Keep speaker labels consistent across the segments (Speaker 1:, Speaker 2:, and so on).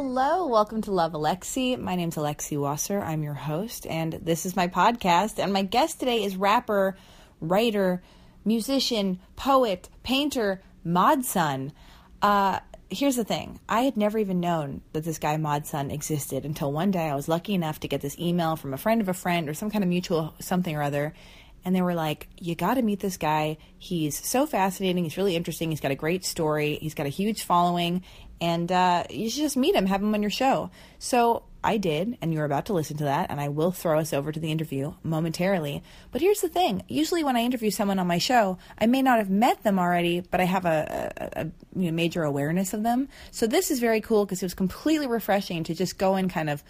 Speaker 1: welcome to Love Alexi. My name's Alexi Wasser. I'm your host, and this is my podcast. And my guest today is rapper, writer, musician, poet, painter, Modson. Uh, here's the thing I had never even known that this guy, Modson, existed until one day I was lucky enough to get this email from a friend of a friend or some kind of mutual something or other. And they were like, You got to meet this guy. He's so fascinating. He's really interesting. He's got a great story. He's got a huge following. And uh, you should just meet him, have him on your show. So I did, and you're about to listen to that, and I will throw us over to the interview momentarily. But here's the thing usually, when I interview someone on my show, I may not have met them already, but I have a, a, a you know, major awareness of them. So this is very cool because it was completely refreshing to just go and kind of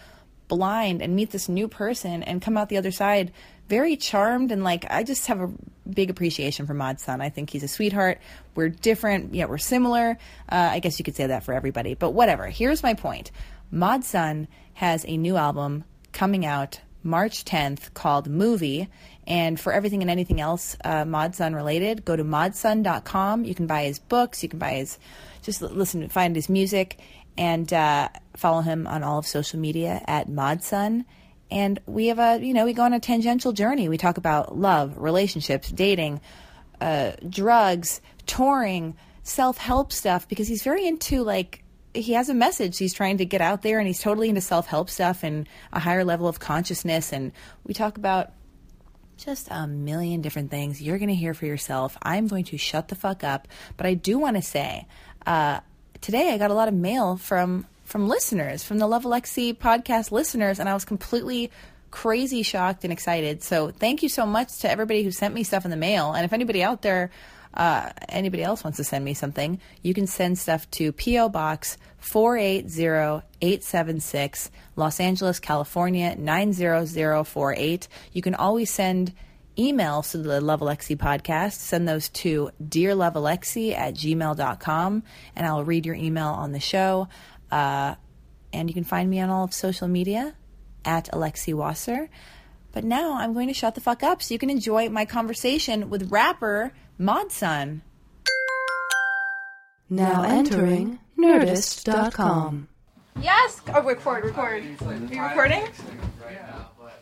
Speaker 1: blind and meet this new person and come out the other side very charmed and like I just have a big appreciation for Mod Sun. I think he's a sweetheart. We're different, yet we're similar. Uh, I guess you could say that for everybody, but whatever. Here's my point: Mod Sun has a new album coming out March 10th called Movie. And for everything and anything else uh, Modsun related, go to modsun.com. You can buy his books, you can buy his, just l- listen, find his music, and uh, follow him on all of social media at Modsun. And we have a, you know, we go on a tangential journey. We talk about love, relationships, dating, uh, drugs, touring, self help stuff, because he's very into like, he has a message he's trying to get out there and he's totally into self-help stuff and a higher level of consciousness and we talk about just a million different things you're going to hear for yourself i'm going to shut the fuck up but i do want to say uh, today i got a lot of mail from from listeners from the love alexi podcast listeners and i was completely crazy shocked and excited so thank you so much to everybody who sent me stuff in the mail and if anybody out there uh, anybody else wants to send me something, you can send stuff to P.O. Box 480876, Los Angeles, California 90048. You can always send emails to the Love Alexi podcast. Send those to dearlovealexi at gmail.com, and I'll read your email on the show. Uh, and you can find me on all of social media at Alexi Wasser. But now I'm going to shut the fuck up so you can enjoy my conversation with rapper Modson.
Speaker 2: Now entering Nerdist.com.
Speaker 3: Yes. Oh, record, record. Are you recording?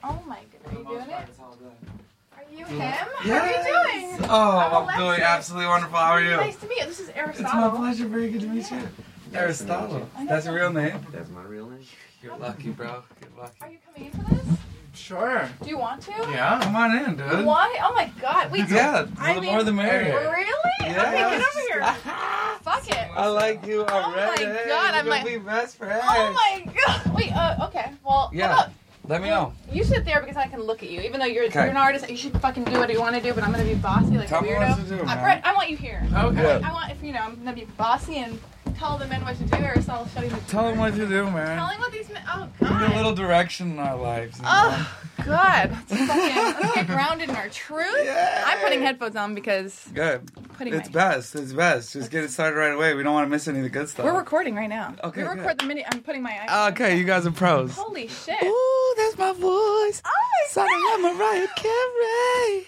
Speaker 3: Oh my god, are you doing it? Are you him? How are you doing?
Speaker 4: Oh,
Speaker 3: I'm
Speaker 4: I'm,
Speaker 3: Alexis.
Speaker 4: doing absolutely wonderful. How are you?
Speaker 3: Nice to meet you. This is
Speaker 4: It's my
Speaker 3: Aristotle.
Speaker 4: pleasure. Very good to meet you. Aristotle. That's your real name? That's my real name. You're lucky, bro. You're
Speaker 3: Are
Speaker 4: lucky.
Speaker 3: you coming in for this?
Speaker 5: Sure.
Speaker 3: Do you want to?
Speaker 5: Yeah.
Speaker 4: Come on in, dude.
Speaker 3: Why? Oh my god. Wait. so-
Speaker 4: Yeah,
Speaker 3: I
Speaker 4: the
Speaker 3: mean,
Speaker 4: more the merrier.
Speaker 3: Really? Okay,
Speaker 4: Yes.
Speaker 3: get over here. Fuck it.
Speaker 4: I like you already.
Speaker 3: God, I'm
Speaker 4: We're
Speaker 3: like-
Speaker 4: gonna be best friends.
Speaker 3: Oh my god. Wait. Uh, okay. Well,
Speaker 4: Yeah.
Speaker 3: how about
Speaker 4: Let me know.
Speaker 3: you sit there because I can look at you, even though you're,
Speaker 4: Okay.
Speaker 3: you're an artist. You should fucking do what you want to do, but I'm gonna be bossy like
Speaker 4: Tell
Speaker 3: a
Speaker 4: me
Speaker 3: weirdo.
Speaker 4: what to do,
Speaker 3: I,
Speaker 4: man.
Speaker 3: Brett, I want you here.
Speaker 5: Okay.
Speaker 3: I want if you know I'm gonna be bossy and tell the men what to do, or else I'll show you. The
Speaker 4: Tell them what to do, man.
Speaker 3: Telling what these men. Oh
Speaker 4: We need a
Speaker 3: god.
Speaker 4: little direction in our lives. you know?
Speaker 3: Oh god. Let's, fucking, let's get grounded in our truth.
Speaker 4: Yay.
Speaker 3: I'm putting headphones on because
Speaker 4: Good.
Speaker 3: putting
Speaker 4: It's
Speaker 3: my.
Speaker 4: best. It's best. Just get it started right away. We don't want to miss any of the good stuff.
Speaker 3: We're recording right now.
Speaker 4: Okay,
Speaker 3: We
Speaker 4: good.
Speaker 3: record the minute I'm putting my. iPhone.
Speaker 4: okay, you guys are pros.
Speaker 3: Holy shit.
Speaker 4: Ooh, that's my voice.
Speaker 3: Oh my God.
Speaker 4: Mariah Carey.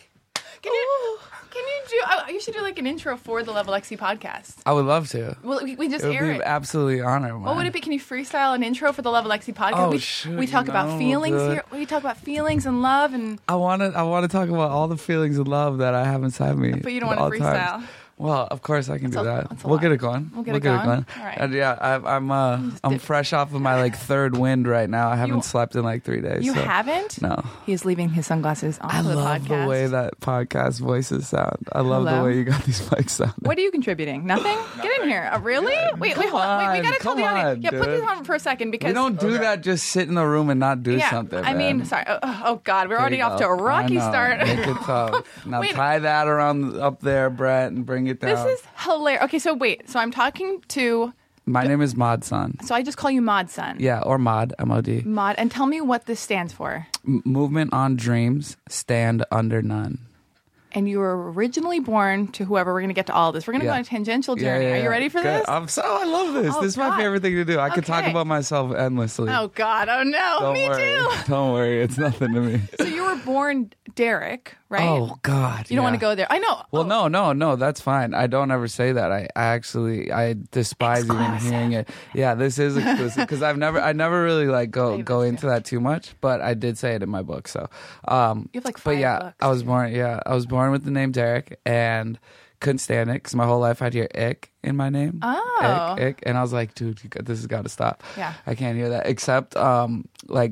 Speaker 3: Can you, can you do? Oh, you should do like an intro for the Level Lexi podcast.
Speaker 4: I would love to.
Speaker 3: Well, we, we just
Speaker 4: It would be
Speaker 3: air it.
Speaker 4: absolutely an honor. Man.
Speaker 3: What would it be? Can you freestyle an intro for the Love Alexi podcast?
Speaker 4: Oh,
Speaker 3: we,
Speaker 4: shoot,
Speaker 3: we talk
Speaker 4: you know,
Speaker 3: about
Speaker 4: we'll
Speaker 3: feelings
Speaker 4: do it.
Speaker 3: here. We talk about feelings and love, and
Speaker 4: I want to. I want to talk about all the feelings of love that I have inside me.
Speaker 3: but you don't want
Speaker 4: at all
Speaker 3: to freestyle.
Speaker 4: times. Well, of course I can
Speaker 3: a-
Speaker 4: do
Speaker 3: that's
Speaker 4: that.
Speaker 3: a
Speaker 4: We'll
Speaker 3: lot.
Speaker 4: get it going.
Speaker 3: We'll get it
Speaker 4: it
Speaker 3: going.
Speaker 4: going.
Speaker 3: All right.
Speaker 4: And yeah, I, I'm. Uh, I'm
Speaker 3: dip-
Speaker 4: fresh off of my like third wind right now. I haven't slept in like three days.
Speaker 3: You
Speaker 4: so-
Speaker 3: haven't?
Speaker 4: No.
Speaker 3: He's leaving his sunglasses on
Speaker 4: I
Speaker 3: for the
Speaker 4: love
Speaker 3: podcast.
Speaker 4: the way that podcast voices sound. I love
Speaker 3: Hello?
Speaker 4: the way you got these mics sound.
Speaker 3: what are you contributing? Nothing? Get in here. Uh, really? Wait, wait, hold on. Wait, we
Speaker 4: on,
Speaker 3: gotta tell
Speaker 4: come
Speaker 3: the audience.
Speaker 4: on,
Speaker 3: yeah, put this
Speaker 4: dude.
Speaker 3: on for a second because
Speaker 4: We don't do that. Just sit in a room and not do
Speaker 3: yeah,
Speaker 4: something.
Speaker 3: I mean,
Speaker 4: man.
Speaker 3: sorry. Oh, oh, God, we're
Speaker 4: There
Speaker 3: already
Speaker 4: you
Speaker 3: off
Speaker 4: go.
Speaker 3: to a rocky
Speaker 4: I know.
Speaker 3: start.
Speaker 4: Make it tough. Now
Speaker 3: Wait.
Speaker 4: tie that around up there, Brett, and bring it
Speaker 3: this
Speaker 4: down.
Speaker 3: is hilarious. Okay, so wait. So I'm talking to.
Speaker 4: My name is Mod Son.
Speaker 3: So I just call you Mod Son.
Speaker 4: Yeah, or Mod M O D.
Speaker 3: Mod, and tell me what this stands for.
Speaker 4: M- Movement on Dreams. Stand under none.
Speaker 3: and you were originally born to whoever. We're going to get to all this. We're going to
Speaker 4: Yeah.
Speaker 3: go on a tangential journey. Are you ready for
Speaker 4: Good.
Speaker 3: this?
Speaker 4: I'm so. I love this.
Speaker 3: Oh,
Speaker 4: this is
Speaker 3: God.
Speaker 4: my favorite thing to do. I could talk
Speaker 3: Okay.
Speaker 4: about myself endlessly.
Speaker 3: oh God! Oh no!
Speaker 4: Don't
Speaker 3: me
Speaker 4: worry.
Speaker 3: too.
Speaker 4: Don't worry. It's nothing to me.
Speaker 3: So you were born Derek, right?
Speaker 4: Oh God.
Speaker 3: you don't want
Speaker 4: yeah.
Speaker 3: to go there. I know.
Speaker 4: Well,
Speaker 3: Oh,
Speaker 4: no, no, no. That's fine. I don't ever say that. I, I actually I despise even hearing it. Yeah, this is exclusive because I've never I never really like go go into that too much. But I did say it in my book. So, um,
Speaker 3: You have, like,
Speaker 4: but
Speaker 3: five
Speaker 4: yeah,
Speaker 3: books,
Speaker 4: I was born. Yeah, I was born with the name Derek and couldn't stand it because my whole life I'd hear "ick" in my name.
Speaker 3: Oh.
Speaker 4: Ick, ick, and I was like, dude, you got, this has got to stop.
Speaker 3: Yeah.
Speaker 4: I can't hear that except um like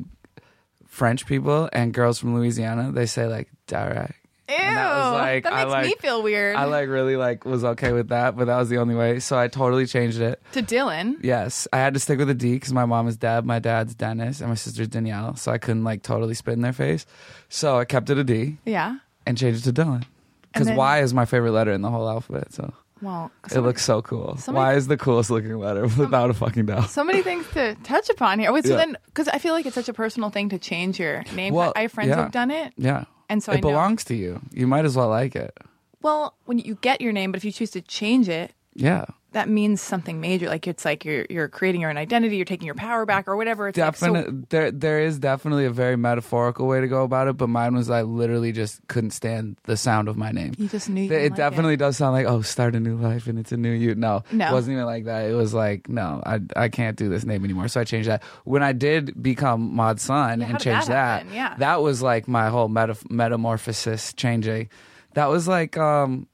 Speaker 4: French people and girls from Louisiana. They say like Derek.
Speaker 3: Ew.
Speaker 4: And that was like-
Speaker 3: that makes
Speaker 4: I
Speaker 3: me
Speaker 4: like-
Speaker 3: feel weird.
Speaker 4: I like really like was okay with that, but that was the only way. So I totally changed it.
Speaker 3: to Dylan.
Speaker 4: Yes, I had to stick with a D because my mom is Deb, my dad's Dennis, and my sister's Danielle. So I couldn't like totally spit in their face. So I kept it a D
Speaker 3: Yeah.
Speaker 4: and changed it to Dylan
Speaker 3: And
Speaker 4: because
Speaker 3: then-
Speaker 4: Y is my favorite letter in the whole alphabet. So
Speaker 3: Well,
Speaker 4: it looks so cool.
Speaker 3: somebody-
Speaker 4: y is the coolest looking letter without a fucking doubt.
Speaker 3: so many things to touch upon here. Wait, so
Speaker 4: Yeah.
Speaker 3: then, because I feel like it's such a personal thing to change your name.
Speaker 4: Well,
Speaker 3: I have friends
Speaker 4: yeah.
Speaker 3: who've done it.
Speaker 4: Yeah,
Speaker 3: And so
Speaker 4: it
Speaker 3: I know-
Speaker 4: belongs to you. You might as well like it.
Speaker 3: Well, when you get your name, but if you choose to change it,
Speaker 4: Yeah.
Speaker 3: that means something major. Like it's like you're you're creating your own identity, you're taking your power back, or whatever. It's like, so-
Speaker 4: Definite. there, there is definitely a very metaphorical way to go about it, but mine was I literally just couldn't stand the sound of my name.
Speaker 3: you just knew. You
Speaker 4: Th-
Speaker 3: didn't
Speaker 4: it
Speaker 3: like
Speaker 4: definitely does sound like oh, start a new life and it's a new you. No,
Speaker 3: No.
Speaker 4: it wasn't even like that. It was like no, I I can't do this name anymore. So I changed that. When I did become Mod Sun
Speaker 3: Yeah, how
Speaker 4: and
Speaker 3: did
Speaker 4: change
Speaker 3: that
Speaker 4: that,
Speaker 3: happen? Yeah.
Speaker 4: that was like my whole meta- metamorphosis changing. That was like um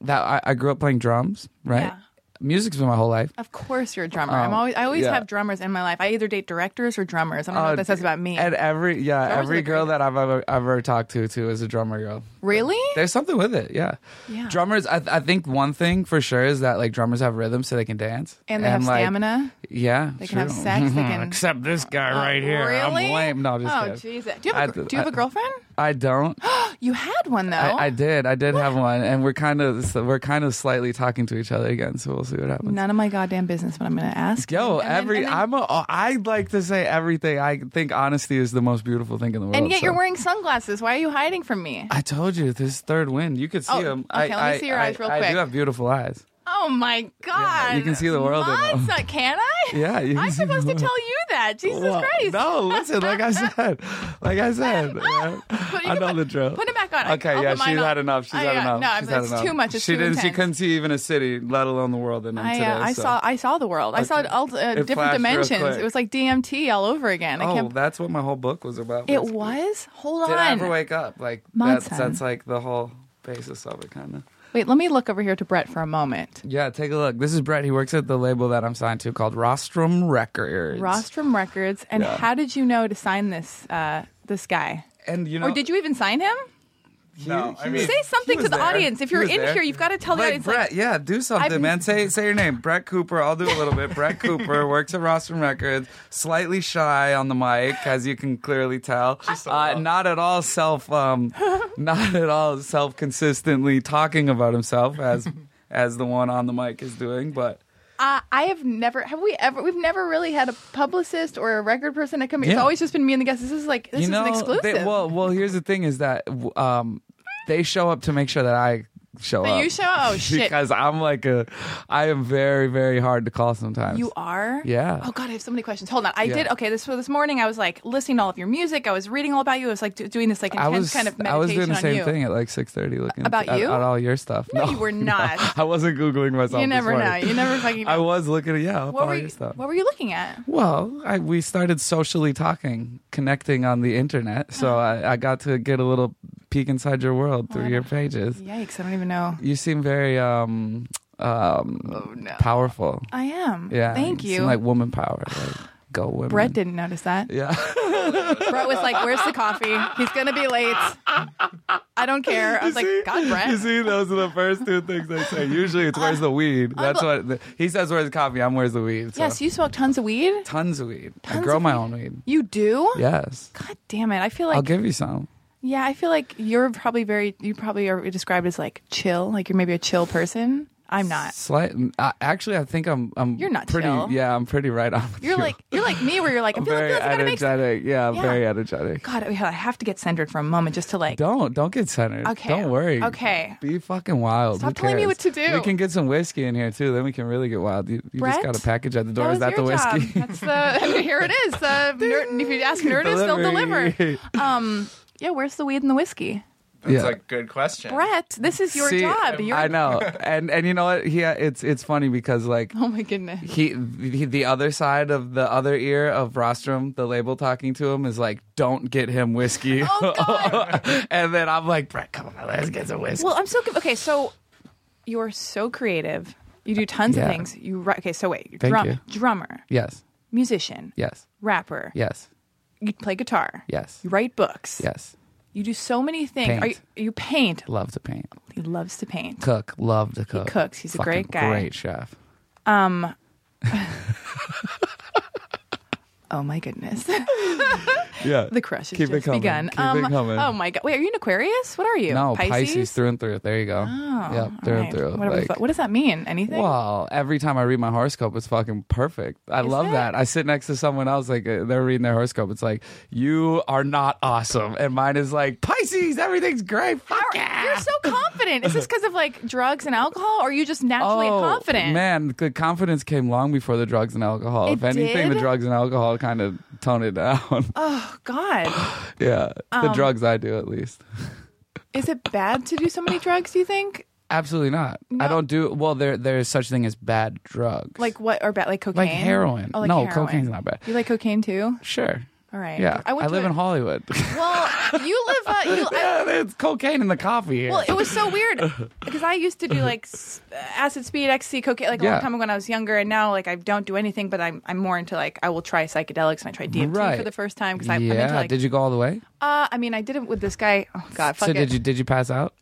Speaker 4: that I, I grew up playing drums, right?
Speaker 3: Yeah.
Speaker 4: Music's been my whole life.
Speaker 3: Of course, you're a drummer. I'm
Speaker 4: Um,
Speaker 3: always I always
Speaker 4: yeah.
Speaker 3: have drummers in my life. I either date directors or drummers. I don't know what
Speaker 4: Uh,
Speaker 3: that says about me.
Speaker 4: And every yeah,
Speaker 3: Drummers are
Speaker 4: every
Speaker 3: the
Speaker 4: girl that I've ever ever talked to too is a drummer girl.
Speaker 3: really?
Speaker 4: There's something with it, yeah.
Speaker 3: Yeah.
Speaker 4: Drummers, I, I think one thing for sure is that like drummers have rhythm, so they can dance
Speaker 3: And they have
Speaker 4: like,
Speaker 3: stamina.
Speaker 4: Yeah,
Speaker 3: They can have
Speaker 4: true.
Speaker 3: sex. They can. Oh,
Speaker 4: Except this guy right here,
Speaker 3: Really?
Speaker 4: I'm lame. No, just
Speaker 3: oh,
Speaker 4: kidding.
Speaker 3: Jesus. Do you have a,
Speaker 4: I
Speaker 3: gr-
Speaker 4: d-
Speaker 3: do you have a
Speaker 4: I-
Speaker 3: girlfriend?
Speaker 4: I don't.
Speaker 3: You had one though.
Speaker 4: I, I did. I did have one, and we're kind of we're kind of slightly talking to each other again. So we'll see what happens.
Speaker 3: None of my goddamn business. But I'm going to ask.
Speaker 4: Yo,
Speaker 3: you. And then-
Speaker 4: every
Speaker 3: and then-
Speaker 4: I'm a I like to say everything. I think honesty is the most beautiful thing in the world.
Speaker 3: And yet you're
Speaker 4: so.
Speaker 3: wearing sunglasses. Why are you hiding from me?
Speaker 4: I told you this third wind. You could see
Speaker 3: Oh,
Speaker 4: them.
Speaker 3: okay, let me
Speaker 4: I,
Speaker 3: see your
Speaker 4: I-
Speaker 3: eyes real
Speaker 4: I
Speaker 3: quick.
Speaker 4: do have beautiful eyes.
Speaker 3: Oh my God!
Speaker 4: you can see the world in
Speaker 3: Mine's
Speaker 4: them.
Speaker 3: not- can I?
Speaker 4: Yeah, you can
Speaker 3: I'm
Speaker 4: see the
Speaker 3: supposed to
Speaker 4: world.
Speaker 3: tell you that. Jesus
Speaker 4: Well,
Speaker 3: Christ!
Speaker 4: No, listen, like I said, like I said, yeah.
Speaker 3: But you
Speaker 4: I
Speaker 3: can
Speaker 4: know
Speaker 3: put-
Speaker 4: the drill.
Speaker 3: put it back on. I-
Speaker 4: Okay,
Speaker 3: I'll
Speaker 4: yeah,
Speaker 3: put
Speaker 4: she's
Speaker 3: mine on.
Speaker 4: had enough. She's
Speaker 3: Oh,
Speaker 4: had
Speaker 3: yeah.
Speaker 4: enough.
Speaker 3: No,
Speaker 4: she's
Speaker 3: it's-
Speaker 4: had
Speaker 3: it's
Speaker 4: enough.
Speaker 3: too much. It's
Speaker 4: she
Speaker 3: too
Speaker 4: didn't. She
Speaker 3: intense.
Speaker 4: couldn't see even a city, let alone the world in them
Speaker 3: I,
Speaker 4: today.
Speaker 3: uh, I
Speaker 4: so-
Speaker 3: saw I saw the world. I saw
Speaker 4: Okay.
Speaker 3: all uh,
Speaker 4: It
Speaker 3: different
Speaker 4: flashed real
Speaker 3: dimensions.
Speaker 4: quick.
Speaker 3: It was like DMT all over again. I
Speaker 4: Oh,
Speaker 3: can't.
Speaker 4: that's what my whole book was about.
Speaker 3: It
Speaker 4: basically.
Speaker 3: was. Hold
Speaker 4: Did I ever
Speaker 3: on.
Speaker 4: wake up? Like that's
Speaker 3: Monson.
Speaker 4: that's like the whole basis of it, kind of.
Speaker 3: Wait, let me look over here to Brett for a moment.
Speaker 4: Yeah, take a look. This is Brett. He works at the label that I'm signed to called Rostrum Records.
Speaker 3: Rostrum Records. And
Speaker 4: Yeah.
Speaker 3: how did you know to sign this uh, this guy?
Speaker 4: and you know,
Speaker 3: or did you even sign him?
Speaker 4: he- he was-
Speaker 3: Say something to
Speaker 4: he was
Speaker 3: the
Speaker 4: there.
Speaker 3: audience. If
Speaker 4: He
Speaker 3: you're
Speaker 4: was
Speaker 3: in
Speaker 4: there.
Speaker 3: here, you've got to tell the
Speaker 4: Like
Speaker 3: audience.
Speaker 4: Brett, yeah, do something,
Speaker 3: I've-
Speaker 4: man. Say say your name, Brett Cooper. I'll do a little bit. Brett Cooper works at Rostrum Records. Slightly shy on the mic, as you can clearly tell. Uh, not at all self, um, not at all self consistently talking about himself as as the one on the mic is doing. But
Speaker 3: Uh, I have never. Have we ever? We've never really had a publicist or a record person that come. It's
Speaker 4: Yeah.
Speaker 3: always just been me and the guests. This is like this
Speaker 4: you
Speaker 3: is
Speaker 4: know,
Speaker 3: an exclusive.
Speaker 4: They, well, well, here's the thing: is that w- um, they show up to make sure that I show
Speaker 3: That
Speaker 4: up.
Speaker 3: you show up? Oh, shit.
Speaker 4: because I'm like a, I am very very hard to call sometimes.
Speaker 3: you are.
Speaker 4: Yeah.
Speaker 3: Oh God, I have so many questions. Hold on. I
Speaker 4: Yeah.
Speaker 3: did. Okay. This so this morning. I was like listening to all of your music. I was reading all about you. I was like do, doing this like
Speaker 4: I
Speaker 3: intense
Speaker 4: was
Speaker 3: kind of meditation
Speaker 4: I was doing the
Speaker 3: on
Speaker 4: same
Speaker 3: you.
Speaker 4: thing at like six thirty looking
Speaker 3: About
Speaker 4: at,
Speaker 3: you?
Speaker 4: at all your stuff.
Speaker 3: No, you were not.
Speaker 4: I wasn't googling myself.
Speaker 3: You
Speaker 4: this
Speaker 3: never know.
Speaker 4: morning.
Speaker 3: You never fucking. Know.
Speaker 4: I was looking at yeah, up
Speaker 3: what
Speaker 4: all
Speaker 3: were you?
Speaker 4: your stuff.
Speaker 3: What were you looking at?
Speaker 4: Well, I, we started socially talking, connecting on the internet, so I, I got to get a little peek inside your world through your pages.
Speaker 3: Yikes! I don't even know.
Speaker 4: You seem very um um powerful.
Speaker 3: I am.
Speaker 4: Yeah,
Speaker 3: Oh, Thank you.
Speaker 4: seem like woman power. Like, go women.
Speaker 3: Brett didn't notice that.
Speaker 4: Yeah.
Speaker 3: Brett was like, "Where's the coffee? He's gonna be late. I don't care." I was like, "God, Brett."
Speaker 4: You see, those are the first two things I say. Usually, it's where's the weed. That's what the, he says. Where's the coffee? I'm where's the weed. So.
Speaker 3: Yes, you smoke tons of weed.
Speaker 4: tons of weed. I
Speaker 3: Tons
Speaker 4: grow
Speaker 3: of
Speaker 4: my
Speaker 3: weed.
Speaker 4: own weed.
Speaker 3: You do?
Speaker 4: Yes,
Speaker 3: God damn it! I feel like
Speaker 4: I'll give you some.
Speaker 3: yeah, I feel like you're probably very you probably are described as like chill, like you're maybe a chill person. I'm not.
Speaker 4: Slight. mm, I, actually, I think I'm. I'm.
Speaker 3: Uh, You're not
Speaker 4: pretty.
Speaker 3: chill.
Speaker 4: Yeah, I'm pretty right on. With
Speaker 3: You're
Speaker 4: you.
Speaker 3: like you're like me, where you're like I
Speaker 4: I'm
Speaker 3: feel like
Speaker 4: very
Speaker 3: that's gonna make sense.
Speaker 4: energetic. Yeah, I'm
Speaker 3: Yeah.
Speaker 4: very energetic.
Speaker 3: God, I have to get centered for a moment just to like.
Speaker 4: Don't don't get centered.
Speaker 3: Okay.
Speaker 4: Don't worry.
Speaker 3: Okay.
Speaker 4: Be fucking wild.
Speaker 3: Stop
Speaker 4: Who
Speaker 3: telling me
Speaker 4: cares?
Speaker 3: what to do.
Speaker 4: We can get some whiskey in here too. Then we can really get wild. You, you
Speaker 3: Brett,
Speaker 4: just got a package at the door.
Speaker 3: that
Speaker 4: Is that the
Speaker 3: was your
Speaker 4: whiskey?
Speaker 3: Job. That's the here it is. The nerd, if you ask Nerdist, they'll deliver.
Speaker 4: Delivery.
Speaker 3: Um, yeah, where's the weed and the whiskey?
Speaker 5: That's
Speaker 4: Yeah.
Speaker 5: a good question.
Speaker 3: Brett, this is your
Speaker 4: See, um,
Speaker 3: job. You're,
Speaker 4: I know, and and you know what? Yeah, it's it's funny because like
Speaker 3: Oh my goodness.
Speaker 4: he, he the other side of the other ear of Rostrum, the label talking to him is like, don't get him whiskey.
Speaker 3: Oh God.
Speaker 4: and then I'm like, Brett, come on, let's get some whiskey.
Speaker 3: well, I'm so okay. So you're so creative. You do tons
Speaker 4: Yeah.
Speaker 3: of things. You ri- okay? So wait, you're
Speaker 4: Thank
Speaker 3: drum,
Speaker 4: you.
Speaker 3: drummer,
Speaker 4: yes,
Speaker 3: musician,
Speaker 4: yes,
Speaker 3: rapper.
Speaker 4: yes,
Speaker 3: You play guitar.
Speaker 4: yes,
Speaker 3: You write books.
Speaker 4: yes.
Speaker 3: You do so many things.
Speaker 4: Paint.
Speaker 3: Are you, you paint.
Speaker 4: Love to paint,
Speaker 3: He loves to paint.
Speaker 4: cook, love to cook.
Speaker 3: cooks. He's a
Speaker 4: Fucking
Speaker 3: great guy.
Speaker 4: great chef.
Speaker 3: Um, Oh my goodness.
Speaker 4: Yeah,
Speaker 3: the crush has
Speaker 4: Keep it
Speaker 3: just
Speaker 4: coming.
Speaker 3: begun.
Speaker 4: Keep it coming.
Speaker 3: Oh my god. Wait, are you an Aquarius? What are you?
Speaker 4: no
Speaker 3: Pisces.
Speaker 4: through and through. There you go.
Speaker 3: Oh,
Speaker 4: yep,
Speaker 3: all
Speaker 4: through
Speaker 3: right.
Speaker 4: and through.
Speaker 3: Whatever the
Speaker 4: like-
Speaker 3: fuck- what does that mean? Anything?
Speaker 4: Well, every time I read my horoscope, it's fucking perfect. I love
Speaker 3: it?
Speaker 4: that. I sit next to someone else, like uh, they're reading their horoscope. It's like, you are not awesome. And mine is like, Pisces, everything's great. Fuck yeah.
Speaker 3: You're so confident. Is this because of like drugs and alcohol, or are you just naturally
Speaker 4: Oh,
Speaker 3: confident?
Speaker 4: man, the confidence came long before the drugs and alcohol.
Speaker 3: It
Speaker 4: if anything,
Speaker 3: did?
Speaker 4: the drugs and alcohol kind of tone it down.
Speaker 3: Oh um, God,
Speaker 4: yeah, the drugs I do at least.
Speaker 3: is it bad to do so many drugs? Do you think?
Speaker 4: Absolutely not. I don't do well. There, there is such thing as bad drugs.
Speaker 3: Like what? Or bad? Like cocaine?
Speaker 4: Like heroin.
Speaker 3: Oh, like
Speaker 4: No,
Speaker 3: heroin.
Speaker 4: cocaine's not bad.
Speaker 3: You like cocaine too?
Speaker 4: sure.
Speaker 3: All right.
Speaker 4: Yeah, I,
Speaker 3: I, went to
Speaker 4: live
Speaker 3: a-
Speaker 4: in Hollywood.
Speaker 3: Well, you live. Uh, you, I,
Speaker 4: Yeah, it's cocaine in the coffee here.
Speaker 3: well, it was so weird because I used to do like s- acid, speed, ecstasy, cocaine, like a
Speaker 4: Yeah.
Speaker 3: long time ago when I was younger, and now like I don't do anything. But I'm I'm more into like I will try psychedelics and I tried DMT for
Speaker 4: Right.
Speaker 3: the first time because I'm
Speaker 4: yeah.
Speaker 3: into like.
Speaker 4: did you go all the way?
Speaker 3: uh, I mean, I did it with this guy. Oh God, fuck
Speaker 4: so
Speaker 3: it.
Speaker 4: did you did you pass out?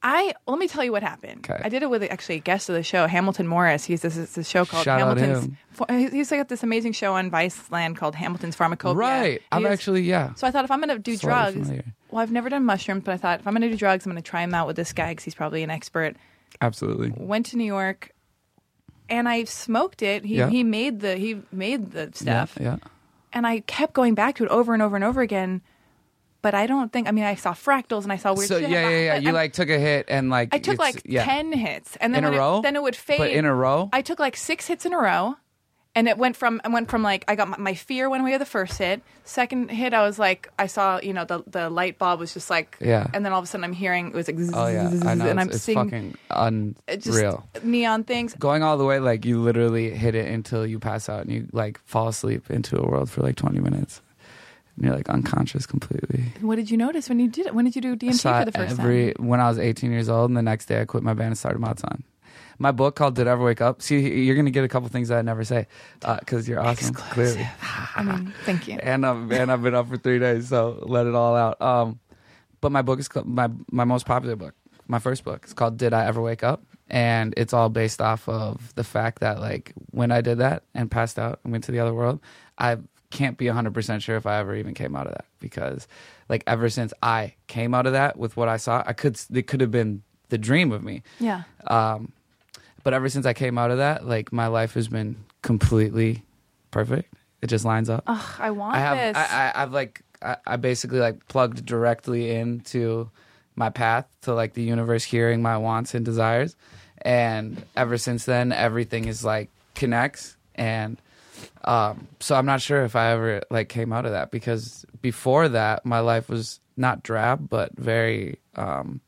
Speaker 3: I let me tell you what happened.
Speaker 4: 'Kay.
Speaker 3: I did it with actually a guest of the show, Hamilton Morris. He's this is a show called
Speaker 4: Shout out
Speaker 3: Hamilton's.
Speaker 4: him.
Speaker 3: Fo- he's- He's got this amazing show on Vice Land called Hamilton's Pharmacopoeia.
Speaker 4: Right. I'm
Speaker 3: He is-
Speaker 4: actually yeah.
Speaker 3: So I thought if I'm going to do
Speaker 4: Slightly
Speaker 3: drugs,
Speaker 4: familiar.
Speaker 3: well, I've never done mushrooms, but I thought if I'm going to do drugs, I'm going to try them out with this guy because he's probably an expert.
Speaker 4: Absolutely.
Speaker 3: Went to New York, and I smoked it. He
Speaker 4: Yeah.
Speaker 3: he made the he made the stuff,
Speaker 4: Yeah.
Speaker 3: and I kept going back to it over and over and over again. But I don't think I mean I saw fractals and I saw weird
Speaker 4: So
Speaker 3: shit.
Speaker 4: yeah, yeah,
Speaker 3: I'm-
Speaker 4: yeah.
Speaker 3: I'm-
Speaker 4: You like took a hit and like
Speaker 3: I took
Speaker 4: it's-
Speaker 3: like
Speaker 4: yeah.
Speaker 3: ten hits, and then
Speaker 4: In a
Speaker 3: when it-
Speaker 4: row?
Speaker 3: then it would fade.
Speaker 4: But in a row?
Speaker 3: I took like six hits in a row, and it went from I went from like I got my, my fear went away with the first hit. Second hit, I was like I saw you know the the light bulb was just like
Speaker 4: Yeah.
Speaker 3: and then all of a sudden I'm hearing it was like
Speaker 4: Oh yeah. I know.
Speaker 3: and
Speaker 4: it's
Speaker 3: I'm
Speaker 4: it's
Speaker 3: seeing
Speaker 4: fucking
Speaker 3: just
Speaker 4: unreal.
Speaker 3: neon things.
Speaker 4: Going all the way, like you literally hit it until you pass out and you like fall asleep into a world for like 20 minutes, and you're like unconscious completely.
Speaker 3: What did you notice when you did it? When did you do DMT
Speaker 4: saw
Speaker 3: for the first time?
Speaker 4: every when I was 18 years old, and the next day I quit my band and started Matson. My book called "Did I Ever Wake Up." See, you're gonna get a couple things that I never say because you're awesome, clearly.
Speaker 3: I mean, thank you.
Speaker 4: And I've and I've been up for three days, so let it all out. Um, but my book is called, my my most popular book, my first book. It's called "Did I Ever Wake Up," and it's all based off of the fact that like when I did that and passed out and went to the other world, I can't be 100% sure if I ever even came out of that because like ever since I came out of that with what I saw, I could it could have been the dream of me.
Speaker 3: Yeah.
Speaker 4: Um, but ever since I came out of that, like my life has been completely perfect. It just lines up.
Speaker 3: Ugh, I want
Speaker 4: I have,
Speaker 3: this.
Speaker 4: I, I, I've like, I, I basically like plugged directly into my path to like the universe hearing my wants and desires, and ever since then, everything is like connects, and um, so I'm not sure if I ever like came out of that because before that, my life was not drab but very um,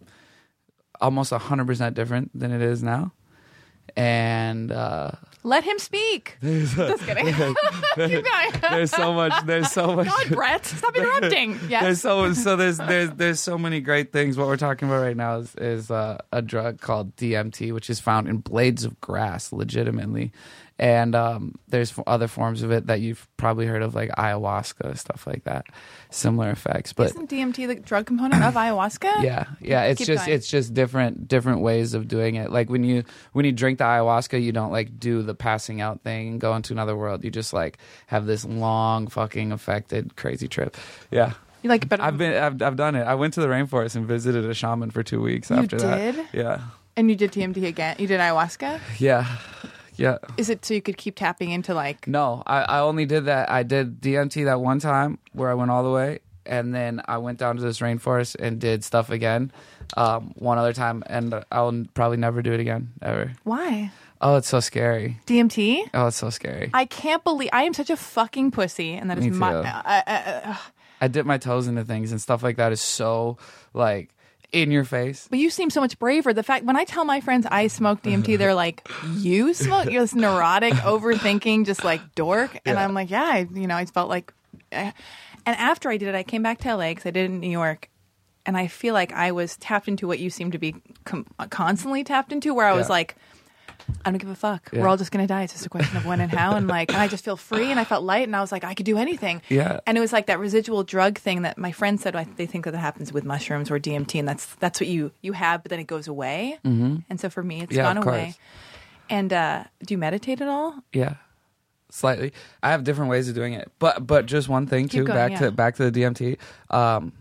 Speaker 4: almost hundred percent different than it is now, and. Uh,
Speaker 3: Let him speak. Just kidding. Keep going.
Speaker 4: there's so much. There's so much.
Speaker 3: God, Brett, stop interrupting. Yes.
Speaker 4: There's so so there's there's there's so many great things. What we're talking about right now is is uh, a drug called DMT, which is found in blades of grass, legitimately, and um, there's f- other forms of it that you've probably heard of, like ayahuasca stuff like that, similar effects. But
Speaker 3: Isn't DMT the drug component of ayahuasca?
Speaker 4: yeah, yeah, it's
Speaker 3: Keep
Speaker 4: just
Speaker 3: going.
Speaker 4: it's just different different ways of doing it. Like when you when you drink the ayahuasca, you don't like do the passing out thing and go into another world. You just like have this long fucking affected crazy trip. Yeah.
Speaker 3: You like but
Speaker 4: I've been I've, I've done it. I went to the rainforest and visited a shaman for two weeks after
Speaker 3: did?
Speaker 4: that. Yeah.
Speaker 3: and you did DMT again. You did ayahuasca.
Speaker 4: Yeah. Yeah.
Speaker 3: Is it so you could keep tapping into like
Speaker 4: No, I, I only did that. I did DMT that one time where I went all the way, and then I went down to this rainforest and did stuff again, um, one other time, and I'll probably never do it again ever.
Speaker 3: why
Speaker 4: Oh, it's so scary.
Speaker 3: DMT?
Speaker 4: Oh, it's so scary.
Speaker 3: I can't believe I am such a fucking pussy, and that is
Speaker 4: Me
Speaker 3: my. uh,
Speaker 4: too.
Speaker 3: I, I, I, ugh.
Speaker 4: I dip my toes into things and stuff like that is so like in your face.
Speaker 3: But you seem so much braver. The fact when I tell my friends I smoke DMT, they're like, "You smoke? You're this neurotic, overthinking, just like dork." And I'm like, "Yeah, I, you know, I felt like." eh." And after I did it, I came back to LA because I did it in New York, and I feel like I was tapped into what you seem to be com- constantly tapped into, where I was
Speaker 4: Yeah.
Speaker 3: like. I don't give a fuck.
Speaker 4: Yeah.
Speaker 3: We're all just gonna die. It's just a question of when and how. And like, I just feel free, and I felt light, and I was like, I could do anything.
Speaker 4: Yeah.
Speaker 3: And it was like that residual drug thing that my friend said. I, they think that that happens with mushrooms or DMT, and that's that's what you you have, but then it goes away. Mm-hmm. And so for me, it's
Speaker 4: Yeah,
Speaker 3: gone
Speaker 4: of
Speaker 3: away.
Speaker 4: course.
Speaker 3: And uh, do you meditate at all?
Speaker 4: Yeah. Slightly. I have different ways of doing it. But but just one thing
Speaker 3: Keep
Speaker 4: too,
Speaker 3: going,
Speaker 4: back
Speaker 3: yeah.
Speaker 4: to back to the DMT. Um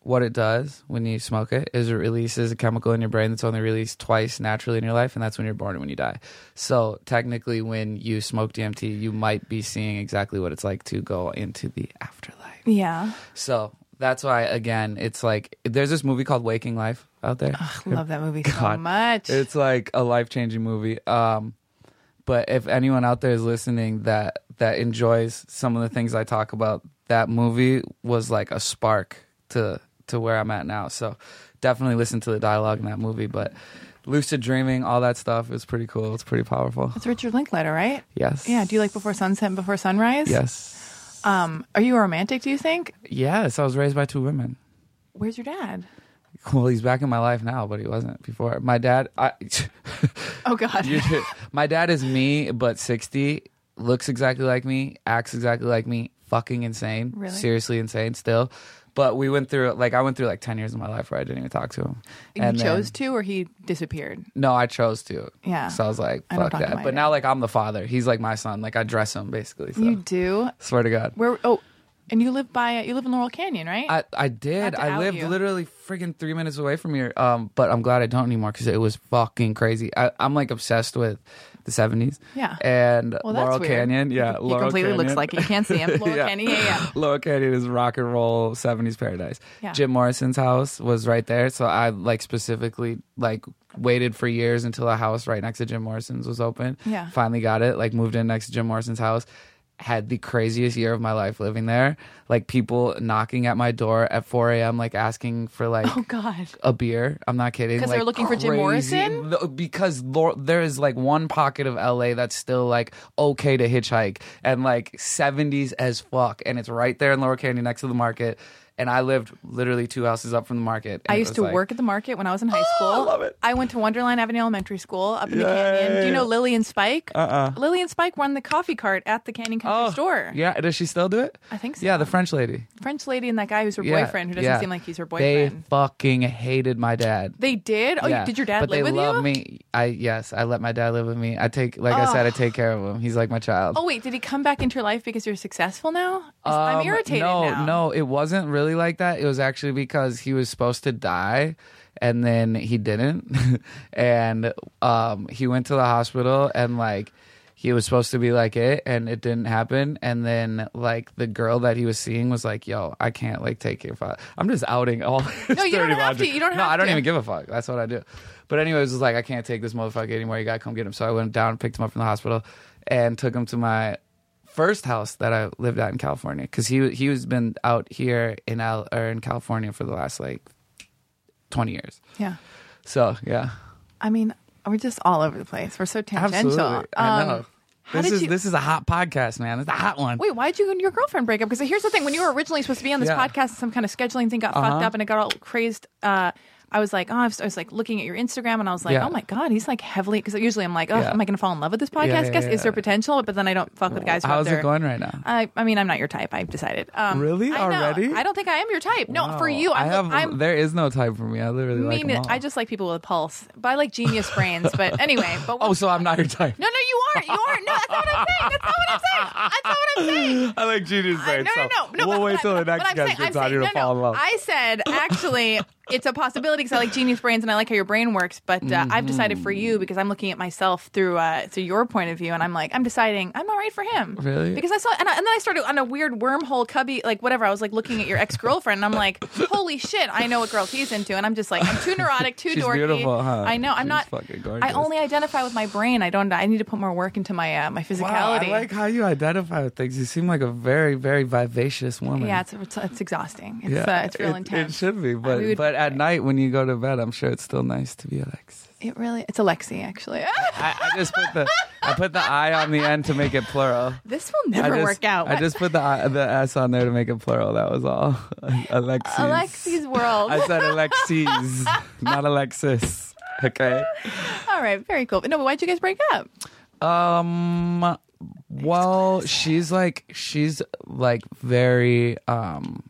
Speaker 4: what it does when you smoke it is it releases a chemical in your brain that's only released twice naturally in your life, and that's when you're born and when you die. So technically when you smoke DMT, you might be seeing exactly what it's like to go into the afterlife.
Speaker 3: Yeah,
Speaker 4: So that's why again, it's like there's this movie called Waking Life out there.
Speaker 3: love that movie so
Speaker 4: God.
Speaker 3: much.
Speaker 4: It's like a life changing movie. Um, but if anyone out there is listening that that enjoys some of the things I talk about, that movie was like a spark to to where I'm at now. So definitely listen to the dialogue in that movie. But lucid dreaming, all that stuff is pretty cool. It's pretty powerful.
Speaker 3: it's Richard Linklater, right?
Speaker 4: Yes.
Speaker 3: Yeah. Do you like Before Sunset, and Before Sunrise?
Speaker 4: Yes.
Speaker 3: Um, are you a romantic? Do you think?
Speaker 4: Yes. I was raised by two women.
Speaker 3: Where's your dad?
Speaker 4: Well, he's back in my life now, but he wasn't before. My dad, I,
Speaker 3: Oh God.
Speaker 4: You should- my dad is me, but 60, looks exactly like me, acts exactly like me, fucking insane.
Speaker 3: Really?
Speaker 4: Seriously insane still. But we went through, like, I went through like 10 years of my life where I didn't even talk to him.
Speaker 3: you
Speaker 4: And then-
Speaker 3: chose to, or he disappeared.
Speaker 4: No, I chose to.
Speaker 3: Yeah.
Speaker 4: So I was like,
Speaker 3: I don't
Speaker 4: fuck
Speaker 3: talk to
Speaker 4: that.
Speaker 3: my
Speaker 4: But
Speaker 3: dad.
Speaker 4: now, like, I'm the father. He's like my son. Like, I dress him basically. So
Speaker 3: You do.
Speaker 4: swear to God.
Speaker 3: Where? Oh, and you live by you live in Laurel Canyon, right?
Speaker 4: I, I did.
Speaker 3: to
Speaker 4: I
Speaker 3: out
Speaker 4: lived
Speaker 3: you.
Speaker 4: literally freaking three minutes away from here. Um, but I'm glad I don't anymore because it was fucking crazy. I, I'm like obsessed with the 70s.
Speaker 3: Yeah.
Speaker 4: And
Speaker 3: well, that's
Speaker 4: Laurel
Speaker 3: weird.
Speaker 4: Canyon. Yeah.
Speaker 3: he
Speaker 4: Laurel
Speaker 3: completely looks
Speaker 4: Canyon.
Speaker 3: like it. you can't see him. Laurel Canyon, yeah, yeah.
Speaker 4: Laurel Canyon is rock and roll '70s paradise.
Speaker 3: Yeah.
Speaker 4: Jim Morrison's house was right there, so I like specifically like waited for years until a house right next to Jim Morrison's was open.
Speaker 3: Yeah.
Speaker 4: finally got it. Like moved in next to Jim Morrison's house. Had the craziest year of my life living there. Like people knocking at my door at 4 a.m. like asking for like
Speaker 3: Oh God.
Speaker 4: a beer. I'm not kidding.
Speaker 3: 'Cause they're
Speaker 4: Like,
Speaker 3: looking for Jim
Speaker 4: crazy-
Speaker 3: Morrison?
Speaker 4: Th- Because Lor- there is like one pocket of LA that's still like okay to hitchhike and like 70s as fuck, and it's right there in Lower Canyon next to the market. And I lived literally two houses up from the market. and
Speaker 3: I
Speaker 4: it
Speaker 3: used
Speaker 4: was
Speaker 3: to
Speaker 4: like- Oh,
Speaker 3: work at the market when I was in high school. I
Speaker 4: love it.
Speaker 3: went to Wonderland Avenue Elementary School up in the canyon. Do you know Lily and Spike? Uh-uh. Lily and Spike run the coffee cart at the Canyon Country Store.
Speaker 4: "Oh, Yeah, does she still do it?
Speaker 3: I think so.
Speaker 4: Yeah, the French lady.
Speaker 3: French lady and that guy who's her
Speaker 4: Yeah,
Speaker 3: boyfriend, who doesn't
Speaker 4: yeah.
Speaker 3: seem like he's her
Speaker 4: They
Speaker 3: boyfriend.
Speaker 4: fucking hated my dad.
Speaker 3: They, did. Oh, you-
Speaker 4: Yeah,
Speaker 3: did your dad
Speaker 4: but
Speaker 3: live
Speaker 4: they
Speaker 3: with
Speaker 4: love
Speaker 3: you?
Speaker 4: me. I yes, I let my dad live with me. I take like I said, I take care of him. He's like my child.
Speaker 3: Oh wait, did he come back into your life because you're successful now? I'm
Speaker 4: Um,
Speaker 3: irritated
Speaker 4: No,
Speaker 3: now.
Speaker 4: no, it wasn't really like that. It was actually because he was supposed to die and then he didn't. and um he went to the hospital and like he was supposed to be like it and it didn't happen and then like the girl that he was seeing was like, "Yo, I can't like take your fuck." I'm just outing all his
Speaker 3: No, you don't
Speaker 4: dirty
Speaker 3: have to.
Speaker 4: laundry.
Speaker 3: You don't
Speaker 4: no,
Speaker 3: have
Speaker 4: I don't
Speaker 3: to.
Speaker 4: even give a fuck. That's what I do. But anyways, it was like I can't take this motherfucker anymore. You got to come get him. So I went down, picked him up from the hospital and took him to my first house that I lived at in California because he he was been out here in Al or in California for the last like twenty years.
Speaker 3: Yeah.
Speaker 4: So yeah,
Speaker 3: I mean, we're just all over the place. We're so tangential.
Speaker 4: absolutely. I
Speaker 3: Um,
Speaker 4: know.
Speaker 3: how
Speaker 4: This
Speaker 3: did
Speaker 4: is
Speaker 3: you-
Speaker 4: this is a hot podcast, man. It's a hot one.
Speaker 3: Wait, why did you and your girlfriend break up? Because here's the thing: when you were originally supposed to be on this
Speaker 4: Yeah. Uh-huh.
Speaker 3: podcast, some kind of scheduling thing got fucked up, and it got all crazed. Uh, I was like, oh, I was, I was like looking at your Instagram, and I was like,
Speaker 4: Yeah.
Speaker 3: oh my god, he's like heavily. Because usually I'm like, oh,
Speaker 4: Yeah.
Speaker 3: am I going to fall in love with this podcast?
Speaker 4: yeah,
Speaker 3: Guess
Speaker 4: yeah.
Speaker 3: is there potential? But then I don't fuck with guys. who have
Speaker 4: How's
Speaker 3: their-
Speaker 4: it going right now?
Speaker 3: I, I mean, I'm not your type. I've decided. Um,
Speaker 4: Really?
Speaker 3: I know.
Speaker 4: Already?
Speaker 3: I don't think I am your type. No, for
Speaker 4: Wow.
Speaker 3: you, I'm,
Speaker 4: I have.
Speaker 3: I'm
Speaker 4: there is no type for me. I literally like
Speaker 3: mean.
Speaker 4: them all.
Speaker 3: I just like people with a pulse. But I like genius brains. But anyway, but
Speaker 4: Oh, so I'm not your type.
Speaker 3: no, no, you aren't. You aren't. No, that's not what I'm saying. That's not what I'm saying. That's not what I'm saying.
Speaker 4: I like genius
Speaker 3: I-
Speaker 4: brains.
Speaker 3: no, no, no, no.
Speaker 4: We'll
Speaker 3: but-
Speaker 4: wait
Speaker 3: but-
Speaker 4: till the
Speaker 3: but
Speaker 4: next
Speaker 3: I'm
Speaker 4: guest
Speaker 3: saying-
Speaker 4: gets
Speaker 3: I'm
Speaker 4: on here
Speaker 3: saying-
Speaker 4: to
Speaker 3: no,
Speaker 4: fall
Speaker 3: no.
Speaker 4: in love.
Speaker 3: I said actually, it's a possibility because I like genius brains and I like how your brain works. But uh, I've decided for you because I'm looking at myself through uh, through your point of view, and I'm like, I'm deciding I'm all right for him.
Speaker 4: Really?
Speaker 3: Because I saw, and, I, and then I started on a weird wormhole cubby, like whatever. I was like looking at your ex girlfriend, and I'm like, holy shit, I know what girls he's into, and I'm just like, I'm too neurotic, too
Speaker 4: She's
Speaker 3: dorky.
Speaker 4: beautiful, huh?
Speaker 3: I know. I'm
Speaker 4: She's
Speaker 3: not.
Speaker 4: fucking gorgeous.
Speaker 3: I only identify with my brain. I don't. I need to put more work into my uh, my physicality.
Speaker 4: Wow, I like how you identify with things. You seem like a very, very vivacious woman.
Speaker 3: yeah, it's, it's it's exhausting. It's
Speaker 4: Yeah,
Speaker 3: uh, it's real
Speaker 4: it,
Speaker 3: intense.
Speaker 4: It should be, but
Speaker 3: would-
Speaker 4: but at night when you go to bed, I'm sure it's still nice to be Alexis.
Speaker 3: It really. It's Alexi actually.
Speaker 4: I, I just put the I put the I on the end to make it plural.
Speaker 3: this will
Speaker 4: I
Speaker 3: never
Speaker 4: just,
Speaker 3: work out.
Speaker 4: I just put the I, the S on there to make it plural. That was all. Alexis.
Speaker 3: Alexi's world.
Speaker 4: I said Alexis, not Alexis. Okay.
Speaker 3: All right, very cool. No, but why'd you guys break up?
Speaker 4: Um. Well, she's like she's like very um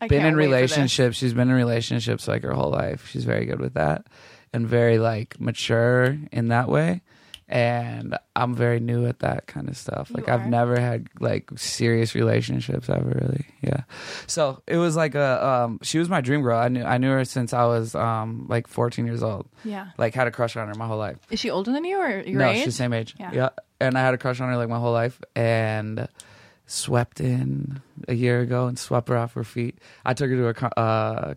Speaker 3: I
Speaker 4: been
Speaker 3: can't
Speaker 4: in
Speaker 3: wait for this.
Speaker 4: relationships. She's been in relationships like her whole life. She's very good with that and very like mature in that way. And I'm very new at that kind of stuff. Like I've
Speaker 3: are?
Speaker 4: never had like serious relationships ever really. Yeah. So it was like a um she was my dream girl. I knew I knew her since I was um like fourteen years old.
Speaker 3: Yeah.
Speaker 4: Like had a crush on her my whole life.
Speaker 3: Is she older than you or your
Speaker 4: no,
Speaker 3: age?
Speaker 4: she's same age.
Speaker 3: Yeah.
Speaker 4: Yeah. And I had a crush on her like my whole life and swept in a year ago and swept her off her feet. I took her to a co- uh,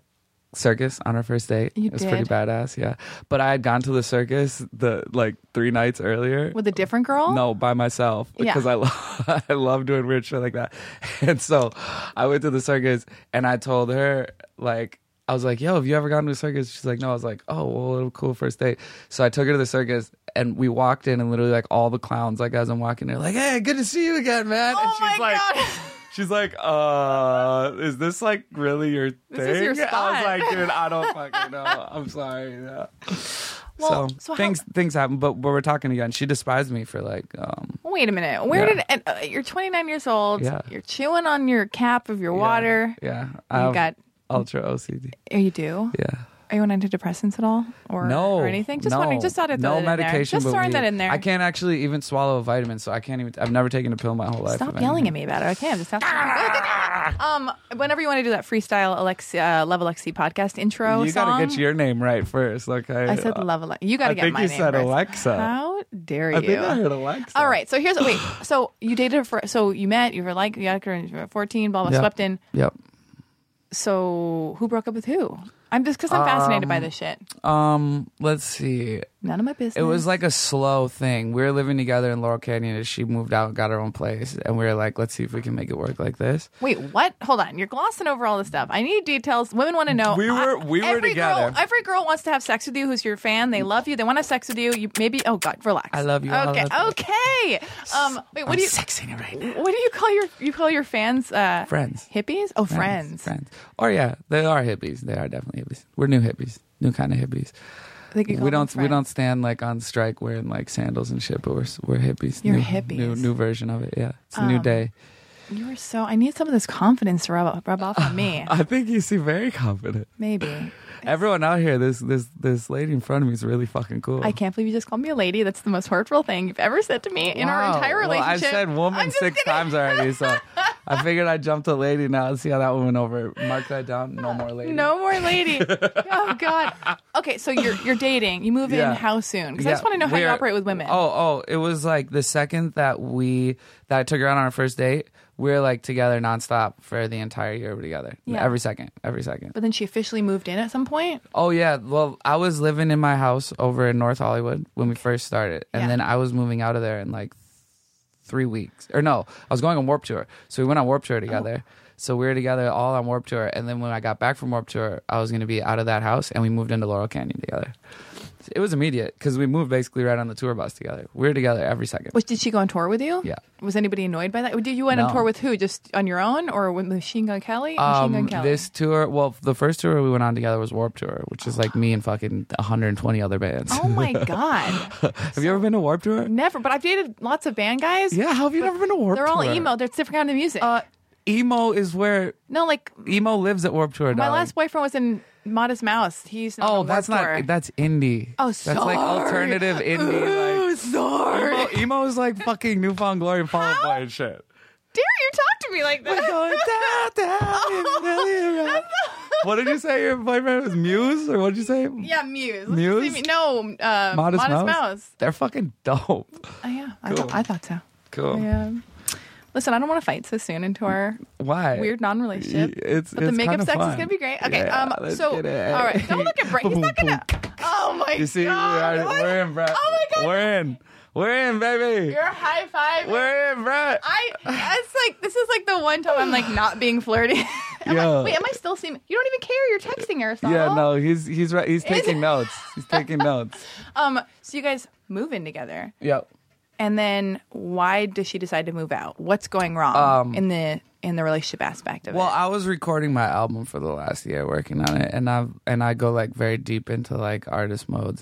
Speaker 4: circus on her first date.
Speaker 3: You
Speaker 4: it was pretty
Speaker 3: did?
Speaker 4: badass, yeah. But I had gone to the circus the like 3 nights earlier.
Speaker 3: With a different girl?
Speaker 4: No, by myself
Speaker 3: Oh. Yeah.
Speaker 4: because I love I love doing weird shit like that. And so I went to the circus and I told her like I was like, "Yo, have you ever gone to a circus?" She's like, "No." I was like, "Oh, well, cool first date." So I took her to the circus and we walked in and literally like all the clowns like as I'm walking in, like, "Hey, good to see you again, man." and
Speaker 3: Oh my God.
Speaker 4: She's like, "Uh, is this like really your thing?"
Speaker 3: This is your
Speaker 4: I
Speaker 3: spot.
Speaker 4: was like, "Dude, I don't fucking know. I'm sorry." Yeah.
Speaker 3: Well,
Speaker 4: so,
Speaker 3: so how-
Speaker 4: things things happen, but but we're talking again. She despised me for like um
Speaker 3: Wait a minute. Where
Speaker 4: Yeah.
Speaker 3: did and, uh, you're 29 years old?
Speaker 4: Yeah.
Speaker 3: You're chewing on your cap of your water.
Speaker 4: Yeah, I
Speaker 3: got-
Speaker 4: ultra OCD.
Speaker 3: Oh, you do?
Speaker 4: Yeah,
Speaker 3: Are you on antidepressants at all, or
Speaker 4: no,
Speaker 3: or anything? Just
Speaker 4: no,
Speaker 3: wondering. Just thought I'd throw
Speaker 4: no
Speaker 3: that in there.
Speaker 4: medication.
Speaker 3: Just
Speaker 4: but
Speaker 3: throwing
Speaker 4: weed.
Speaker 3: that in there.
Speaker 4: I can't actually even swallow a vitamin, so I can't even. I've never taken a pill my whole life.
Speaker 3: Stop yelling at me about it. I can't. Just have to. um, whenever you want to do that freestyle Alexi, uh, Love Alexi podcast intro
Speaker 4: You
Speaker 3: song.
Speaker 4: gotta get your name right first, okay?
Speaker 3: I said Love Alexi. You got
Speaker 4: I
Speaker 3: to get
Speaker 4: think
Speaker 3: my
Speaker 4: you
Speaker 3: name
Speaker 4: said
Speaker 3: first.
Speaker 4: Alexa.
Speaker 3: How dare you?
Speaker 4: I think I heard Alexa.
Speaker 3: All right. So here's wait. So you dated her for. So you met. You were like you got her when you were 14. Blah blah.
Speaker 4: Yep.
Speaker 3: Swept in.
Speaker 4: Yep.
Speaker 3: So who broke up with who? I'm just because I'm fascinated by this shit.
Speaker 4: Um. Let's see.
Speaker 3: None of my business.
Speaker 4: It was like a slow thing. We were living together in Laurel Canyon, and she moved out, got her own place, and we were like, "Let's see if we can make it work like this."
Speaker 3: Wait, what? Hold on. You're glossing over all this stuff. I need details. Women want to know.
Speaker 4: We were-
Speaker 3: I-
Speaker 4: we were
Speaker 3: every Girl,
Speaker 4: together.
Speaker 3: every girl wants to have sex with you who's your fan. They love you. They want to have sex with you. You maybe oh god, relax.
Speaker 4: I love you. I
Speaker 3: Okay.
Speaker 4: love
Speaker 3: okay. Um wait, what
Speaker 4: I'm
Speaker 3: do you
Speaker 4: sexing it right now.
Speaker 3: what do you call your you call your fans uh
Speaker 4: Friends.
Speaker 3: Hippies? Oh, friends.
Speaker 4: Friends. Or yeah, they are hippies. They are definitely hippies. We're new hippies. New kind of hippies.
Speaker 3: They could call
Speaker 4: we
Speaker 3: them
Speaker 4: don't we
Speaker 3: friends.
Speaker 4: don't stand like on strike wearing like sandals and shit, but we're s- we're hippies.
Speaker 3: You're
Speaker 4: new,
Speaker 3: hippies. Um,
Speaker 4: New new version of it. Yeah. It's a new day.
Speaker 3: You were so. I need some of this confidence to rub, rub off on me.
Speaker 4: I think you seem very confident.
Speaker 3: Maybe.
Speaker 4: Everyone out here, this this this lady in front of me is really fucking cool.
Speaker 3: I can't believe you just called me a lady. That's the most hurtful thing you've ever said to me in our
Speaker 4: Wow.
Speaker 3: entire
Speaker 4: Well,
Speaker 3: relationship.
Speaker 4: I've said
Speaker 3: I'm
Speaker 4: woman
Speaker 3: just
Speaker 4: six
Speaker 3: kidding.
Speaker 4: times already, so I figured I'd jump to lady now and see how that one went over. Mark that down. No more lady.
Speaker 3: No more lady. oh God. Okay, so you're you're dating. You move
Speaker 4: Yeah.
Speaker 3: in how soon? Because I just
Speaker 4: Yeah,
Speaker 3: want to know how you
Speaker 4: we're-
Speaker 3: operate with women.
Speaker 4: Oh, oh, it was like the second that we that I took her out on our first date, we were like together nonstop for the entire year. We were together
Speaker 3: Yeah.
Speaker 4: every second, every second.
Speaker 3: But then she officially moved in at some point.
Speaker 4: Oh yeah, well I was living in my house over in North Hollywood when we first started, and
Speaker 3: Yeah.
Speaker 4: then I was moving out of there in like three weeks or no, I was going on Warp Tour, so we went on Warp Tour together.
Speaker 3: Oh.
Speaker 4: So we were together all on Warp Tour, and then when I got back from Warp Tour, I was going to be out of that house, and we moved into Laurel Canyon together. It was immediate because we moved basically right on the tour bus together. We were together every second.
Speaker 3: Which did she go on tour with you?
Speaker 4: Yeah.
Speaker 3: Was anybody annoyed by that? Did you went on
Speaker 4: No.
Speaker 3: tour with who? Just on your own, or with Machine Gun Kelly? Machine Gun
Speaker 4: Um,
Speaker 3: Kelly.
Speaker 4: this tour, well, the first tour we went on together was Warp Tour, which is like me and fucking 120 other bands.
Speaker 3: Oh my God.
Speaker 4: have you ever been to Warp Tour?
Speaker 3: Never. But I've dated lots of band guys.
Speaker 4: Yeah, how have you never been to Warp
Speaker 3: They're
Speaker 4: Tour?
Speaker 3: all emo. They're different kind of music.
Speaker 4: Uh, emo is where
Speaker 3: no, like
Speaker 4: emo lives at Warp Tour.
Speaker 3: my
Speaker 4: darling.
Speaker 3: last boyfriend was in Modest Mouse. He's
Speaker 4: Oh, that's not. That's indie.
Speaker 3: Oh,
Speaker 4: That's like
Speaker 3: sorry.
Speaker 4: alternative indie.
Speaker 3: Ooh,
Speaker 4: Like,
Speaker 3: sorry.
Speaker 4: emo, emo is like fucking Newfound Glory and Fall Out Boy and shit.
Speaker 3: Dare you talk to me like that? Oh,
Speaker 4: We're going down, down in Millie Rock. What did you say your boyfriend was Muse or what did you say?
Speaker 3: Yeah, Muse. Let's just
Speaker 4: Muse?
Speaker 3: leave it- No, uh, Modest, Mouse.
Speaker 4: They're fucking dope.
Speaker 3: Oh, yeah, I,
Speaker 4: Cool.
Speaker 3: thought, I thought so.
Speaker 4: Cool.
Speaker 3: Yeah. Listen, I don't want to fight so soon into our
Speaker 4: Why?
Speaker 3: weird non-relationship.
Speaker 4: Y- it's-
Speaker 3: but the
Speaker 4: it's
Speaker 3: makeup
Speaker 4: kinda
Speaker 3: sex
Speaker 4: fun.
Speaker 3: is gonna be great. Okay,
Speaker 4: Yeah,
Speaker 3: um,
Speaker 4: let's
Speaker 3: so all
Speaker 4: get it.
Speaker 3: right, don't look at Brett. He's not gonna. Oh my
Speaker 4: You see, we
Speaker 3: god,
Speaker 4: already-
Speaker 3: what?
Speaker 4: we're in, Brett.
Speaker 3: Oh my god,
Speaker 4: We're in. We're in, baby.
Speaker 3: you're high five.
Speaker 4: we're in, Brett.
Speaker 3: I it's like this is like the one time I'm like not being flirty. am
Speaker 4: Yeah.
Speaker 3: I, wait, am I still seeming? You don't even care. You're texting Aristotle.
Speaker 4: yeah, no, he's he's right. He's taking notes. He's taking notes.
Speaker 3: Um, so you guys move in together,
Speaker 4: Yep.
Speaker 3: and then why does she decide to move out? What's going wrong in the in the relationship aspect of
Speaker 4: Um, Well,
Speaker 3: it?
Speaker 4: I was recording my album for the last year, working on it, and I and I go like very deep into like artist modes.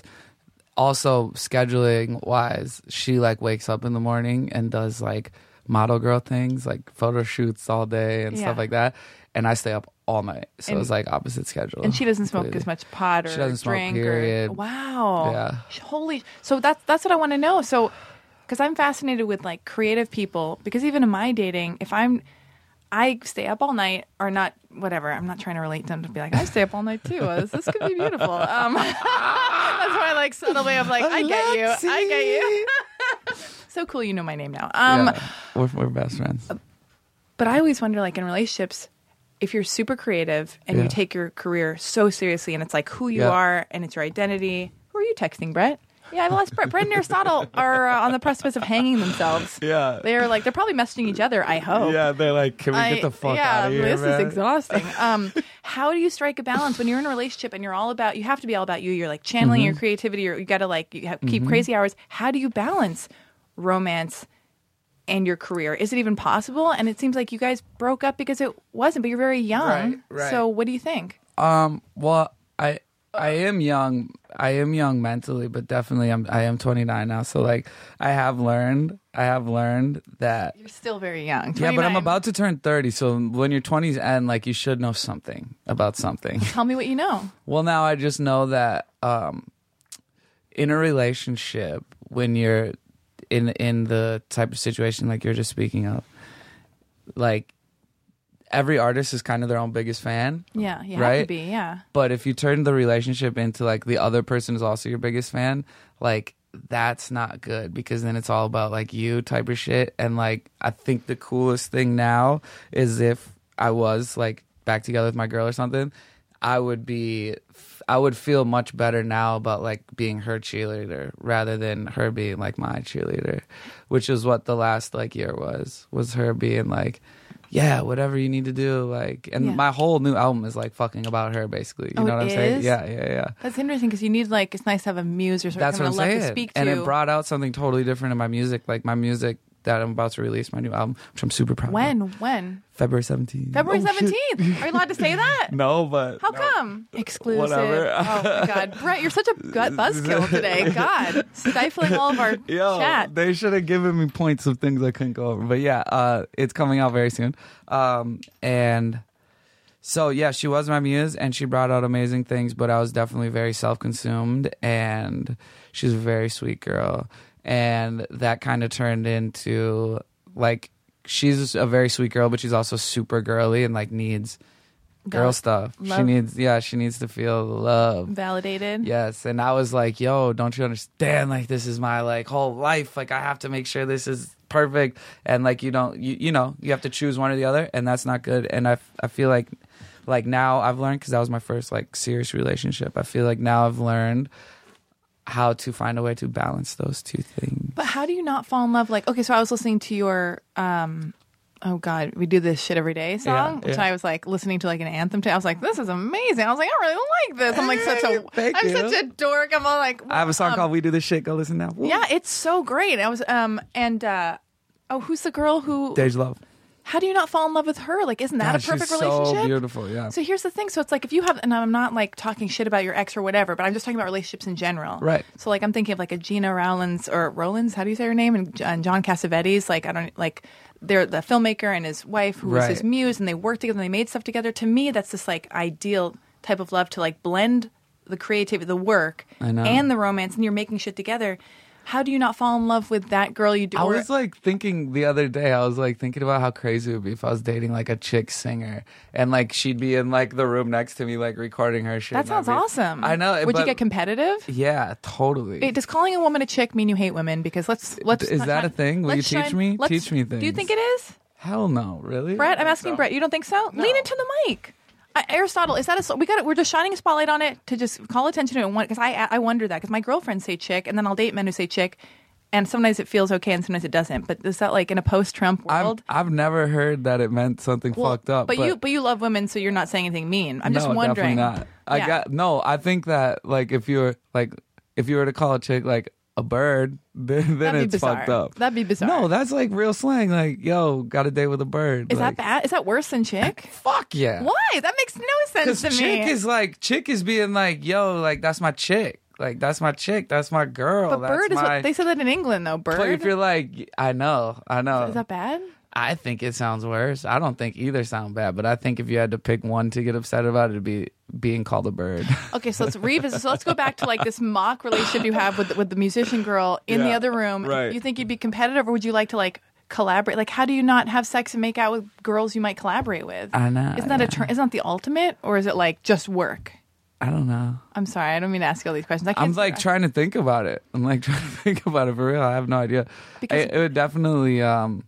Speaker 4: Also, scheduling wise, she like wakes up in the morning and does like model girl things, like photo shoots all day and stuff
Speaker 3: Yeah.
Speaker 4: like that, and I stay up all night. So
Speaker 3: And-
Speaker 4: it's like opposite schedule.
Speaker 3: and she doesn't smoke
Speaker 4: completely.
Speaker 3: as much pot or
Speaker 4: She doesn't smoke,
Speaker 3: drink or
Speaker 4: period.
Speaker 3: wow
Speaker 4: Yeah.
Speaker 3: Sh- holy so that's that's what i want to know so because i'm fascinated with like creative people because even in my dating if i'm i stay up all night or not whatever i'm not trying to relate to them to be like i stay up all night too this, this could be beautiful um, that's my like subtle way of like i get you i get you so cool you know my name now um,
Speaker 4: Yeah, we're, we're best friends.
Speaker 3: but I always wonder, like in relationships, if you're super creative and
Speaker 4: Yeah.
Speaker 3: you take your career so seriously, and it's like who you
Speaker 4: Yeah.
Speaker 3: are and it's your identity. Who are you texting, Brett? Yeah, I lost Brett. Brett and Aristotle are uh, on the precipice of hanging themselves.
Speaker 4: Yeah.
Speaker 3: they're like they're probably messaging each other. I hope.
Speaker 4: Yeah, they're like, can we
Speaker 3: oh, I-
Speaker 4: get the fuck
Speaker 3: yeah,
Speaker 4: out of here?
Speaker 3: this
Speaker 4: man?
Speaker 3: is exhausting. Um, how do you strike a balance when you're in a relationship and you're all about? You have to be all about you. You're like channeling
Speaker 4: Mm-hmm.
Speaker 3: your creativity, or you got to like you have, keep crazy hours. How do you balance romance and your career? Is it even possible? And it seems like you guys broke up because it wasn't, but you're very young.
Speaker 4: Right, right.
Speaker 3: So what do you think?
Speaker 4: Um. Well, I I am young. I am young mentally, but definitely I'm. I am 29 now. So like, I have learned. I have learned that.
Speaker 3: You're still very young.
Speaker 4: Yeah, but I'm
Speaker 3: 29.
Speaker 4: about to turn 30. So when your 20s end, like, you should know something about something.
Speaker 3: Tell me what you know.
Speaker 4: Well, now I just know that um, in a relationship, when you're in in the type of situation like you're just speaking of, like every artist is kind of their own biggest fan.
Speaker 3: Yeah, you have to
Speaker 4: Right?
Speaker 3: be. Yeah.
Speaker 4: But if you turn the relationship into like the other person is also your biggest fan, like that's not good because then it's all about like you type of shit. And like I think the coolest thing now is if I was like back together with my girl or something, I would be I would feel much better now about like being her cheerleader rather than her being like my cheerleader, which is what the last like year was was her being like yeah, whatever you need to do, like, and
Speaker 3: Yeah.
Speaker 4: my whole new album is like fucking about her, basically. You
Speaker 3: Oh,
Speaker 4: know what
Speaker 3: it
Speaker 4: I'm saying?
Speaker 3: is?
Speaker 4: Yeah, yeah, yeah.
Speaker 3: That's interesting because you need like it's nice to have a muse or something
Speaker 4: That's what I'm
Speaker 3: someone to love
Speaker 4: saying.
Speaker 3: to speak to.
Speaker 4: And it brought out something totally different in my music, like my music that I'm about to release, my new album, which I'm super proud. of.
Speaker 3: when? When?
Speaker 4: February 17th.
Speaker 3: February
Speaker 4: Oh, shit.
Speaker 3: seventeenth. Are you allowed to say that?
Speaker 4: No, but
Speaker 3: How come? Exclusive.
Speaker 4: Whatever.
Speaker 3: Oh my God, Brett, you're such a gut buzzkill today. God, stifling all of our
Speaker 4: Yo,
Speaker 3: chat.
Speaker 4: they should have given me points of things I couldn't go over. But yeah, uh, it's coming out very soon. Um, and so yeah, she was my muse, and she brought out amazing things. But I was definitely very self-consumed, and she's a very sweet girl, and that kind of turned into like she's a very sweet girl, but she's also super girly and like needs girl
Speaker 3: Val-
Speaker 4: stuff. She
Speaker 3: love.
Speaker 4: needs yeah, she needs to feel love.
Speaker 3: Validated.
Speaker 4: Yes, and I was like, "Yo, don't you understand? Like, this is my like whole life. Like, I have to make sure this is perfect." And like, you don't, you you know, you have to choose one or the other, and that's not good. And I f- I feel like, like now I've learned because that was my first like serious relationship. I feel like now I've learned how to find a way to balance those two things.
Speaker 3: But how do you not fall in love? Like, okay, so I was listening to your, um, oh God, we do this shit every day song,
Speaker 4: Yeah,
Speaker 3: which
Speaker 4: yeah.
Speaker 3: I was like listening to like an anthem to. I was like, this is amazing. I was like, I really like this. I'm like such a,
Speaker 4: thank
Speaker 3: I'm
Speaker 4: you.
Speaker 3: such a dork. I'm all like,
Speaker 4: I have a song
Speaker 3: um,
Speaker 4: called "We Do This Shit." Go listen now. Woo.
Speaker 3: Yeah, it's so great. I was, um, and uh, oh, who's the girl who?
Speaker 4: Dej Love.
Speaker 3: How do you not fall in love with her? Like, isn't that a
Speaker 4: God,
Speaker 3: perfect
Speaker 4: she's
Speaker 3: relationship?
Speaker 4: So beautiful. Yeah.
Speaker 3: So here's the thing. So it's like if you have, and I'm not like talking shit about your ex or whatever, but I'm just talking about relationships in general.
Speaker 4: Right.
Speaker 3: So like I'm thinking of like a Gina Rowlands or Rowlands, how do you say her name? And, and John Cassavetes. Like I don't like they're the filmmaker and his wife who was
Speaker 4: Right.
Speaker 3: his muse, and they worked together and they made stuff together. To me, that's this like ideal type of love to like blend the creativity, the work,
Speaker 4: I know.
Speaker 3: and the romance, and you're making shit together. How do you not fall in love with that girl you do?
Speaker 4: I
Speaker 3: or-
Speaker 4: was like thinking the other day, I was like thinking about how crazy it would be if I was dating like a chick singer and like she'd be in like the room next to me, like recording her shit.
Speaker 3: that
Speaker 4: and I'd
Speaker 3: sounds
Speaker 4: be-
Speaker 3: awesome.
Speaker 4: I know.
Speaker 3: Would
Speaker 4: but-
Speaker 3: you get competitive?
Speaker 4: Yeah, totally.
Speaker 3: Wait, does calling a woman a chick mean you hate women? Because let's let's.
Speaker 4: Is that a thing? Will
Speaker 3: let's
Speaker 4: you teach me?
Speaker 3: let's-
Speaker 4: Teach me
Speaker 3: Do you
Speaker 4: things.
Speaker 3: think it is,
Speaker 4: Hell no, really?
Speaker 3: Brett? I'm asking Brett. You don't think so? Lean into the mic. I, Aristotle, is that a s- we got? to We're just shining a spotlight on it to just call attention to it. Because I I wonder that because my girlfriends say chick, and then I'll date men who say chick, and sometimes it feels okay, and sometimes it doesn't. But is that like in a post-Trump
Speaker 4: I've,
Speaker 3: world?
Speaker 4: I've never heard that it meant something
Speaker 3: Well,
Speaker 4: fucked up.
Speaker 3: But, you but you love women, so you're not saying anything mean. I'm just
Speaker 4: no,
Speaker 3: wondering.
Speaker 4: Definitely not. I
Speaker 3: Yeah.
Speaker 4: got no. I think that like if you were like if you were to call a chick like a bird, then, then
Speaker 3: That'd be
Speaker 4: it's
Speaker 3: bizarre.
Speaker 4: fucked up.
Speaker 3: That'd be bizarre.
Speaker 4: No, that's like real slang. Like yo, got a day with a bird.
Speaker 3: Is that
Speaker 4: like,
Speaker 3: bad? Is that worse than chick?
Speaker 4: Fuck yeah.
Speaker 3: Why? That makes no sense
Speaker 4: Because
Speaker 3: to
Speaker 4: chick
Speaker 3: me.
Speaker 4: is like chick is being like yo, like that's my chick. Like that's my chick. That's my girl.
Speaker 3: but
Speaker 4: that's
Speaker 3: bird is
Speaker 4: my-
Speaker 3: what they said that in England though. Bird.
Speaker 4: But if you're like, I know, I know.
Speaker 3: is that bad?
Speaker 4: I think it sounds worse. I don't think either sound bad, but I think if you had to pick one to get upset about, it'd be being called a bird.
Speaker 3: Okay, so let's revisit. So let's go back to like this mock relationship you have with with the musician girl in the
Speaker 4: Yeah,
Speaker 3: other room.
Speaker 4: right.
Speaker 3: You think you'd be competitive, or would you like to like collaborate? Like, how do you not have sex and make out with girls you might collaborate with?
Speaker 4: I know,
Speaker 3: Isn't that a turn? Isn't that the ultimate, or is it like just work?
Speaker 4: I don't know.
Speaker 3: I'm sorry, I don't mean to ask you all these questions. I can't
Speaker 4: I'm like trying to think about it. I'm like trying to think about it for real. I have no idea.
Speaker 3: Because-
Speaker 4: it, it would definitely, um,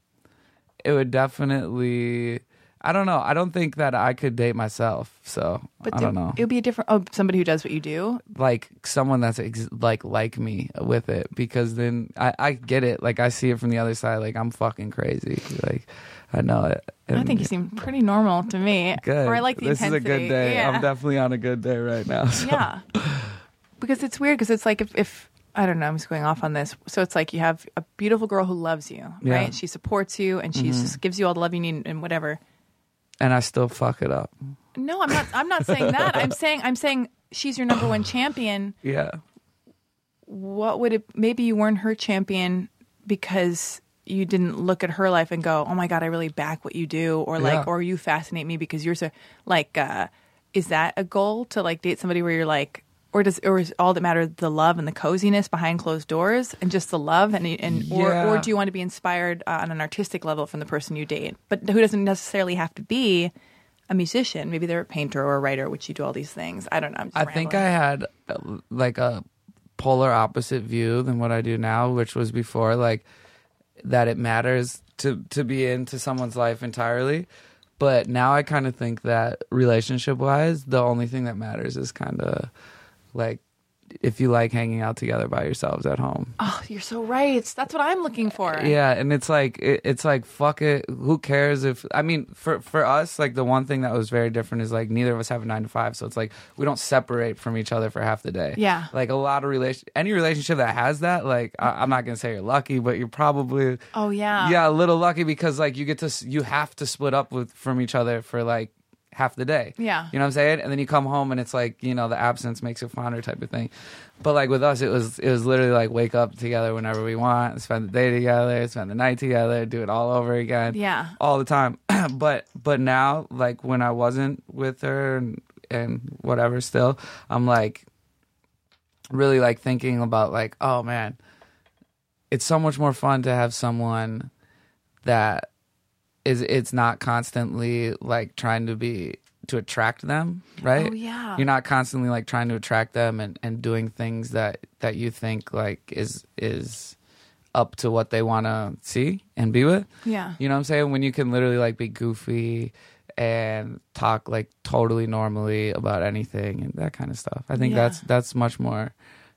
Speaker 4: it would definitely. I don't know. I don't think that I could date myself. So I
Speaker 3: do-
Speaker 4: don't know.
Speaker 3: It would be a different. Oh, somebody who does what you do.
Speaker 4: like someone that's ex- like like me with it because then I, I get it. Like I see it from the other side. Like I'm fucking crazy. Like I know it.
Speaker 3: I think you seem pretty normal to me.
Speaker 4: good.
Speaker 3: Or I like the
Speaker 4: this
Speaker 3: intensity.
Speaker 4: is a good day.
Speaker 3: Yeah.
Speaker 4: I'm definitely on a good day right now. So.
Speaker 3: yeah. Because it's weird. Because it's like if, if I don't know, I'm just going off on this. So it's like you have a beautiful girl who loves you,
Speaker 4: Yeah.
Speaker 3: right? She supports you and she just gives you all the love you need and whatever.
Speaker 4: And I still fuck it up.
Speaker 3: No, I'm not. I'm not saying that. I'm saying I'm saying she's your number one champion.
Speaker 4: Yeah.
Speaker 3: What would it? Maybe you weren't her champion because you didn't look at her life and go, "Oh my god, I really back what you do," or like,
Speaker 4: Yeah.
Speaker 3: "Or you fascinate me because you're so like." uh Is that a goal to like date somebody where you're like? Or does or is all that matter the love and the coziness behind closed doors and just the love and and
Speaker 4: Yeah.
Speaker 3: or, or do you want to be inspired uh, on an artistic level from the person you date, but who doesn't necessarily have to be a musician? Maybe they're a painter or a writer, which you do all these things. I don't know. I'm just
Speaker 4: I think I
Speaker 3: rambling.
Speaker 4: had uh, like a polar opposite view than what I do now, which was before like that it matters to to be into someone's life entirely. But now I kind of think that relationship wise, the only thing that matters is kind of like if you like hanging out together by yourselves at home.
Speaker 3: Oh, you're so right. That's what I'm looking for.
Speaker 4: Yeah, and it's like it, it's like fuck it. Who cares if I mean for for us like the one thing that was very different is like neither of us have a nine to five, so it's like we don't separate from each other for half the day.
Speaker 3: Yeah.
Speaker 4: like a lot of relation any relationship that has that like I, I'm not gonna say you're lucky, but you're probably
Speaker 3: Oh, yeah.
Speaker 4: yeah a little lucky because like you get to s- you have to split up with from each other for like half the day.
Speaker 3: Yeah.
Speaker 4: you know what I'm saying? And then you come home and it's like you know the absence makes it fonder type of thing. But like with us, it was it was literally like wake up together whenever we want, spend the day together, spend the night together, do it all over again.
Speaker 3: Yeah.
Speaker 4: all the time. but but now like when I wasn't with her and and whatever, still I'm like really like thinking about like oh man, it's so much more fun to have someone that is it's not constantly like trying to be to attract them right
Speaker 3: Oh, yeah.
Speaker 4: you're not constantly like trying to attract them and and doing things that that you think like is is up to what they want to see and be with
Speaker 3: Yeah.
Speaker 4: you know what i'm saying when you can literally like be goofy and talk like totally normally about anything and that kind of stuff i think
Speaker 3: Yeah.
Speaker 4: that's that's much more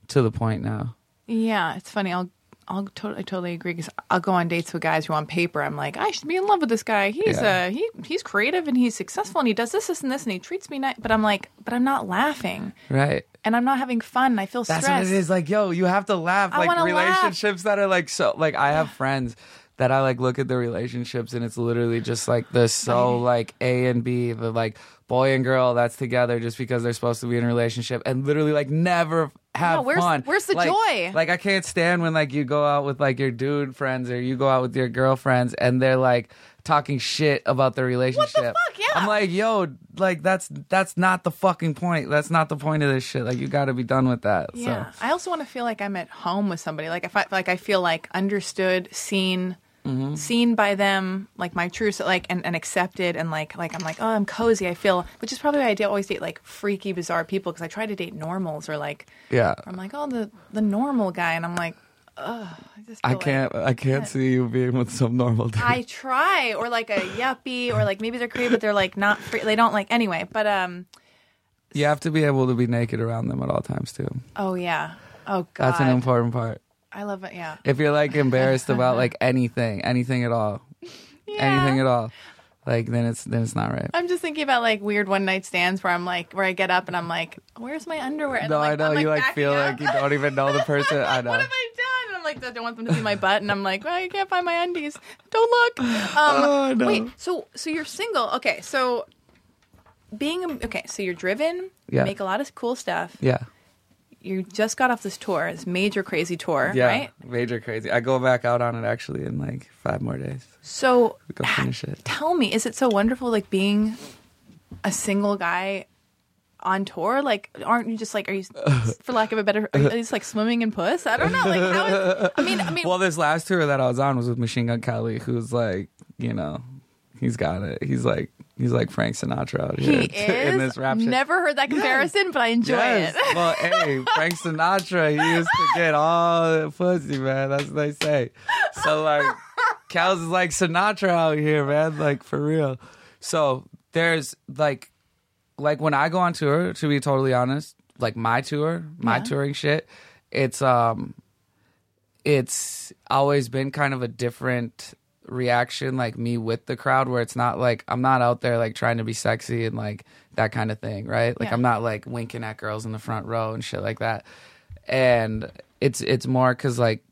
Speaker 4: to the point now
Speaker 3: Yeah, it's funny. I'll I'll totally totally agree because I'll go on dates with guys who on paper I'm like I should be in love with this guy. He's
Speaker 4: Yeah.
Speaker 3: uh he he's creative and he's successful and he does this this and this and he treats me nice. But I'm like, but I'm not laughing
Speaker 4: right
Speaker 3: and I'm not having fun. And I feel
Speaker 4: That's
Speaker 3: stressed.
Speaker 4: what it is. Like, yo, you have to laugh.
Speaker 3: I
Speaker 4: like
Speaker 3: wanna laugh.
Speaker 4: relationships that are like so like I have friends that I like look at the relationships and it's literally just like the so like A and B, the like boy and girl that's together just because they're supposed to be in a relationship and literally like never
Speaker 3: Yeah,
Speaker 4: have
Speaker 3: where's-
Speaker 4: fun.
Speaker 3: where's the
Speaker 4: Like-
Speaker 3: joy?
Speaker 4: Like I can't stand when like you go out with like your dude friends or you go out with your girlfriends and they're like talking shit about their relationship.
Speaker 3: fuck? Yeah.
Speaker 4: I'm like, yo, like that's that's not the fucking point. That's not the point of this shit. Like you got to be done with that.
Speaker 3: Yeah.
Speaker 4: So
Speaker 3: I also want to feel like I'm at home with somebody. Like if I like I feel like understood, seen,
Speaker 4: Mm-hmm.
Speaker 3: seen by them, like my true se- like and, and accepted and like like I'm like, "Oh, I'm cozy." I feel which is probably why I do always date like freaky bizarre people because I try to date normals or like
Speaker 4: yeah.
Speaker 3: I'm like, "Oh, the the normal guy." And I'm like, "Ugh, I just
Speaker 4: I
Speaker 3: feel like-
Speaker 4: can't. I can't see you being with some normal dude.
Speaker 3: I try, or like a yuppie, or like maybe they're creepy, but they're like not free. They don't like anyway. But um,
Speaker 4: you have to be able to be naked around them at all times too.
Speaker 3: oh yeah, oh god,
Speaker 4: That's an important part.
Speaker 3: I love it. Yeah,
Speaker 4: If you're like embarrassed about like anything, anything at all,
Speaker 3: Yeah.
Speaker 4: anything at all, like then it's then it's not right.
Speaker 3: I'm just thinking about like weird one night stands where I'm like, where I get up and I'm like, where's my underwear? And
Speaker 4: no,
Speaker 3: I'm, like,
Speaker 4: I know
Speaker 3: I'm,
Speaker 4: you like feel
Speaker 3: backing
Speaker 4: like you
Speaker 3: up.
Speaker 4: don't even know the person. I know.
Speaker 3: What have I done? And I'm like, I don't want them to see my butt, and I'm like, well, I can't find my undies. Don't look. Um,
Speaker 4: Oh, no.
Speaker 3: Wait, so so you're single? Okay, so being a- okay, so you're driven.
Speaker 4: Yeah.
Speaker 3: You make a lot of cool stuff.
Speaker 4: yeah,
Speaker 3: You just got off this tour, this major crazy tour,
Speaker 4: yeah,
Speaker 3: right?
Speaker 4: major crazy. I go back out on it actually in like five more days.
Speaker 3: So
Speaker 4: We go finish it.
Speaker 3: tell me, is it so wonderful like being a single guy on tour? Like, aren't you just like, are you, for lack of a better, are you just like swimming in puss? I don't know. Like, how is, I mean, I mean,
Speaker 4: Well, this last tour that I was on was with Machine Gun Kelly, who's like, you know, he's got it. He's like, he's like Frank Sinatra out here
Speaker 3: he is.
Speaker 4: in this rap. shit.
Speaker 3: Never heard that comparison, but I enjoy
Speaker 4: Yes.
Speaker 3: it.
Speaker 4: well, hey, Frank Sinatra, he used to get all the pussy, man. That's what they say. So like, Cal's is like Sinatra out here, man. Like for real. So there's like, like when I go on tour, to be totally honest, like my tour, my touring shit, it's um, it's always been kind of a different reaction like me with the crowd where it's not like I'm not out there like trying to be sexy and like that kind of thing, right? Like
Speaker 3: Yeah.
Speaker 4: I'm not like winking at girls in the front row and shit like that. And it's it's more cuz like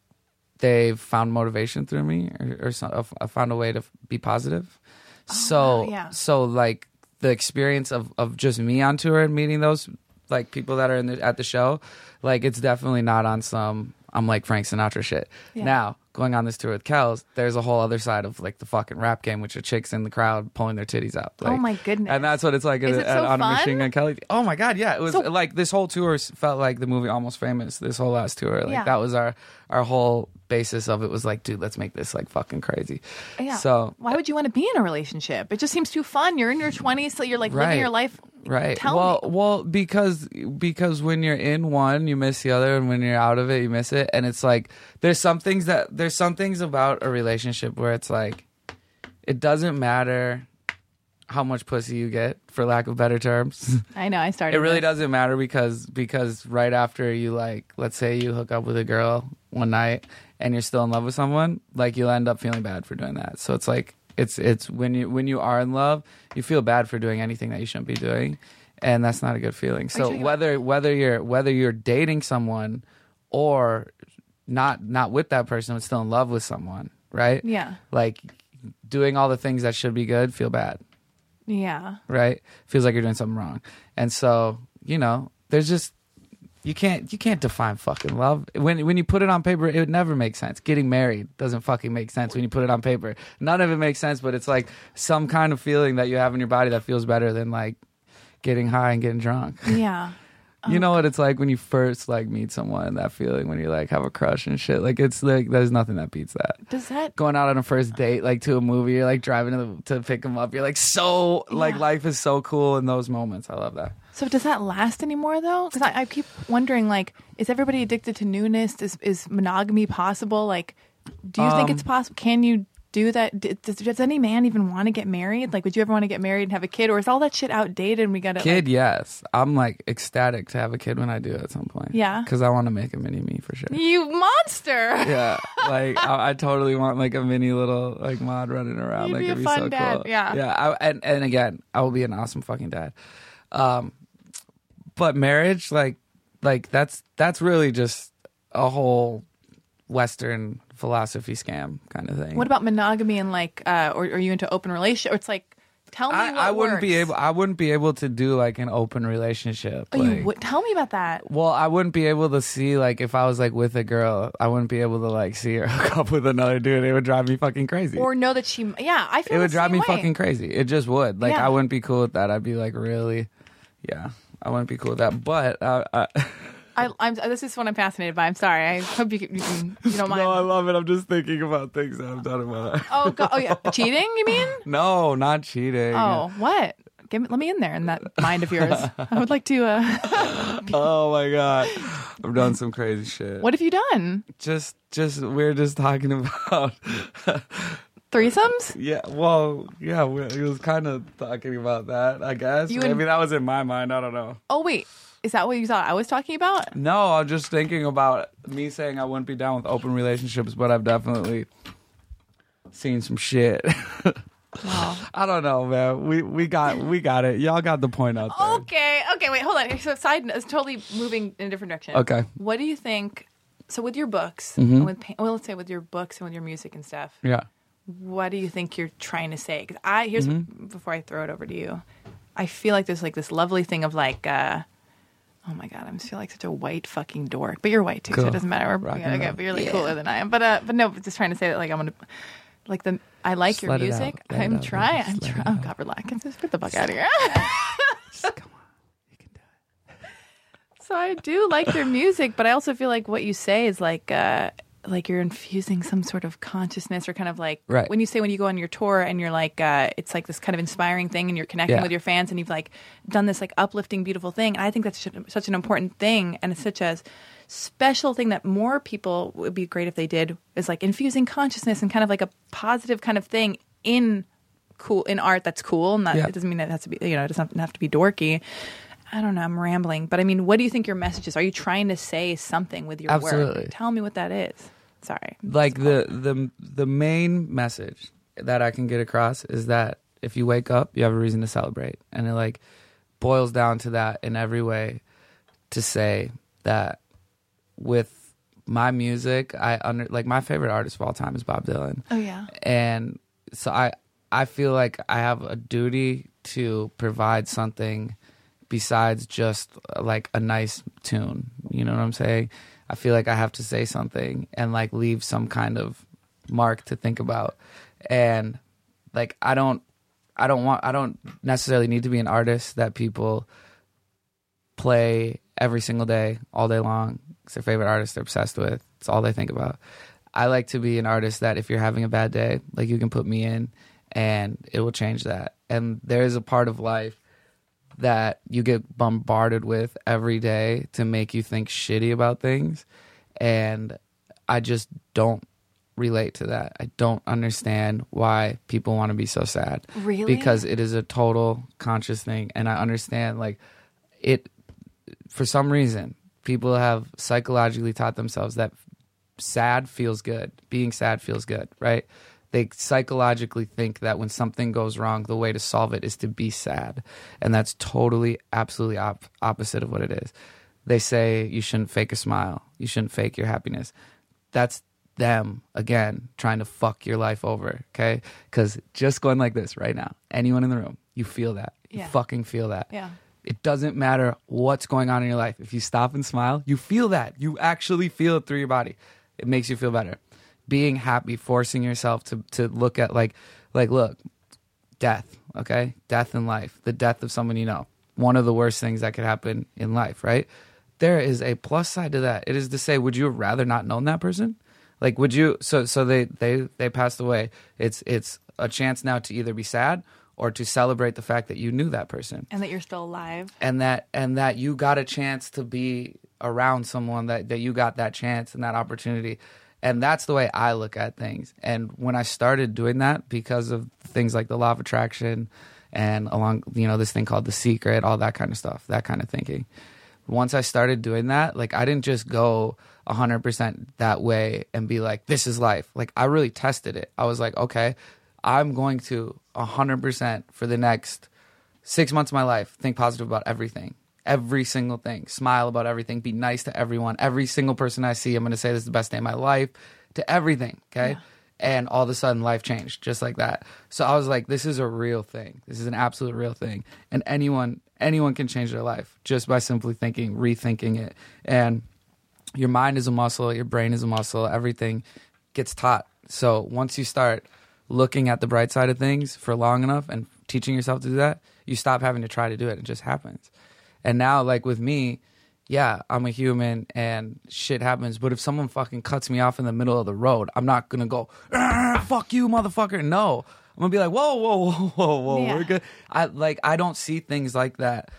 Speaker 4: they've found motivation through me or, or so, I f- I found a way to f- be positive. so
Speaker 3: Oh, wow, yeah.
Speaker 4: so like the experience of of just me on tour and meeting those like people that are in the, at the show, like it's definitely not on some I'm like Frank Sinatra shit. Now going on this tour with Kels, there's a whole other side of like the fucking rap game, which are chicks in the crowd pulling their titties out. Like,
Speaker 3: Oh my goodness.
Speaker 4: And that's what it's like
Speaker 3: Is
Speaker 4: at-
Speaker 3: it so
Speaker 4: at- on a machine
Speaker 3: fun?
Speaker 4: gun Kelly. Oh my god, yeah! It was like this whole tour s- felt like the movie Almost Famous. This whole last tour, like
Speaker 3: Yeah.
Speaker 4: that was our our whole basis of it was like, dude, let's make this like fucking crazy.
Speaker 3: Yeah.
Speaker 4: So
Speaker 3: why would you want to be in a relationship? It just seems too fun. You're in your 20s, so you're like
Speaker 4: Right.
Speaker 3: living your life.
Speaker 4: Right.
Speaker 3: Tell
Speaker 4: well,
Speaker 3: me.
Speaker 4: well, because because when you're in one, you miss the other, and when you're out of it, you miss it. And it's like there's some things that there's some things about a relationship where it's like it doesn't matter how much pussy you get, for lack of better terms.
Speaker 3: I know. I started.
Speaker 4: it really
Speaker 3: this.
Speaker 4: doesn't matter because because right after you like, let's say you hook up with a girl one night and you're still in love with someone, like you'll end up feeling bad for doing that. So it's like it's it's when you when you are in love, you feel bad for doing anything that you shouldn't be doing, and that's not a good feeling. So
Speaker 3: talking about-
Speaker 4: whether whether you're whether you're dating someone or not not with that person, but still in love with someone, right?
Speaker 3: Yeah.
Speaker 4: Like doing all the things that should be good, feel bad
Speaker 3: Yeah.
Speaker 4: right? Feels like you're doing something wrong. And so, you know, there's just you can't you can't define fucking love. When when you put it on paper, it would never make sense. Getting married doesn't fucking make sense when you put it on paper. None of it makes sense, but it's like some kind of feeling that you have in your body that feels better than like getting high and getting drunk.
Speaker 3: Yeah.
Speaker 4: you know what it's like when you first like meet someone, that feeling when you like have a crush and shit. Like it's like there's nothing that beats that
Speaker 3: Does that
Speaker 4: going out on a first date, like to a movie, you're like driving to, the, to pick them up. You're like so like
Speaker 3: Yeah.
Speaker 4: life is so cool in those moments. I love that.
Speaker 3: So does that last anymore though? Because I, I keep wondering, like, is everybody addicted to newness? Is is monogamy possible? Like, do you think it's
Speaker 4: Um,
Speaker 3: possible? Can you do that? D- Does, does any man even want to get married? Like, would you ever want to get married and have a kid, or is all that shit outdated? and We got to
Speaker 4: Kid, yes, I'm like ecstatic to have a kid when I do at some point.
Speaker 3: Yeah.
Speaker 4: because I want to make a mini me for sure.
Speaker 3: you monster.
Speaker 4: Yeah, like I, I totally want like a mini little like mod running around.
Speaker 3: You'd
Speaker 4: like
Speaker 3: be a
Speaker 4: it'd be
Speaker 3: fun
Speaker 4: so
Speaker 3: dad,
Speaker 4: cool.
Speaker 3: yeah.
Speaker 4: yeah. I, and and again, I will be an awesome fucking dad. Um, but marriage, like, like that's that's really just a whole Western philosophy scam kind of thing.
Speaker 3: What about monogamy and like, uh, or are you into open relationship? Or it's like Tell me
Speaker 4: I,
Speaker 3: what
Speaker 4: I wouldn't be
Speaker 3: works.
Speaker 4: able. I wouldn't be able to do like an open relationship.
Speaker 3: Oh, you
Speaker 4: like-
Speaker 3: would tell me about that.
Speaker 4: Well, I wouldn't be able to see like if I was like with a girl, I wouldn't be able to like see her hook up with another dude. It would drive me fucking crazy.
Speaker 3: Or know that she. Yeah, I feel
Speaker 4: it would
Speaker 3: the
Speaker 4: drive
Speaker 3: same
Speaker 4: me
Speaker 3: way.
Speaker 4: fucking crazy. It just would. Like
Speaker 3: Yeah.
Speaker 4: I wouldn't be cool with that. I'd be like really, yeah. I wouldn't be cool with that. But uh, I,
Speaker 3: I, I'm, this is what I'm fascinated by. I'm sorry. I hope you, can- you, can, you don't mind.
Speaker 4: no, I love it. I'm just thinking about things that I've done in my life.
Speaker 3: oh, go, oh yeah, cheating? You mean?
Speaker 4: No, not cheating.
Speaker 3: Oh, what? Give me, let me in there in that mind of yours. I would like to. Uh,
Speaker 4: Oh my god, I've done some crazy shit.
Speaker 3: what have you done?
Speaker 4: Just, just we're just talking about.
Speaker 3: Threesomes?
Speaker 4: Yeah, well, yeah, we, he was kind of talking about that, I guess.
Speaker 3: You
Speaker 4: Maybe
Speaker 3: and-
Speaker 4: that was in my mind. I don't know.
Speaker 3: Oh wait, is that what you thought I was talking about?
Speaker 4: No, I'm just thinking about me saying I wouldn't be down with open relationships, but I've definitely seen some shit.
Speaker 3: Oh,
Speaker 4: I don't know, man. We we got we got it. Y'all got the point out there.
Speaker 3: Okay, okay, wait, hold on. So side note, it's totally moving in a different direction.
Speaker 4: Okay.
Speaker 3: What do you think? So with your books, and with pa- well, let's say with your books and with your music and stuff,
Speaker 4: Yeah.
Speaker 3: what do you think you're trying to say? 'Cause I here's
Speaker 4: Mm-hmm.
Speaker 3: before I throw it over to you, I feel like there's like this lovely thing of like, uh, oh my god, I just feel like such a white fucking dork, but you're white too, so
Speaker 4: Cool.
Speaker 3: it doesn't matter. We're,
Speaker 4: Rock
Speaker 3: yeah,
Speaker 4: and
Speaker 3: okay,
Speaker 4: roll.
Speaker 3: but you're like cooler than I am. But uh, but no, but just trying to say that like I'm gonna. Like the, I like
Speaker 4: Just
Speaker 3: your
Speaker 4: let it out.
Speaker 3: music.
Speaker 4: Let it
Speaker 3: I'm
Speaker 4: out,
Speaker 3: trying.
Speaker 4: just
Speaker 3: I'm
Speaker 4: let it
Speaker 3: trying. Oh God, relax. Just get the fuck out of here. So I do like your music, but I also feel like what you say is like uh like you're infusing some sort of consciousness or kind of like
Speaker 4: Right.
Speaker 3: when you say when you go on your tour and you're like uh it's like this kind of inspiring thing and you're connecting
Speaker 4: Yeah.
Speaker 3: with your fans and you've like done this like uplifting beautiful thing. I think that's such- such an important thing and it's such a special thing that more people would be great if they did is like infusing consciousness and kind of like a positive kind of thing in cool in art that's cool not
Speaker 4: Yeah.
Speaker 3: it doesn't mean it has to be you know it doesn't have to be dorky i don't know i'm rambling but i mean what do you think your message is are you trying to say something with your
Speaker 4: Absolutely.
Speaker 3: work tell me what that is sorry
Speaker 4: Like the the the main message that I can get across is that if you wake up, you have a reason to celebrate, and it like boils down to that in every way. To say that with my music, I under like my favorite artist of all time is Bob Dylan.
Speaker 3: oh yeah
Speaker 4: and so i i feel like i have a duty to provide something besides just uh, like a nice tune you know what i'm saying i feel like i have to say something and like leave some kind of mark to think about and like i don't i don't want i don't necessarily need to be an artist that people play every single day, all day long. It's their favorite artist they're obsessed with. It's all they think about. I like to be an artist that if you're having a bad day, like you can put me in and it will change that. And there is a part of life that you get bombarded with every day to make you think shitty about things. And I just don't relate to that. I don't understand why people want to be so sad.
Speaker 3: Really?
Speaker 4: Because it is a total conscious thing. And I understand, like, it, for some reason, people have psychologically taught themselves that sad feels good. Being sad feels good, right? They psychologically think that when something goes wrong, the way to solve it is to be sad. And that's totally, absolutely op- opposite of what it is. They say you shouldn't fake a smile, you shouldn't fake your happiness. That's them again trying to fuck your life over, okay? Because just going like this right now, anyone in the room, you feel that. You
Speaker 3: Yeah.
Speaker 4: fucking feel that.
Speaker 3: Yeah.
Speaker 4: It doesn't matter what's going on in your life. If you stop and smile, you feel that. You actually feel it through your body. It makes you feel better. Being happy, forcing yourself to to look at like like look, death, okay? Death in life, the death of someone you know. One of the worst things that could happen in life, right? There is a plus side to that. It is to say, would you have rather not known that person? Like would you so so they they they passed away. It's it's a chance now to either be sad or to celebrate the fact that you knew that person
Speaker 3: and that you're still alive
Speaker 4: and that and that you got a chance to be around someone that that you got that chance and that opportunity and that's the way i look at things and when i started doing that because of things like the law of attraction and along you know this thing called the secret all that kind of stuff that kind of thinking once i started doing that like i didn't just go 100% that way and be like this is life like i really tested it i was like okay i'm going to 100% for the next six months of my life, think positive about everything, every single thing, smile about everything, be nice to everyone, every single person I see. I'm going to say this is the best day of my life to everything. Okay. and all of a sudden life changed just like that. So I was like, this is a real thing. This is an absolute real thing, and anyone anyone can change their life just by simply thinking, rethinking it, and your mind is a muscle, your brain is a muscle, everything gets taught. So once you start looking at the bright side of things for long enough and teaching yourself to do that, you stop having to try to do it. It just happens. And now, like with me, yeah, I'm a human and shit happens. But if someone fucking cuts me off in the middle of the road, I'm not gonna go, "Arr, fuck you, motherfucker. No. I'm gonna be like, whoa, whoa, whoa, whoa, whoa.
Speaker 3: Yeah.
Speaker 4: We're good. I like I don't see things like that.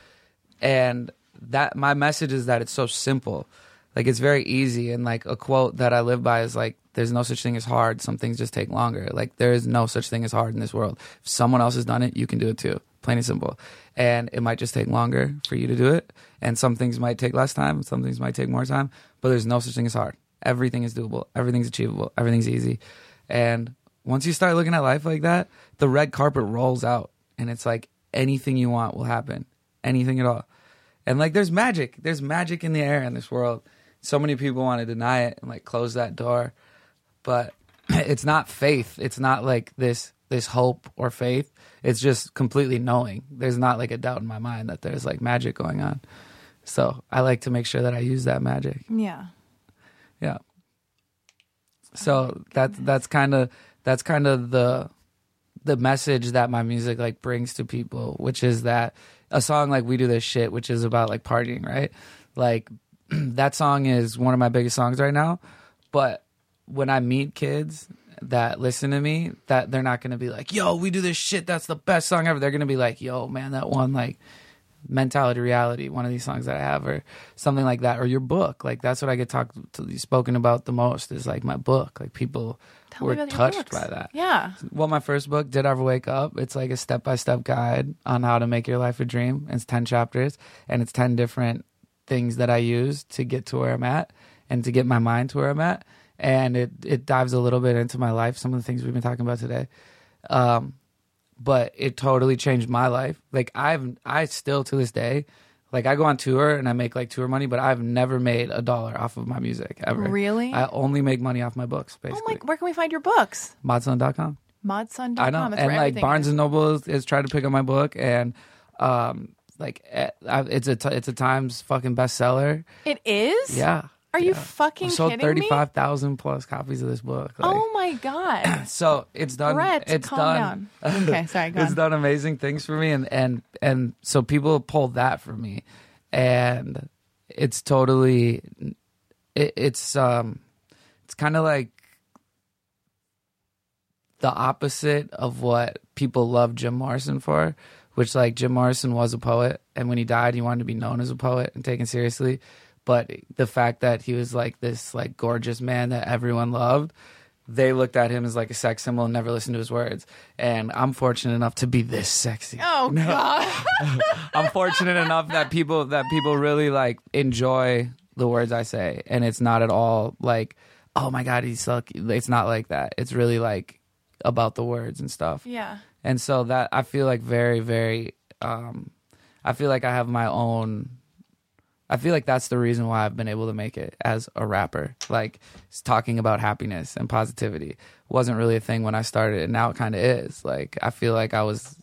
Speaker 4: And that my message is that it's so simple. Like it's very easy. And like a quote that I live by is like, there's no such thing as hard. Some things just take longer. Like there is no such thing as hard in this world. If someone else has done it, you can do it too. Plain and simple. And it might just take longer for you to do it. And some things might take less time, some things might take more time. But there's no such thing as hard. Everything is doable. Everything's achievable. Everything's easy. And once you start looking at life like that, the red carpet rolls out and it's like anything you want will happen. Anything at all. And like there's magic. There's magic in the air in this world. So many people want to deny it and like close that door. But it's not faith. It's not like this this hope or faith. It's just completely knowing. There's not like a doubt in my mind that there's like magic going on. So I like to make sure that I use that magic.
Speaker 3: Yeah.
Speaker 4: Yeah. So that's that's kind of that's kind of the the message that my music like brings to people, which is that a song like "We Do This Shit," which is about like partying, right? Like that song is one of my biggest songs right now. But when I meet kids that listen to me, that they're not gonna be like, "Yo, we do this shit. That's the best song ever." They're gonna be like, "Yo, man, that one like." mentality reality one of these songs that i have or something like that or your book like that's what i get talked to spoken about the most is like my book like people
Speaker 3: Tell
Speaker 4: were
Speaker 3: me about your
Speaker 4: touched
Speaker 3: books.
Speaker 4: by that
Speaker 3: Yeah.
Speaker 4: well, my first book, Did I Ever Wake Up? It's like a step by step guide on how to make your life a dream. It's 10 chapters and it's 10 different things that I use to get to where I'm at and to get my mind to where I'm at. And it, it dives a little bit into my life, some of the things we've been talking about today. Um, but it totally changed my life. Like I've I still to this day, like I go on tour and I make like tour money, but I've never made a dollar off of my music ever.
Speaker 3: Really?
Speaker 4: I only make money off my books,
Speaker 3: Oh
Speaker 4: basically.
Speaker 3: my, where can we find your books?
Speaker 4: Modson.com.
Speaker 3: Modsun.com.
Speaker 4: I know,
Speaker 3: It's
Speaker 4: and
Speaker 3: where
Speaker 4: like
Speaker 3: everything
Speaker 4: Barnes
Speaker 3: is.
Speaker 4: and Noble is, is trying to pick up my book, and um, like eh, I- it's a t- it's a Times fucking bestseller.
Speaker 3: It is?
Speaker 4: Yeah,
Speaker 3: Are you
Speaker 4: yeah.
Speaker 3: fucking
Speaker 4: I've sold
Speaker 3: kidding me?
Speaker 4: thirty five thousand plus copies of this book. Like,
Speaker 3: Oh my God.
Speaker 4: so it's done.
Speaker 3: Brett,
Speaker 4: it's
Speaker 3: calm
Speaker 4: done.
Speaker 3: down. Okay, sorry, go
Speaker 4: it's
Speaker 3: on.
Speaker 4: done amazing things for me, and and and so people pulled that from me, and it's totally, it, it's um, it's kind of like the opposite of what people love Jim Morrison for, which like Jim Morrison was a poet, and when he died, he wanted to be known as a poet and taken seriously. But the fact that he was like this like gorgeous man that everyone loved, they looked at him as like a sex symbol and never listened to his words. And I'm fortunate enough to be this sexy.
Speaker 3: Oh God.
Speaker 4: I'm fortunate enough that people that people really like enjoy the words I say, and it's not at all like, oh my god, he's so. cute." It's not like that. It's really like about the words and stuff.
Speaker 3: yeah.
Speaker 4: And so that I feel like very very. um I feel like I have my own. I feel like that's the reason why I've been able to make it as a rapper. Like s- talking about happiness and positivity wasn't really a thing when I started, and now it kind of is. Like I feel like I was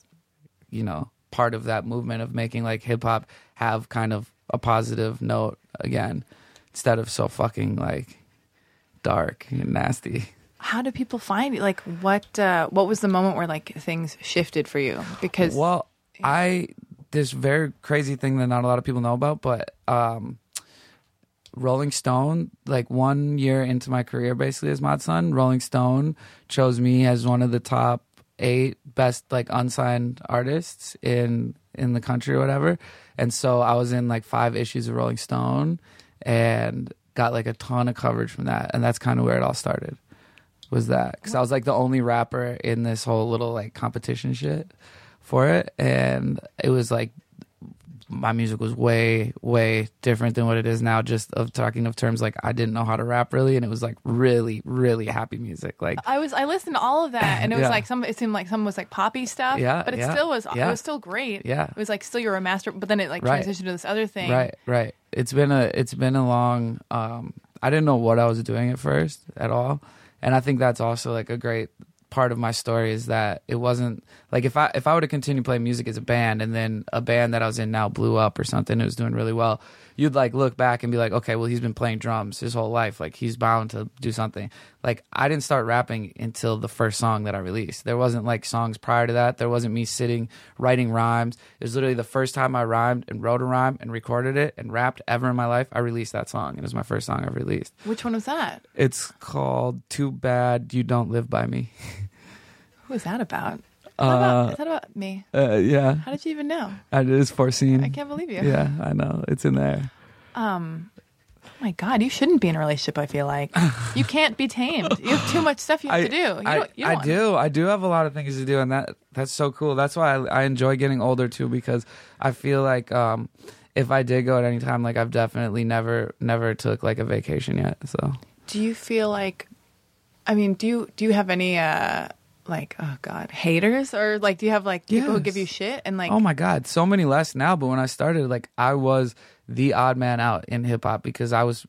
Speaker 4: you know part of that movement of making like hip hop have kind of a positive note again instead of so fucking like dark and nasty.
Speaker 3: How do people find you? Like, what uh, what was the moment where like things shifted for you? Because
Speaker 4: Well, I this very crazy thing that not a lot of people know about, but um Rolling Stone, like one year into my career basically as Mod Sun, Rolling Stone chose me as one of the top eight best like unsigned artists in in the country or whatever. And so I was in like five issues of Rolling Stone and got like a ton of coverage from that. And that's kind of where it all started. Was that because I was like the only rapper in this whole little like competition shit for it. And it was like my music was way way different than what it is now just of talking of terms like i didn't know how to rap really and it was like really really happy music like
Speaker 3: I was I listened to all of that, and it was
Speaker 4: Yeah.
Speaker 3: like some. It seemed like some was like poppy stuff.
Speaker 4: Yeah,
Speaker 3: but it
Speaker 4: yeah,
Speaker 3: still was.
Speaker 4: yeah.
Speaker 3: It was still great.
Speaker 4: Yeah.
Speaker 3: it was like still you're a master, but then it like
Speaker 4: Right.
Speaker 3: transitioned to this other thing.
Speaker 4: right right it's been a it's been a long um i didn't know what i was doing at first at all and I think that's also like a great part of my story is that it wasn't like if I if I were to continue playing music as a band and then a band that I was in now blew up or something it was doing really well, you'd like look back and be like, okay, well he's been playing drums his whole life, like he's bound to do something. Like I didn't start rapping until the first song that I released. There wasn't like songs prior to that. There wasn't me sitting writing rhymes. It was literally the first time I rhymed and wrote a rhyme and recorded it and rapped ever in my life. I released that song and it was my first song I have released.
Speaker 3: Which one was that?
Speaker 4: It's called Too Bad You Don't Live By Me.
Speaker 3: Who was that about? Is that, about, is that about me?
Speaker 4: Uh, yeah,
Speaker 3: How did you even know?
Speaker 4: it is foreseen.
Speaker 3: I can't believe you.
Speaker 4: Yeah, I know it's in there.
Speaker 3: Um, oh my God, you shouldn't be in a relationship. I feel like you can't be tamed. You have too much stuff you have to do. You
Speaker 4: I,
Speaker 3: don't, you
Speaker 4: I
Speaker 3: don't-
Speaker 4: do. I do have a lot of things to do, and that that's so cool. That's why I, I enjoy getting older too, because I feel like um, if I did go at any time, like I've definitely never never took like a vacation yet. So
Speaker 3: Do you feel like? I mean, do you do you have any uh like oh God haters or like do you have like people who give you
Speaker 4: Yes.
Speaker 3: shit and like
Speaker 4: oh my god, so many less now. But when I started, like I was the odd man out in hip hop because I was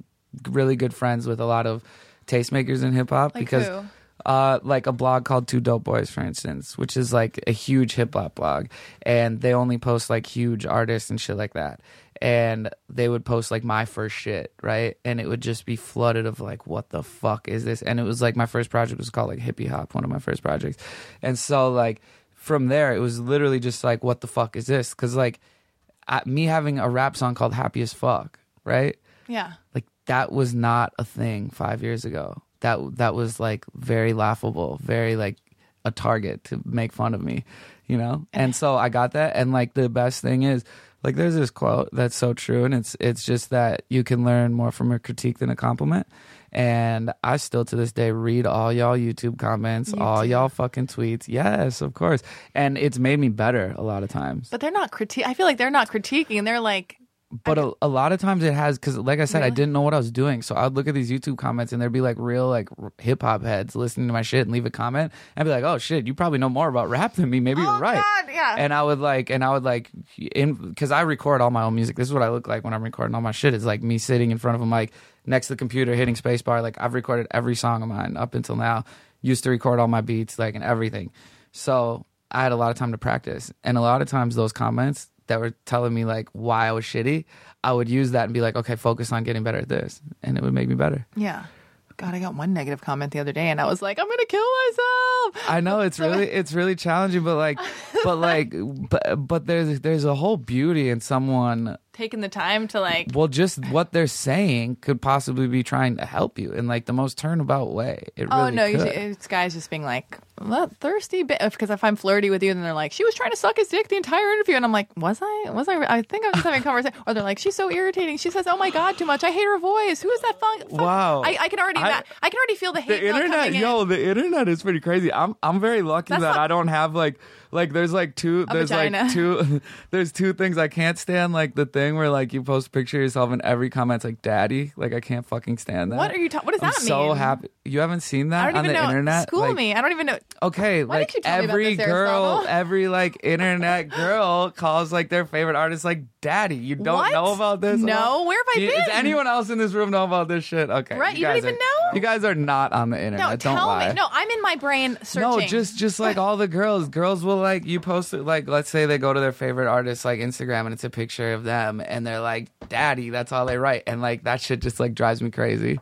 Speaker 4: really good friends with a lot of tastemakers in hip hop
Speaker 3: Like
Speaker 4: because.
Speaker 3: who?
Speaker 4: uh, like a blog called Two Dope Boys, for instance, which is like a huge hip hop blog, and they only post like huge artists and shit like that. And they would post like my first shit, right? And it would just be flooded of like, what the fuck is this? And it was like my first project was called like Hippie Hop, one of my first projects. And so like from there, it was literally just like, what the fuck is this? Because like I, me having a rap song called Happy as Fuck, right?
Speaker 3: yeah
Speaker 4: like that was not a thing five years ago. That that was like very laughable, very like a target to make fun of me, you know. And so I got that, and like the best thing is, like there's this quote that's so true, and it's it's just that you can learn more from a critique than a compliment. And I still to this day read all y'all YouTube comments, all y'all fucking tweets. Yes, of course. And it's made me better a lot of times
Speaker 3: but they're not critique I feel like they're not critiquing they're like
Speaker 4: but a, a lot of times it has because like i said i didn't know what i was doing so i'd look at these youtube comments and there'd be like real like r- hip-hop heads listening to my shit and leave a comment and be like oh shit you probably know more about rap than me maybe you're right
Speaker 3: Oh, God, yeah.
Speaker 4: and i would like and i would like in because i record all my own music this is what i look like when i'm recording all my shit it's like me sitting in front of a mic next to the computer hitting spacebar like i've recorded every song of mine up until now used to record all my beats like and everything so I had a lot of time to practice. And a lot of times those comments that were telling me like why I was shitty, I would use that and be like, okay, focus on getting better at this. And it would make me better.
Speaker 3: yeah God I got one negative comment the other day and I was like I'm gonna kill myself
Speaker 4: I know it's really it's really challenging, but like but like but but there's there's a whole beauty in someone
Speaker 3: taking the time to like
Speaker 4: well just what they're saying could possibly be trying to help you in like the most turnabout way. It
Speaker 3: Oh
Speaker 4: really
Speaker 3: no! You
Speaker 4: could.
Speaker 3: see, it's guys just being like "Well, thirsty, because if I'm flirty with you, then they're like, "She was trying to suck his dick the entire interview," and I'm like, "Was I? Was I? I think I was just having a conversation." Or they're like, "She's so irritating. She says, oh my god, too much. I hate her voice. Who is that fun?" fun-"
Speaker 4: Wow.
Speaker 3: I, I can already,
Speaker 4: I-
Speaker 3: ima- I can already feel the hate.
Speaker 4: the
Speaker 3: mail
Speaker 4: internet,
Speaker 3: coming in.
Speaker 4: yo, the internet is pretty crazy. I'm I'm very lucky
Speaker 3: That's
Speaker 4: that
Speaker 3: not-
Speaker 4: I don't have like like there's like two there's
Speaker 3: vagina.
Speaker 4: like two there's two things I can't stand like the thing where like you post a picture of yourself and every comment's like daddy like I can't fucking stand that.
Speaker 3: What are you ta- what does
Speaker 4: I'm
Speaker 3: that
Speaker 4: So
Speaker 3: mean?
Speaker 4: happy you haven't seen that
Speaker 3: I don't
Speaker 4: on
Speaker 3: even
Speaker 4: the
Speaker 3: know.
Speaker 4: internet.
Speaker 3: School
Speaker 4: Like,
Speaker 3: me. I don't even know.
Speaker 4: Okay,
Speaker 3: Why
Speaker 4: like
Speaker 3: didn't you tell me about
Speaker 4: every
Speaker 3: this,
Speaker 4: girl,
Speaker 3: Aristotle?
Speaker 4: every like internet girl calls like their favorite artist like daddy. You don't
Speaker 3: What?
Speaker 4: know about this? at
Speaker 3: No,
Speaker 4: all?
Speaker 3: where have I
Speaker 4: Do you- Does
Speaker 3: been?
Speaker 4: anyone else in this room know about this shit? Okay,
Speaker 3: Right, you don't
Speaker 4: guys
Speaker 3: even
Speaker 4: are-
Speaker 3: know?
Speaker 4: You guys are not on the internet.
Speaker 3: No,
Speaker 4: don't
Speaker 3: tell
Speaker 4: lie.
Speaker 3: me. No, I'm in my brain searching.
Speaker 4: No, just just like all the girls. Girls will like you post it like let's say they go to their favorite artist like Instagram and it's a picture of them and they're like, Daddy, that's all they write. And like that shit just like drives me crazy.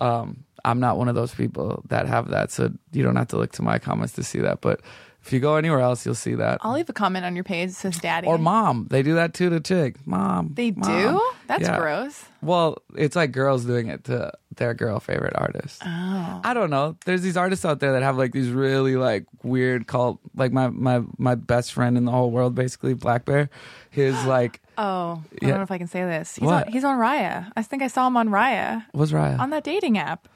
Speaker 4: Um I'm not one of those people that have that, so you don't have to look to my comments to see that. But if you go anywhere else, you'll see that.
Speaker 3: I'll leave a comment on your page that says "daddy"
Speaker 4: Or mom, they do that too to chick. Mom,
Speaker 3: They
Speaker 4: Mom.
Speaker 3: do. That's
Speaker 4: Yeah.
Speaker 3: gross.
Speaker 4: Well, it's like girls doing it to their girl favorite artist.
Speaker 3: Oh.
Speaker 4: I don't know. There's these artists out there that have like these really like weird cult. Like my my my best friend in the whole world, basically Black Bear. His like
Speaker 3: Oh, I
Speaker 4: Yeah.
Speaker 3: don't know if I can say this. He's
Speaker 4: What?
Speaker 3: on he's on Raya. I think I saw him on Raya.
Speaker 4: was Raya.
Speaker 3: on that dating app.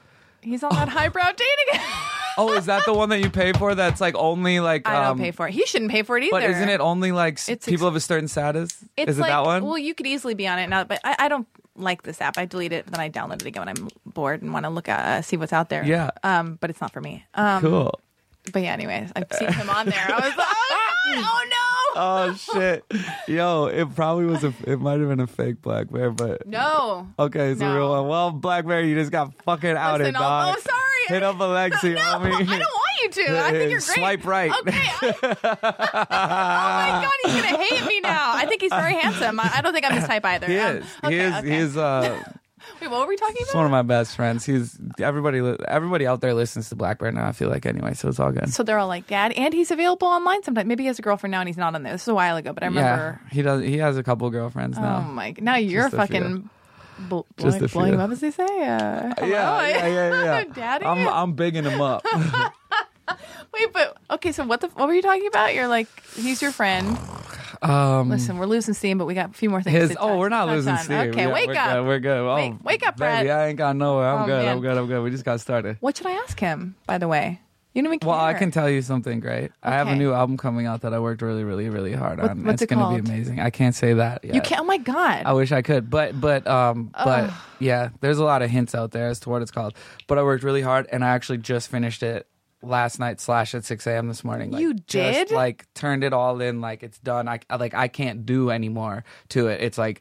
Speaker 3: He's on that highbrow dating app.
Speaker 4: oh, is that the one that you pay for? That's like only like.
Speaker 3: I don't
Speaker 4: um,
Speaker 3: pay for it. He shouldn't pay for it either.
Speaker 4: But isn't it only like s-
Speaker 3: It's ex-
Speaker 4: people of a certain status?
Speaker 3: It's
Speaker 4: is it
Speaker 3: like,
Speaker 4: that one?
Speaker 3: Well, you could easily be on it now, but I, I don't like this app. I delete it, then I download it again when I'm bored and want to look at uh, see what's out there.
Speaker 4: Yeah.
Speaker 3: Um, but it's not for me. Um,
Speaker 4: cool.
Speaker 3: but yeah, anyways, I've seen him on there. I was like, oh, God, oh no,
Speaker 4: Oh shit, yo! It probably was a. It might have been a fake Black Bear, but
Speaker 3: no.
Speaker 4: Okay, it's a
Speaker 3: No.
Speaker 4: real one. Well, Black Bear, you just got fucking outed,
Speaker 3: Listen, I'll-
Speaker 4: dog.
Speaker 3: oh, sorry.
Speaker 4: Hit up Alexi,
Speaker 3: no,
Speaker 4: homie.
Speaker 3: I don't want you to. I think you're great.
Speaker 4: Swipe right.
Speaker 3: Okay. I- oh my god, he's gonna hate me now. I think he's very handsome. I, I don't think I'm his type either.
Speaker 4: He
Speaker 3: Um,
Speaker 4: is. he
Speaker 3: okay,
Speaker 4: is.
Speaker 3: okay.
Speaker 4: He is. Uh,
Speaker 3: Wait, what were we talking
Speaker 4: he's
Speaker 3: about?
Speaker 4: one of my best friends. He's everybody. li- Everybody out there listens to Black Bear now. I feel like anyway, so it's all good.
Speaker 3: So they're all like, Dad, and he's available online sometimes. Maybe he has a girlfriend now and he's not on there. This is a while ago, but I
Speaker 4: yeah,
Speaker 3: remember.
Speaker 4: he does. He has a couple girlfriends
Speaker 3: Oh
Speaker 4: now.
Speaker 3: my! Now you're
Speaker 4: Just a
Speaker 3: fucking bl-
Speaker 4: Just
Speaker 3: blowing-
Speaker 4: a
Speaker 3: blowing
Speaker 4: few.
Speaker 3: him up, as they say. Uh, hello?
Speaker 4: yeah, yeah, yeah, yeah.
Speaker 3: Daddy.
Speaker 4: I'm I'm bigging him up.
Speaker 3: Wait, but okay. So what the what were you talking about? You're like, he's your friend.
Speaker 4: Um,
Speaker 3: Listen, we're losing steam, but we got a few more things.
Speaker 4: his
Speaker 3: to
Speaker 4: oh,
Speaker 3: touch-
Speaker 4: we're not
Speaker 3: touch
Speaker 4: losing
Speaker 3: on.
Speaker 4: steam.
Speaker 3: Okay,
Speaker 4: Yeah,
Speaker 3: wake
Speaker 4: we're
Speaker 3: up.
Speaker 4: Good, we're good. Oh,
Speaker 3: Wake- wake up,
Speaker 4: baby.
Speaker 3: Brett.
Speaker 4: I ain't got nowhere. I'm
Speaker 3: Oh,
Speaker 4: good.
Speaker 3: man.
Speaker 4: I'm good. I'm good. We just got started.
Speaker 3: What should I ask him? By the way, you don't even care.
Speaker 4: Well, I can tell you something great. I have a
Speaker 3: Okay.
Speaker 4: new album coming out that I worked really, really, really hard
Speaker 3: What-
Speaker 4: on.
Speaker 3: what's
Speaker 4: it's
Speaker 3: it
Speaker 4: gonna
Speaker 3: called?
Speaker 4: be amazing. I can't say that. Yet.
Speaker 3: You can't. Oh my god.
Speaker 4: I wish I could, but but um but yeah, there's a lot of hints out there as to what it's called. But I worked really hard, and I actually just finished it last night slash at 6 a.m. this morning. Like,
Speaker 3: You
Speaker 4: just,
Speaker 3: did?
Speaker 4: like turned it all in. Like it's done. I I- like I can't do anymore to it. It's like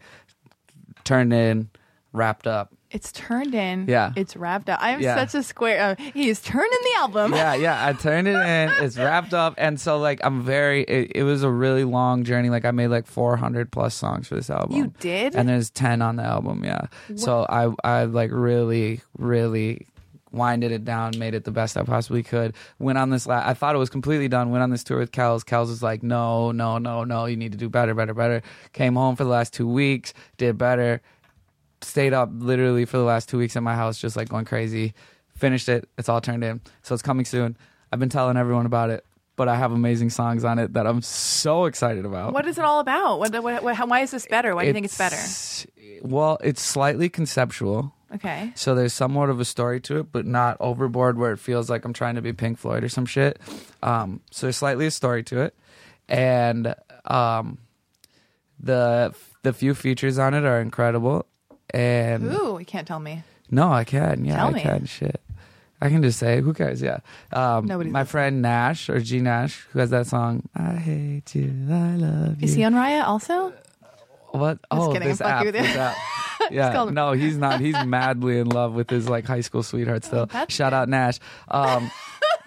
Speaker 4: turned in, wrapped up.
Speaker 3: it's turned in.
Speaker 4: Yeah.
Speaker 3: It's wrapped up. I'm
Speaker 4: Yeah.
Speaker 3: such a square. Uh, he is turning the album.
Speaker 4: yeah, yeah. I turned it in. It's wrapped up, and so like I'm very. It, it was a really long journey. Like I made like 400 plus songs for this album.
Speaker 3: You did?
Speaker 4: and there's 10 on the album. Yeah. So I I like really really winded it down, made it the best I possibly could. Went on this. La- I thought it was completely done. Went on this tour with Kels. Kels was like, no, no, no, no. You need to do better, better, better. Came home for the last two weeks. Did better stayed up literally for the last two weeks at my house, just like going crazy. Finished it. It's all turned in. So it's coming soon. I've been telling everyone about it, but I have amazing songs on it that I'm so excited about.
Speaker 3: What is it all about? What, what, what, how, why is this better? Why do you think it's better?
Speaker 4: better? Well, it's slightly conceptual.
Speaker 3: Okay.
Speaker 4: So there's somewhat of a story to it, but not overboard where it feels like I'm trying to be Pink Floyd or some shit. Um, so there's slightly a story to it, and um, the the few features on it are incredible. And
Speaker 3: Ooh, you can't tell me.
Speaker 4: No, I can. Yeah,
Speaker 3: Tell
Speaker 4: I
Speaker 3: me.
Speaker 4: can. Shit. I can just say, who cares? Yeah. Um,
Speaker 3: Nobody's
Speaker 4: my friend Nash or G Nash, who has that song, I hate you, I love you.
Speaker 3: Is he on Raya also?
Speaker 4: what? oh,
Speaker 3: kidding.
Speaker 4: this
Speaker 3: Fuck
Speaker 4: app.
Speaker 3: you.
Speaker 4: This app. Yeah.
Speaker 3: called-
Speaker 4: No, he's not. He's madly in love with his like high school sweetheart still.
Speaker 3: Oh, that's
Speaker 4: Shout out Nash. Um,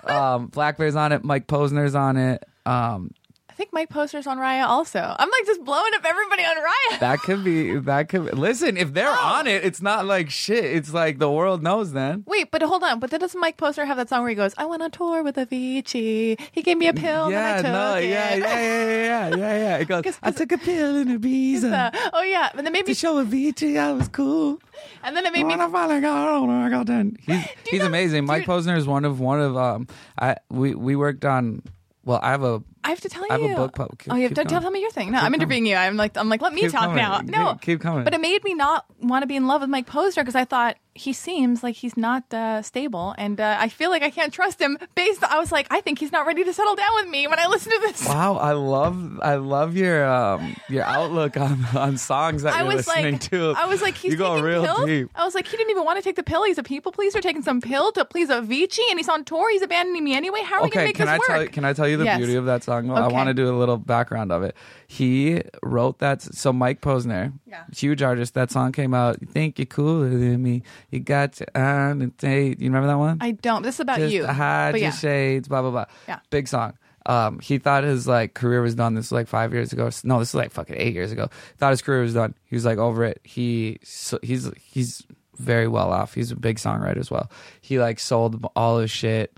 Speaker 4: um, Black Bear's on it. Mike Posner's on it. Um,
Speaker 3: I think Mike Posner's on Raya also. I'm like just blowing up everybody on Raya.
Speaker 4: that could be. That could. Be. Listen, if they're on it, it's not like shit. It's like the world knows. Then
Speaker 3: Wait, but hold on. But then doesn't Mike Posner have that song where he goes, I went on tour with Avicii. He gave me a pill
Speaker 4: yeah,
Speaker 3: and then I
Speaker 4: no,
Speaker 3: took it.
Speaker 4: yeah, yeah, yeah, yeah, yeah, yeah. It goes. I took a pill in Ibiza
Speaker 3: Uh, oh, yeah. And then maybe,
Speaker 4: to show Avicii I was cool.
Speaker 3: and then it made me
Speaker 4: When I finally got older, I got done. He's, he's
Speaker 3: know-
Speaker 4: amazing. Mike Posner is one of one of um. I we we worked on. Well, I have a.
Speaker 3: I have to tell you.
Speaker 4: I have a book pub- keep-
Speaker 3: oh, you have
Speaker 4: keep
Speaker 3: to tell,
Speaker 4: going.
Speaker 3: tell me your thing. No, I'm interviewing you. I'm like, I'm like, let me
Speaker 4: Keep
Speaker 3: talk
Speaker 4: coming.
Speaker 3: now. No,
Speaker 4: Keep- keep coming.
Speaker 3: But it made me not want to be in love with Mike Posner because I thought he seems like he's not uh, stable, and uh, I feel like I can't trust him. Based, I was like, I think he's not ready to settle down with me when I listen to this.
Speaker 4: Wow, I love I love your um your outlook on on songs that
Speaker 3: I
Speaker 4: you're
Speaker 3: was
Speaker 4: listening
Speaker 3: like,
Speaker 4: to.
Speaker 3: I was like, he's
Speaker 4: you go
Speaker 3: taking
Speaker 4: real
Speaker 3: pills.
Speaker 4: deep.
Speaker 3: I was like, he didn't even want to take the pill. He's a people pleaser, taking some pill to please Avicii, and he's on tour. He's abandoning me anyway. How are we gonna
Speaker 4: Okay,
Speaker 3: make
Speaker 4: can
Speaker 3: this
Speaker 4: I tell
Speaker 3: work?
Speaker 4: can I tell you the
Speaker 3: Yes.
Speaker 4: beauty of that song? Well, I
Speaker 3: Okay.
Speaker 4: want to do a little background of it. He wrote that so Mike Posner,
Speaker 3: Yeah.
Speaker 4: huge artist. That song came out. You think you're cooler than me? You got your on and date. You remember that one?
Speaker 3: I don't. This is about
Speaker 4: Just
Speaker 3: you.
Speaker 4: hide
Speaker 3: But
Speaker 4: your
Speaker 3: yeah.
Speaker 4: shades. Blah blah blah.
Speaker 3: Yeah.
Speaker 4: big song. Um, he thought his like career was done. This was like five years ago. No, this is like fucking eight years ago. Thought his career was done. He was like over it. He so, he's he's very well off. He's a big songwriter as well. He like sold all his shit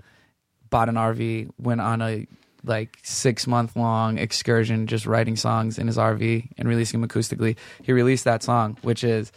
Speaker 4: bought an RV, went on a like six month long excursion just writing songs in his RV and releasing them acoustically. He released that song, which is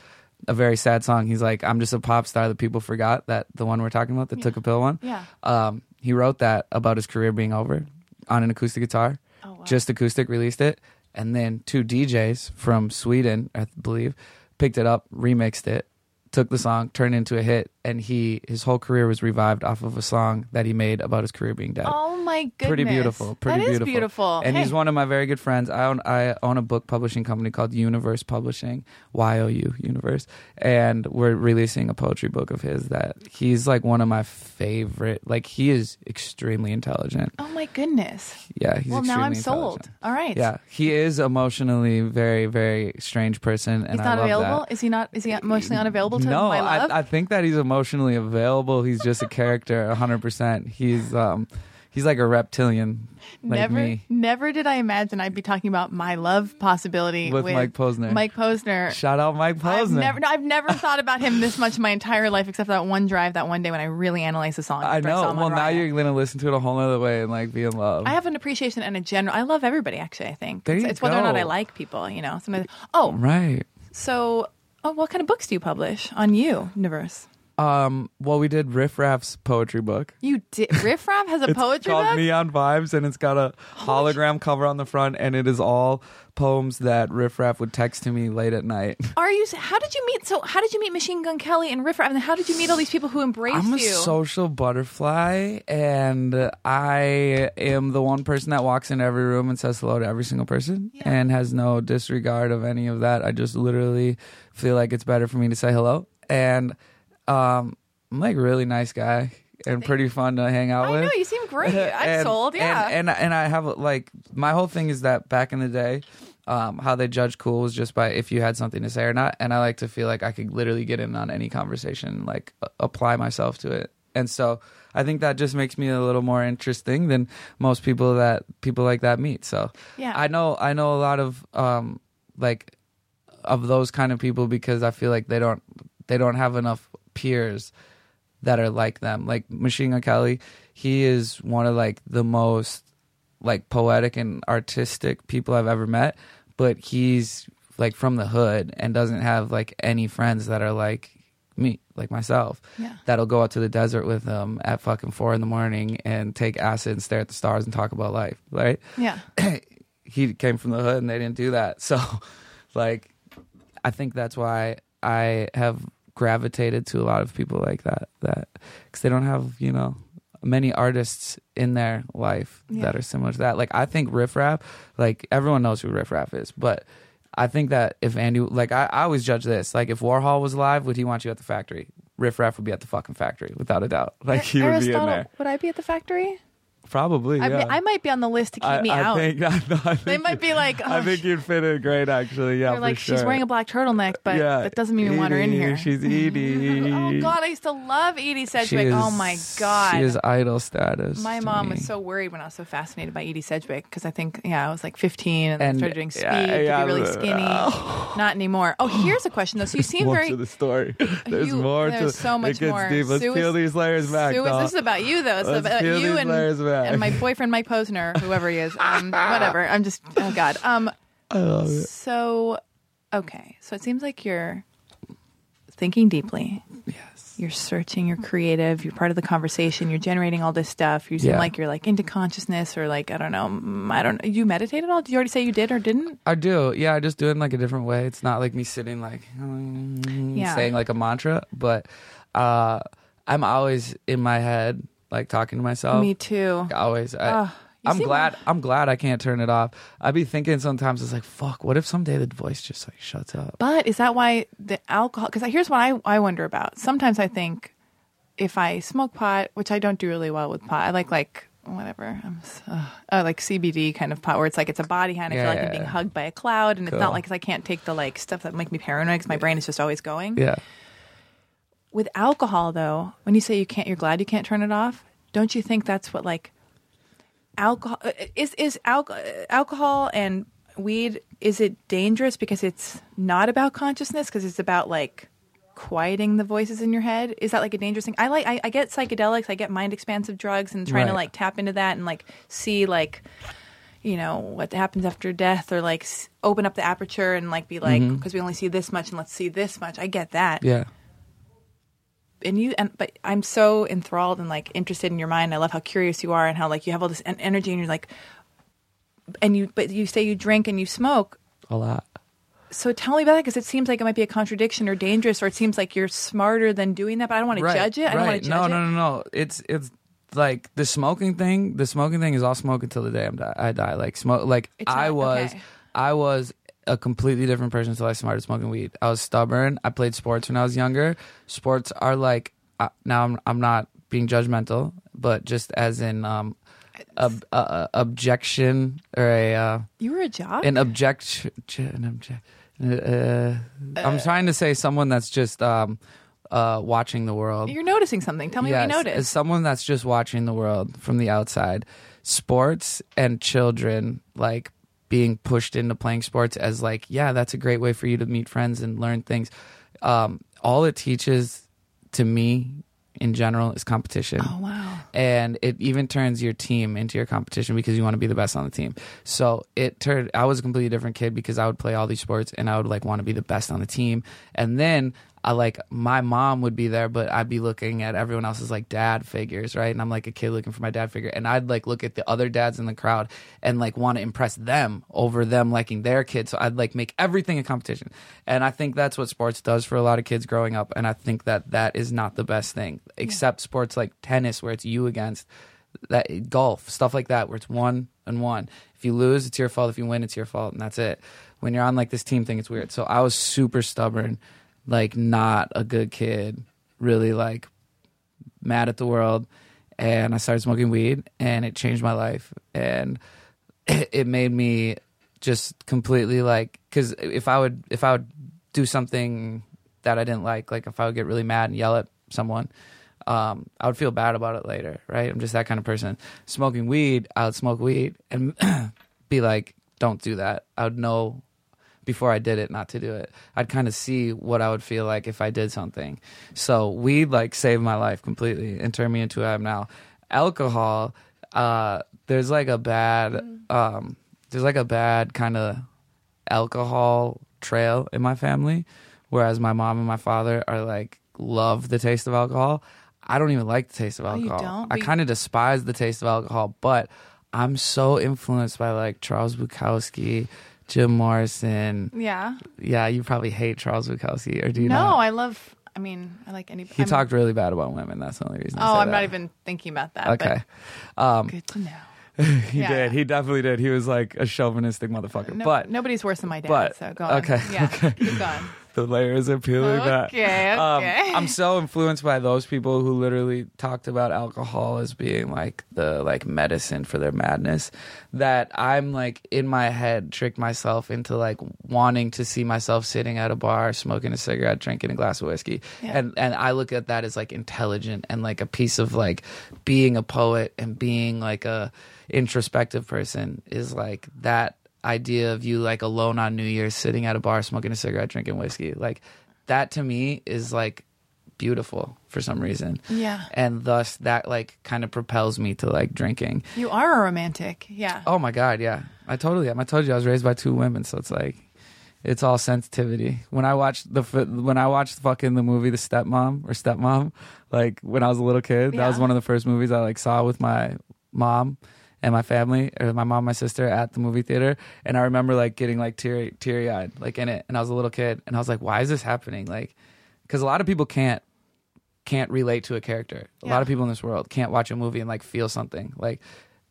Speaker 4: a very sad song. He's like, I'm just a pop star that people forgot that the one we're talking about, the took a pill one.
Speaker 3: Yeah.
Speaker 4: Um, he wrote that about his career being over on an acoustic guitar.
Speaker 3: Oh, wow.
Speaker 4: Just acoustic released it. And then two DJs from Sweden, I believe, picked it up, remixed it, took the song, turned it into a hit, and he his whole career was revived off of a song that he made about his career being dead.
Speaker 3: Oh my goodness!
Speaker 4: uh, Pretty beautiful. Pretty
Speaker 3: That is
Speaker 4: beautiful.
Speaker 3: beautiful.
Speaker 4: And
Speaker 3: Hey.
Speaker 4: he's one of my very good friends. I own I own a book publishing company called Universe Publishing, Y O U Universe, and we're releasing a poetry book of his that he's like one of my favorite. Like he is extremely intelligent.
Speaker 3: Oh my goodness.
Speaker 4: Yeah, he's
Speaker 3: well, now
Speaker 4: extremely
Speaker 3: I'm sold.
Speaker 4: intelligent.
Speaker 3: All right.
Speaker 4: Yeah, he is emotionally very very strange person, and
Speaker 3: He's
Speaker 4: I
Speaker 3: not
Speaker 4: love
Speaker 3: available.
Speaker 4: that.
Speaker 3: Is he not? Is he emotionally unavailable to
Speaker 4: no,
Speaker 3: my love?
Speaker 4: I, I think that he's emotionally available. He's just a character, hundred percent. He's um, he's like a reptilian, like
Speaker 3: never,
Speaker 4: me.
Speaker 3: never did I imagine I'd be talking about my love possibility
Speaker 4: With
Speaker 3: with,
Speaker 4: Mike Posner.
Speaker 3: Mike Posner.
Speaker 4: Shout out Mike Posner.
Speaker 3: I've never, no, I've never thought about him this much my entire life, except that one drive, that one day when I really analyzed the song.
Speaker 4: I
Speaker 3: after
Speaker 4: know.
Speaker 3: saw him on
Speaker 4: well, now
Speaker 3: Riot.
Speaker 4: you're gonna listen to it a whole other way and like be in love.
Speaker 3: I have an appreciation and a general. I love everybody. Actually, I think
Speaker 4: There
Speaker 3: it's,
Speaker 4: you
Speaker 3: it's whether or not
Speaker 4: go.
Speaker 3: I like people. You know. Sometimes, oh,
Speaker 4: right.
Speaker 3: so oh, what kind of books do you publish on you, Universe?
Speaker 4: Um. Well, we did Riff Raff's poetry book.
Speaker 3: You did. Riff Raff has a
Speaker 4: It's
Speaker 3: poetry
Speaker 4: called
Speaker 3: book.
Speaker 4: Neon Vibes, and it's got a hologram cover on the front, and it is all poems that Riff Raff would text to me late at night.
Speaker 3: Are you? How did you meet? So how did you meet Machine Gun Kelly and Riff Raff? And how did you meet all these people who embraced
Speaker 4: I'm a
Speaker 3: you?
Speaker 4: social butterfly, and I am the one person that walks in every room and says hello to every single person and has no disregard of any of that. I just literally feel like it's better for me to say hello. And um, I'm like a really nice guy and pretty fun to hang out
Speaker 3: I
Speaker 4: with.
Speaker 3: know you seem great. I'm
Speaker 4: And-
Speaker 3: sold. Yeah.
Speaker 4: And, and and I have like my whole thing is that back in the day, um, how they judge cool was just by if you had something to say or not. And I like to feel like I could literally get in on any conversation, and, like a- apply myself to it. And so I think that just makes me a little more interesting than most people that people like that meet. So
Speaker 3: Yeah.
Speaker 4: I know I know a lot of um like of those kind of people because I feel like they don't they don't have enough peers that are like them. Like Machine Gun Kelly, he is one of like the most like poetic and artistic people I've ever met, but he's like from the hood and doesn't have like any friends that are like me, like myself,
Speaker 3: Yeah.
Speaker 4: that'll go out to the desert with him at fucking four in the morning and take acid and stare at the stars and talk about life, right?
Speaker 3: yeah.
Speaker 4: he came from the hood and they didn't do that. So, like, I think that's why I have gravitated to a lot of people like that, that because they don't have, you know, many artists in their life that
Speaker 3: Yeah.
Speaker 4: are similar to that. Like, I think Riff Raff, like, everyone knows who Riff Raff is, but I think that if Andy, like, I, I always judge this, like, if Warhol was alive, would he want you at the factory? Riff Raff would be at the fucking factory, without a doubt. Like, he would be in
Speaker 3: Aristotle,
Speaker 4: there.
Speaker 3: would I be at the factory?
Speaker 4: Probably.
Speaker 3: I,
Speaker 4: yeah.
Speaker 3: I might be on the list to keep
Speaker 4: I,
Speaker 3: me
Speaker 4: I
Speaker 3: out.
Speaker 4: Think, I, know, I think
Speaker 3: they might be like, oh,
Speaker 4: I think you'd fit in great, actually. Yeah,
Speaker 3: are
Speaker 4: for
Speaker 3: like,
Speaker 4: sure.
Speaker 3: she's wearing a black turtleneck, but
Speaker 4: yeah,
Speaker 3: that doesn't mean we want her in
Speaker 4: Edie,
Speaker 3: here.
Speaker 4: She's Edie.
Speaker 3: oh God, I used to love Edie Sedgwick. oh my God.
Speaker 4: She is idol status.
Speaker 3: my
Speaker 4: to
Speaker 3: mom
Speaker 4: me.
Speaker 3: was so worried when I was so fascinated by Edie Sedgwick because I think, yeah, I was like 15 and,
Speaker 4: And-
Speaker 3: I started doing speed
Speaker 4: yeah, yeah,
Speaker 3: to be really
Speaker 4: uh,
Speaker 3: skinny. Not anymore. Oh, here's a question though. So you seem
Speaker 4: More
Speaker 3: very
Speaker 4: to the story. There's
Speaker 3: you-
Speaker 4: more to
Speaker 3: there's so much
Speaker 4: it gets
Speaker 3: more.
Speaker 4: Deep. Let's
Speaker 3: Sui-
Speaker 4: peel these layers back.
Speaker 3: Sui-
Speaker 4: dog.
Speaker 3: this is about you though. It's
Speaker 4: Let's
Speaker 3: about
Speaker 4: peel
Speaker 3: you
Speaker 4: these
Speaker 3: and,
Speaker 4: layers back.
Speaker 3: and my boyfriend, Mike Posner, whoever he is. Um, whatever. I'm just oh god. Um, so okay. So it seems like you're thinking deeply.
Speaker 4: Yes.
Speaker 3: You're searching. You're creative. You're part of the conversation. You're generating all this stuff. You seem
Speaker 4: Yeah.
Speaker 3: like you're like into consciousness or like I don't know. mm, I don't. You meditate at all? Did you already say you did or didn't?
Speaker 4: I do. Yeah, I just do it in like a different way. It's not like me sitting like mm,
Speaker 3: Yeah.
Speaker 4: saying like a mantra, but uh, I'm always in my head, like talking to myself.
Speaker 3: Me too.
Speaker 4: always. I,
Speaker 3: Ugh, you
Speaker 4: I'm
Speaker 3: seem
Speaker 4: glad. I'm glad I can't turn it off. I be thinking sometimes it's like, fuck. What if someday the voice just like shuts up?
Speaker 3: But is that why the alcohol? Because here's what I, I wonder about. Sometimes I think if I smoke pot, which I don't do really well with pot, I like like whatever, I'm s- ugh. uh, like CBD kind of pot where it's like it's a body hand. I
Speaker 4: Yeah,
Speaker 3: feel like
Speaker 4: yeah,
Speaker 3: I'm being
Speaker 4: yeah.
Speaker 3: hugged by a cloud, and it's
Speaker 4: Cool.
Speaker 3: not like 'cause I can't take the like stuff that make me paranoid because my brain is just always going.
Speaker 4: Yeah.
Speaker 3: With alcohol, though, when you say you can't, you're glad you can't turn it off. Don't you think that's what like alcohol uh, is? Is alcohol alcohol and weed is it dangerous because it's not about consciousness because it's about like quieting the voices in your head is that like a dangerous thing i like i, I get psychedelics i get mind expansive drugs and trying to
Speaker 4: Right.
Speaker 3: like tap into that and like see like you know what happens after death or like s- open up the aperture and like be like because we only see this much and let's see this much i get that
Speaker 4: Yeah.
Speaker 3: and you and but I'm so enthralled and like interested in your mind. I love how curious you are and how like you have all this en- energy and you're like and you but you say you drink and you smoke.
Speaker 4: A lot.
Speaker 3: So tell me about that because it seems like it might be a contradiction or dangerous or it seems like you're smarter than doing that, but I don't want to judge it. I don't want to judge
Speaker 4: no,
Speaker 3: it.
Speaker 4: no, no, no. It's it's like the smoking thing. The smoking thing is I'll smoke until the day I'm di- I die. Like smoke. Like
Speaker 3: It's
Speaker 4: I
Speaker 3: not-
Speaker 4: was,
Speaker 3: okay.
Speaker 4: I was a completely different person until I started smoking weed. I was stubborn. I played sports when I was younger. Sports are like uh, now. I'm I'm not being judgmental, but just as in um, ob- uh, uh, objection or a. Uh,
Speaker 3: You were a jock?
Speaker 4: an
Speaker 3: Uh,
Speaker 4: object an object uh, i'm trying to say someone that's just um uh, watching the world.
Speaker 3: You're noticing something. Tell me
Speaker 4: yes,
Speaker 3: what you
Speaker 4: As
Speaker 3: noticed.
Speaker 4: someone that's just watching the world from the outside, sports and children like being pushed into playing sports as like, yeah, that's a great way for you to meet friends and learn things. Um, all it teaches to me in general is competition.
Speaker 3: Oh, wow.
Speaker 4: And it even turns your team into your competition because you want to be the best on the team. So it turned, I was a completely different kid because I would play all these sports and I would like want to be the best on the team. And then I like, my mom would be there, but I'd be looking at everyone else's like dad figures, right? And I'm like a kid looking for my dad figure. And I'd like look at the other dads in the crowd and like want to impress them over them liking their kid. So I'd like make everything a competition. And I think that's what sports does for a lot of kids growing up. And I think that that is not the best thing, except sports like tennis, where it's you against that golf, stuff like that, where it's one and one. If you lose, it's your fault. If you win, it's your fault. And that's it. When you're on like this team thing, it's weird. So I was super stubborn, like not a good kid, really like mad at the world and I started smoking weed and it changed my life and it made me just completely like cuz if I would if I would do something that I didn't like like if I would get really mad and yell at someone um, I would feel bad about it later, right? I'm just that kind of person. Smoking weed, I would smoke weed and be like, "Don't do that." I would know before I did it not to do it. I'd kind of see what I would feel like if I did something. So weed like saved my life completely and turned me into who I am now. Alcohol, uh, there's like a bad,
Speaker 3: Mm.
Speaker 4: um, there's like a bad kind of alcohol trail in my family, whereas my mom and my father are like love the taste of alcohol. I don't even like the taste of
Speaker 3: Oh, you
Speaker 4: alcohol.
Speaker 3: don't?
Speaker 4: I
Speaker 3: But you-
Speaker 4: kind of despise the taste of alcohol, but I'm so influenced by like Charles Bukowski, Jim Morrison,
Speaker 3: yeah.
Speaker 4: yeah, you probably hate Charles Bukowski, or do you?
Speaker 3: no,
Speaker 4: not?
Speaker 3: I love. I mean, I like any.
Speaker 4: he
Speaker 3: I'm-
Speaker 4: talked really bad about women. That's the only reason. I
Speaker 3: Oh,
Speaker 4: say
Speaker 3: I'm
Speaker 4: that.
Speaker 3: not even thinking about that.
Speaker 4: Okay,
Speaker 3: But good to know.
Speaker 4: he
Speaker 3: yeah.
Speaker 4: did. He definitely did. He was like a chauvinistic motherfucker.
Speaker 3: No,
Speaker 4: but
Speaker 3: nobody's worse than my dad.
Speaker 4: but-
Speaker 3: so go on.
Speaker 4: okay,
Speaker 3: Yeah.
Speaker 4: okay.
Speaker 3: Keep going.
Speaker 4: the layers are peeling back.
Speaker 3: Okay,
Speaker 4: Um,
Speaker 3: okay.
Speaker 4: I'm so influenced by those people who literally talked about alcohol as being like the like medicine for their madness that I'm like in my head tricked myself into like wanting to see myself sitting at a bar smoking a cigarette, drinking a glass of whiskey. And and I look at that as like intelligent and like a piece of like being a poet and being like a introspective person is like that idea of you like alone on New Year's sitting at a bar smoking a cigarette drinking whiskey like that to me is like beautiful for some reason
Speaker 3: Yeah.
Speaker 4: and thus that like kind of propels me to like drinking
Speaker 3: You are a romantic. Yeah.
Speaker 4: oh my god yeah I totally am I told you I was raised by two women so it's like it's all sensitivity when I watched the fi- when I watched fucking the movie The Stepmom or Stepmom like when I was a little kid that was
Speaker 3: Yeah.
Speaker 4: one of the first movies I like saw with my mom and my family or my mom and my sister at the movie theater and I remember like getting like teary teary eyed like in it and I was a little kid and I was like why is this happening like because a lot of people can't can't relate to a character. A lot of
Speaker 3: Yeah.
Speaker 4: people in this world can't watch a movie and like feel something. Like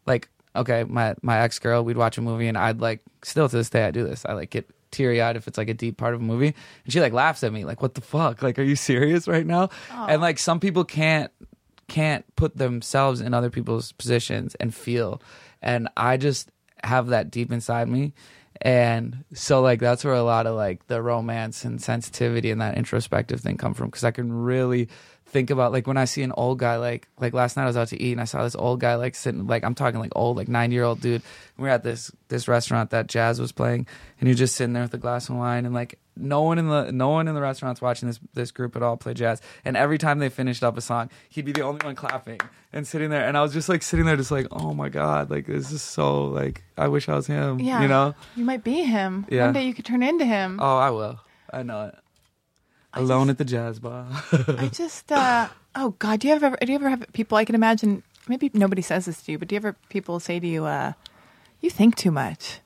Speaker 4: like okay, my my ex girl, we'd watch a movie and I'd like still to this day I do this. I like get teary eyed if it's like a deep part of a movie. And she like laughs at me, like, what the fuck? Like, are you serious right now? And like some people can't can't put themselves in other people's positions and feel. And I just have that deep inside me. And so like that's where a lot of like the romance and sensitivity and that introspective thing come from cuz I can really think about like when I see an old guy like like last night I was out to eat and I saw this old guy like sitting like I'm talking like old like 90-year-old dude. We were at this this restaurant that jazz was playing and he was just sitting there with a glass of wine and like no one in the no one in the restaurant's watching this this group at all play jazz. And every time they finished up a song, he'd be the only one clapping and sitting there. And I was just like sitting there, just like, oh my god, like this is so like I wish I was him.
Speaker 3: yeah.
Speaker 4: you know.
Speaker 3: You might be him.
Speaker 4: Yeah.
Speaker 3: One day you could turn into him.
Speaker 4: Oh, I will. I know it. Alone at the jazz bar.
Speaker 3: I just. uh Oh God. Do you ever? Do you ever have people? I can imagine. Maybe nobody says this to you, but do you ever people say to you, uh, "You think too much.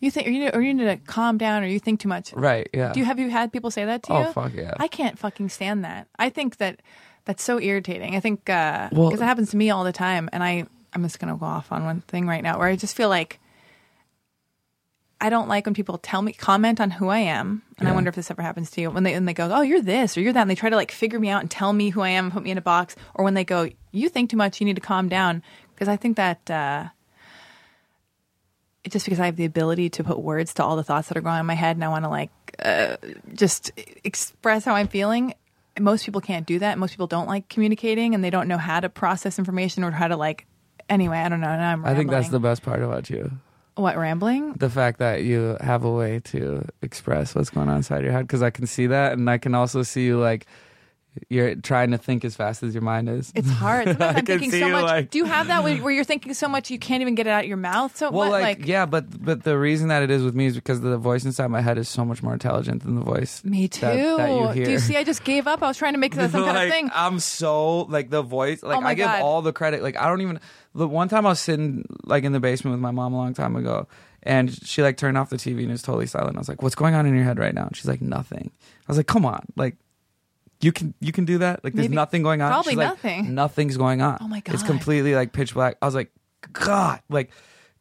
Speaker 3: You think, or you, or you need to calm down, or you think too much."
Speaker 4: right. Yeah.
Speaker 3: Do you have you had people say that to
Speaker 4: Oh,
Speaker 3: you?
Speaker 4: fuck yeah.
Speaker 3: I can't fucking stand that. I think that that's so irritating. I think because
Speaker 4: Well-
Speaker 3: it happens to me all the time, and I I'm just gonna go off on one thing right now where I just feel like I don't like when people tell me comment on who I am, and I
Speaker 4: Yeah.
Speaker 3: wonder if this ever happens to you when they and they go, oh, you're this or you're that, and they try to like figure me out and tell me who I am, put me in a box, or when they go, you think too much, you need to calm down, because I think that. uh just because I have the ability to put words to all the thoughts that are going on in my head and I want to like uh, just express how I'm feeling. most people can't do that. Most people don't like communicating and they don't know how to process information or how to like. Anyway, I don't know. Now I'm.
Speaker 4: I think that's the
Speaker 3: rambling.
Speaker 4: best part about you.
Speaker 3: what rambling.
Speaker 4: the fact that you have a way to express what's going on inside your head because I can see that and I can also see you like you're trying to think as fast as your mind is.
Speaker 3: It's hard. Sometimes
Speaker 4: I
Speaker 3: I'm
Speaker 4: can
Speaker 3: thinking
Speaker 4: see
Speaker 3: so
Speaker 4: you,
Speaker 3: much.
Speaker 4: like-
Speaker 3: Do you have that where where you're thinking so much you can't even get it out of your mouth? So
Speaker 4: well,
Speaker 3: what?
Speaker 4: like, yeah, but but the reason that it is with me is because the voice inside my head is so much more intelligent than the voice.
Speaker 3: me too.
Speaker 4: that- that you
Speaker 3: Do you
Speaker 4: hear.
Speaker 3: see? I just gave up. I was trying to make that some kind
Speaker 4: Like,
Speaker 3: of thing.
Speaker 4: I'm so like the voice. Like
Speaker 3: Oh my
Speaker 4: I give
Speaker 3: God.
Speaker 4: all the credit. Like I don't even. The one time I was sitting like in the basement with my mom a long time ago, and she like turned off the TV and it was totally silent. I was like, "What's going on in your head right now?" And she's like, "Nothing." I was like, "Come on, like." You can you can do that. Like there's
Speaker 3: Maybe-
Speaker 4: nothing going on.
Speaker 3: probably
Speaker 4: She's like,
Speaker 3: nothing.
Speaker 4: Nothing's going on.
Speaker 3: Oh my
Speaker 4: It's
Speaker 3: God.
Speaker 4: completely like pitch black. I was like, God, like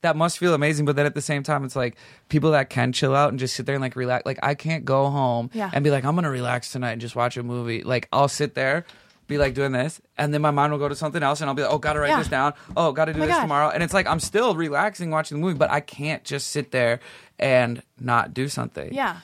Speaker 4: that must feel amazing. But then at the same time, it's like people that can chill out and just sit there and like relax. Like I can't go home
Speaker 3: Yeah.
Speaker 4: and be like, I'm gonna relax tonight and just watch a movie. Like I'll sit there, be like doing this, and then my mind will go to something else, and I'll be like, oh, gotta write
Speaker 3: Yeah.
Speaker 4: this down. Oh, gotta do
Speaker 3: my
Speaker 4: this
Speaker 3: God.
Speaker 4: tomorrow. And it's like I'm still relaxing watching the movie, but I can't just sit there and not do something.
Speaker 3: yeah.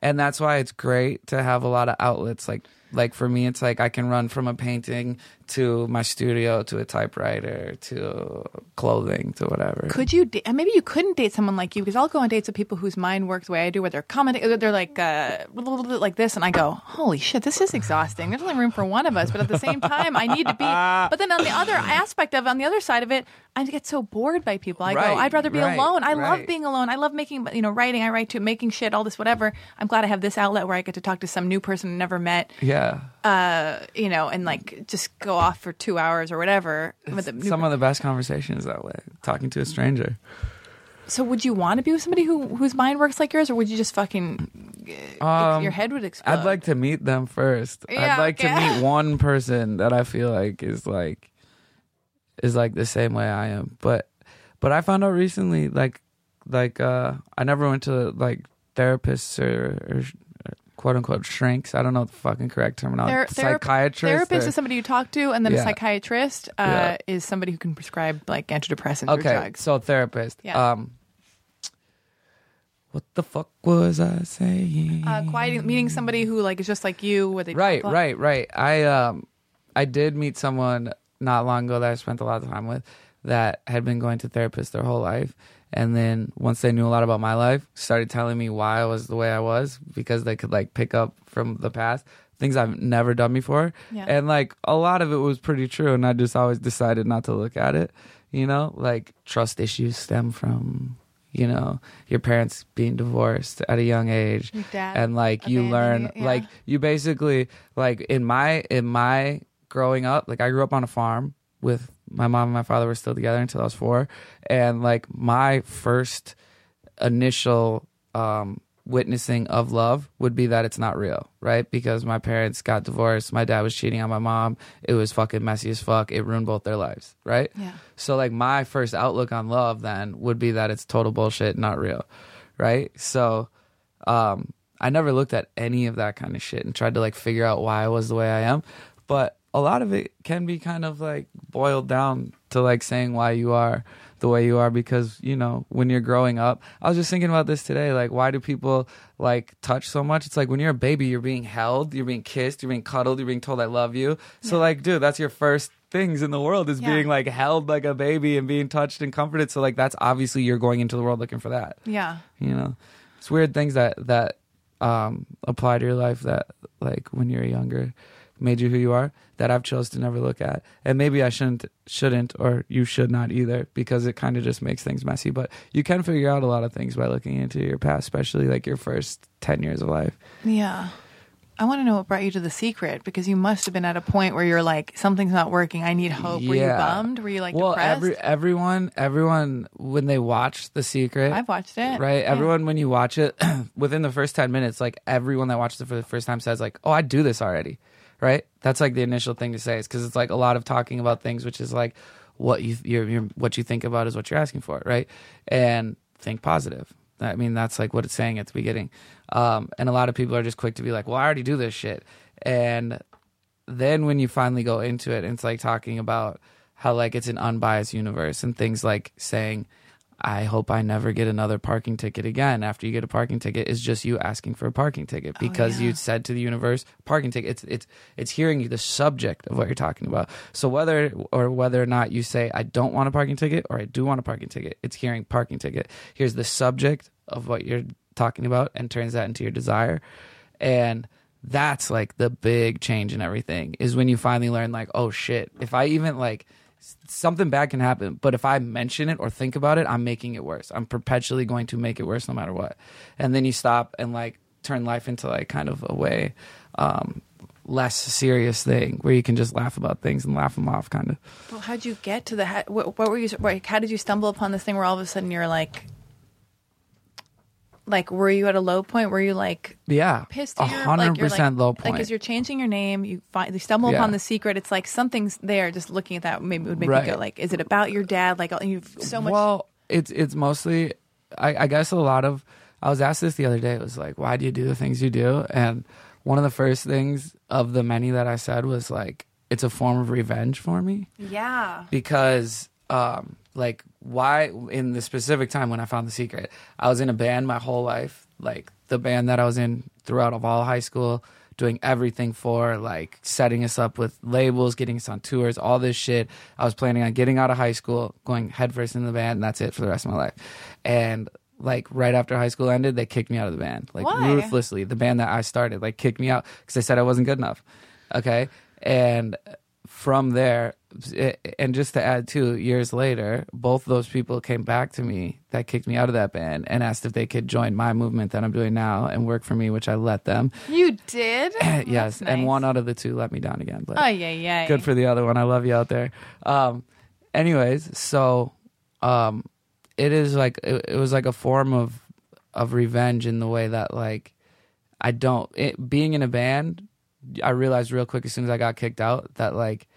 Speaker 4: And that's why it's great to have a lot of outlets. Like like for me, it's like I can run from a painting to my studio to a typewriter to clothing to whatever.
Speaker 3: Could you? Da- maybe you couldn't date someone like you because I'll go on dates with people whose mind works the way I do, where they're commenting, they're like uh, like this, and I go, "Holy shit, this is exhausting." There's only room for one of us, but at the same time, I need to be. But then on the other aspect of, on the other side of it, I get so bored by people. I
Speaker 4: Right,
Speaker 3: go, "I'd rather be
Speaker 4: right,
Speaker 3: alone." I
Speaker 4: right.
Speaker 3: love being alone. I love making, you know, writing. I write to making shit, all this, whatever. I'm glad I have this outlet where I get to talk to some new person I never met,
Speaker 4: yeah.
Speaker 3: you know, and like just go off for two hours or whatever. With a new
Speaker 4: Some of the best conversations that way. Talking to a stranger.
Speaker 3: So would you want to be with somebody who whose mind works like yours, or would you just fucking uh,
Speaker 4: Um,
Speaker 3: your head would explode?
Speaker 4: I'd like to meet them first.
Speaker 3: Yeah,
Speaker 4: I'd like
Speaker 3: okay.
Speaker 4: to meet one person that I feel like is like is like the same way I am. But but I found out recently like like uh I never went to like therapists or, or sh- quote unquote shrinks. I don't know the fucking correct terminology.
Speaker 3: Thera- thera-
Speaker 4: Psychiatrist.
Speaker 3: Therapist
Speaker 4: or-
Speaker 3: is somebody you talk to, and then a
Speaker 4: Yeah.
Speaker 3: psychiatrist uh,
Speaker 4: Yeah.
Speaker 3: is somebody who can prescribe like antidepressants
Speaker 4: okay,
Speaker 3: or drugs.
Speaker 4: so therapist.
Speaker 3: Yeah.
Speaker 4: Um What the fuck was I saying?
Speaker 3: Uh, quieting, meeting somebody who like is just like you, where they
Speaker 4: right
Speaker 3: talk-
Speaker 4: right right i um i did meet someone not long ago that i spent a lot of time with that had been going to therapists their whole life and then once they knew a lot about my life started telling me why i was the way i was because they could like pick up from the past things i've never done before
Speaker 3: Yeah.
Speaker 4: and like a lot of it was pretty true and i just always decided not to look at it you know like trust issues stem from you know your parents being divorced at a young age
Speaker 3: Your dad
Speaker 4: and like you learn
Speaker 3: abandoning you, yeah.
Speaker 4: like you basically like in my in my growing up like i grew up on a farm with my mom and my father were still together until i was four and like my first initial um witnessing of love would be that it's not real right because my parents got divorced my dad was cheating on my mom it was fucking messy as fuck it ruined both their lives right
Speaker 3: Yeah.
Speaker 4: so like my first outlook on love then would be that it's total bullshit, not real. Right? So um I never looked at any of that kind of shit and tried to like figure out why I was the way I am. But a lot of it can be kind of like boiled down to like saying why you are the way you are because, you know, when you're growing up, I was just thinking about this today. Like, why do people like touch so much? It's like when you're a baby, you're being held, you're being kissed, you're being cuddled, you're being told, I love you. So, like, dude, that's your first things in the world is
Speaker 3: Yeah.
Speaker 4: being like held like a baby and being touched and comforted. So like that's obviously you're going into the world looking for that.
Speaker 3: Yeah.
Speaker 4: You know, it's weird things that that um, apply to your life that like when you're younger made you who you are that I've chose to never look at. And maybe I shouldn't shouldn't or you should not either because it kind of just makes things messy. But you can figure out a lot of things by looking into your past, especially like your first ten years of life.
Speaker 3: Yeah. I want to know what brought you to the secret because you must have been at a point where you're like something's not working. I need hope. Oh, Were you bummed? Were you like
Speaker 4: well,
Speaker 3: depressed?
Speaker 4: every, everyone, everyone, when they watch The Secret,
Speaker 3: I've watched it.
Speaker 4: right?
Speaker 3: Yeah.
Speaker 4: Everyone, when you watch it, within the first ten minutes, like everyone that watches it for the first time says, like, "Oh, I do this already," right? That's like the initial thing to say, is because it's like a lot of talking about things, which is like what you you're, you're, what you think about is what you're asking for, right? And think positive. I mean, that's like what it's saying at the beginning. Um, and a lot of people are just quick to be like, "Well, I already do this shit," and then when you finally go into it, it's like talking about how like it's an unbiased universe and things like saying, I hope I never get another parking ticket again. After you get a parking ticket, it's just you asking for a parking ticket because you said to the universe, parking ticket. It's it's it's hearing you the subject of what you're talking about. So whether or whether or not you say I don't want a parking ticket or I do want a parking ticket, it's hearing parking ticket. Here's the subject of what you're talking about and turns that into your desire. And that's like the big change in everything is when you finally learn like, oh shit, if I even like s- something bad can happen, but if I mention it or think about it, I'm making it worse. I'm perpetually going to make it worse no matter what. And then you stop and like turn life into like kind of a way um less serious thing where you can just laugh about things and laugh them off kind of.
Speaker 3: Well, how'd you get to the? How, what, what were you? Like, how did you stumble upon this thing where all of a sudden you're like, like, were you at a low point? Were you like
Speaker 4: Yeah.
Speaker 3: pissed?
Speaker 4: a
Speaker 3: at your- like,
Speaker 4: hundred
Speaker 3: you're, like-
Speaker 4: percent low point.
Speaker 3: Like, as you're changing your name, you find you stumble
Speaker 4: Yeah.
Speaker 3: upon the secret. It's like something's there. Just looking at that, maybe would make
Speaker 4: Right.
Speaker 3: me go like, is it about your dad? Like, and you've so much.
Speaker 4: Well, it's it's mostly, I, I guess, a lot of. I was asked this the other day. It was like, why do you do the things you do? And one of the first things of the many that I said was like, it's a form of revenge for me
Speaker 3: yeah.
Speaker 4: because um like why in the specific time when i found the secret i was in a band my whole life like the band that i was in throughout of all high school doing everything for like setting us up with labels getting us on tours all this shit i was planning on getting out of high school going headfirst in the band and that's it for the rest of my life and like right after high school ended they kicked me out of the band like
Speaker 3: Why?
Speaker 4: ruthlessly the band that i started like kicked me out because they said i wasn't good enough okay and from there it- and just to add two years later both those people came back to me that kicked me out of that band and asked if they could join my movement that i'm doing now and work for me which i let them
Speaker 3: You did.
Speaker 4: yes
Speaker 3: Oh, That's
Speaker 4: and
Speaker 3: nice.
Speaker 4: one out of the two let me down again but
Speaker 3: Oh yeah, yeah.
Speaker 4: good for the other one. I love you out there. Um, anyways, so um, it is like it, it was like a form of of revenge in the way that like I don't it, being in a band. I realized real quick as soon as I got kicked out that like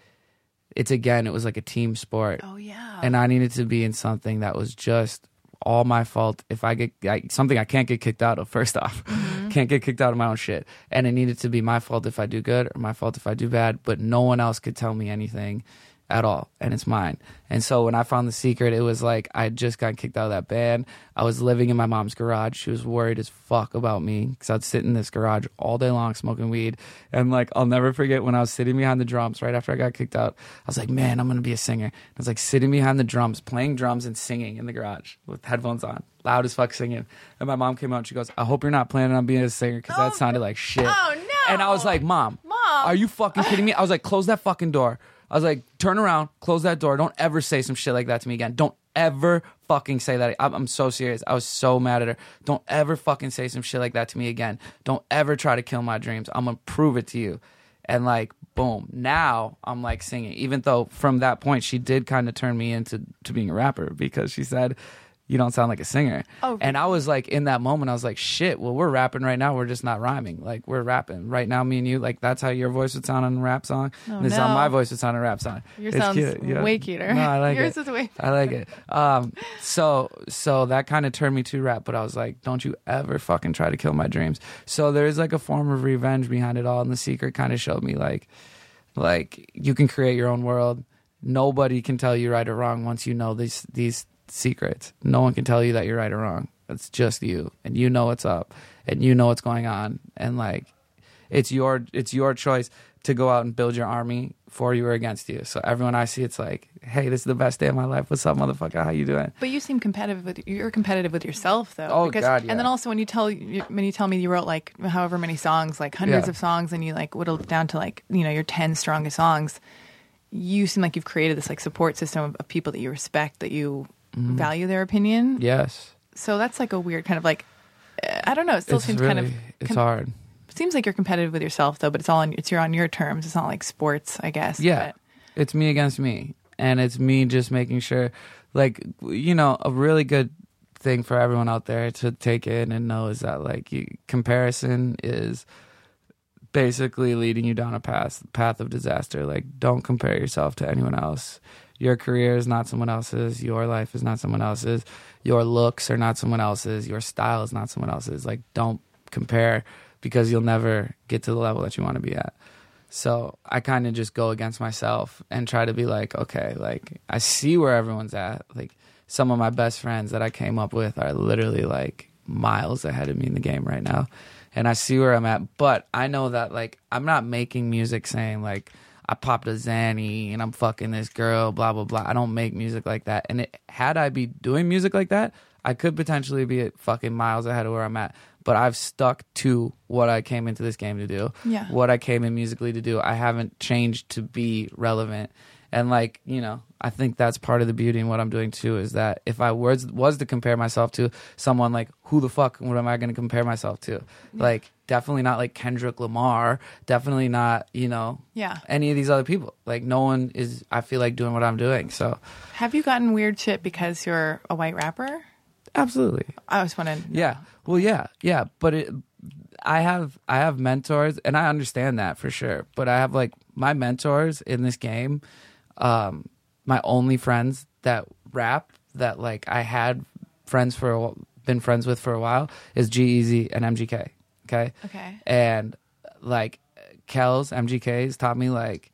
Speaker 4: it's again it was like a team sport
Speaker 3: Oh yeah.
Speaker 4: and I needed to be in something that was just all my fault. If I get I, something, I can't get kicked out of. First off, can't get kicked out of my own shit, and it needed to be my fault if I do good or my fault if I do bad. But no one else could tell me anything at all, and it's mine. And so when I found the secret, it was like I just got kicked out of that band. I was living in my mom's garage. She was worried as fuck about me because I'd sit in this garage all day long smoking weed. And like I'll never forget when I was sitting behind the drums right after I got kicked out. I was like, man, I'm gonna be a singer. I was like sitting behind the drums, playing drums and singing in the garage with headphones on, loud as fuck singing. And my mom came out and she goes, I hope you're not planning on being a singer because that sounded like shit.
Speaker 3: Oh, no.
Speaker 4: And I was like, mom,
Speaker 3: Mom.
Speaker 4: are you fucking kidding me? I was like, close that fucking door. I was like, turn around, close that door. Don't ever say some shit like that to me again. Don't ever fucking say that. I'm, I'm so serious. I was so mad at her. Don't ever fucking say some shit like that to me again. Don't ever try to kill my dreams. I'm gonna prove it to you. And like, boom. Now I'm like singing. Even though from that point she did kind of turn me into to being a rapper because she said, "You don't sound like a singer."
Speaker 3: Oh,
Speaker 4: and I was like, in that moment, I was like, shit, well, we're rapping right now. We're just not rhyming. Like, we're rapping right now, me and you. Like, that's how your voice would sound on a rap song.
Speaker 3: Oh,
Speaker 4: and this is how
Speaker 3: no.
Speaker 4: my voice would sound on a rap song.
Speaker 3: Yours
Speaker 4: It's
Speaker 3: sounds
Speaker 4: cute, yeah.
Speaker 3: way cuter.
Speaker 4: No, I like
Speaker 3: Yours
Speaker 4: it.
Speaker 3: is way-
Speaker 4: I like it. Um, so, so that kind of turned me to rap, but I was like, don't you ever fucking try to kill my dreams. So there is like a form of revenge behind it all. And the secret kind of showed me like, like you can create your own world nobody can tell you right or wrong once you know these these secrets no one can tell you that you're right or wrong it's just you and you know what's up and you know what's going on and like it's your it's your choice to go out and build your army for you or against you so everyone i see it's like hey this is the best day of my life what's up motherfucker how you doing
Speaker 3: But you seem competitive with you're competitive with yourself though.
Speaker 4: Oh, God, yeah.
Speaker 3: And then also when you tell when you tell me you wrote like however many songs, like hundreds
Speaker 4: Yeah.
Speaker 3: of songs, and you like whittled down to like you know your ten strongest songs. You seem like you've created this like support system of, of people that you respect, that you
Speaker 4: Mm-hmm.
Speaker 3: value their opinion.
Speaker 4: yes
Speaker 3: So that's like a weird kind of like uh, I don't know. It still
Speaker 4: it's
Speaker 3: seems
Speaker 4: really
Speaker 3: kind of
Speaker 4: it's
Speaker 3: com-
Speaker 4: hard
Speaker 3: seems like you're competitive with yourself though, but it's all on it's you're on your terms. It's not like sports, I guess.
Speaker 4: Yeah.
Speaker 3: but-
Speaker 4: It's me against me. And it's me just making sure, like, you know, a really good thing for everyone out there to take in and know is that, like, you, comparison is basically leading you down a path, path of disaster. Like, don't compare yourself to anyone else. Your career is not someone else's. Your life is not someone else's. Your looks are not someone else's. Your style is not someone else's. Like, don't compare because you'll never get to the level that you want to be at. So I kind of just go against myself and try to be like, okay, like I see where everyone's at. Like some of my best friends that I came up with are literally like miles ahead of me in the game right now. And I see where I'm at, but I know that like I'm not making music saying like I popped a Zanny and I'm fucking this girl, blah blah blah. I don't make music like that. And it, had I be doing music like that, I could potentially be at fucking miles ahead of where I'm at. But I've stuck to what I came into this game to do.
Speaker 3: Yeah.
Speaker 4: What I came in musically to do. I haven't changed to be relevant. And like, you know, I think that's part of the beauty in what I'm doing too is that if I was was to compare myself to someone like who the fuck what am I going to compare myself to? Like definitely not like Kendrick Lamar, definitely not, you know,
Speaker 3: Yeah.
Speaker 4: any of these other people. Like no one is I feel like doing what I'm doing. So,
Speaker 3: Have you gotten weird shit because you're a white rapper?
Speaker 4: absolutely.
Speaker 3: I just want to.
Speaker 4: Yeah. Well, yeah, yeah, but it, I have I have mentors, and I understand that for sure. But I have like my mentors in this game, um, my only friends that rap that like I had friends for a, wh- been friends with for a while is G Easy and MGK. Okay.
Speaker 3: Okay.
Speaker 4: And like Kells MGK's taught me like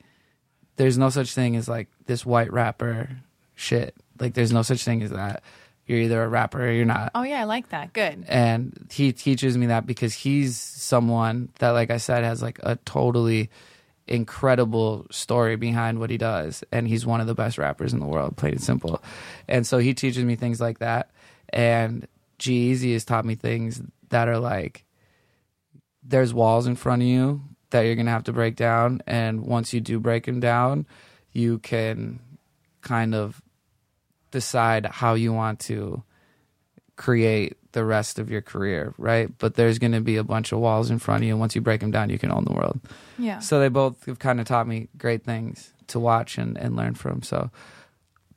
Speaker 4: there's no such thing as like this white rapper shit. Like there's no such thing as that. You're either a rapper or you're not
Speaker 3: Oh yeah, I like that. Good.
Speaker 4: and he teaches me that because he's someone that like i said has like a totally incredible story behind what he does and he's one of the best rappers in the world plain and simple and so he teaches me things like that and g-eazy has taught me things that are like there's walls in front of you that you're gonna have to break down and once you do break them down you can kind of decide how you want to create the rest of your career, right? But there's going to be a bunch of walls in front of you, and once you break them down, you can own the world.
Speaker 3: Yeah.
Speaker 4: So they both have kind of taught me great things to watch and, and learn from. So,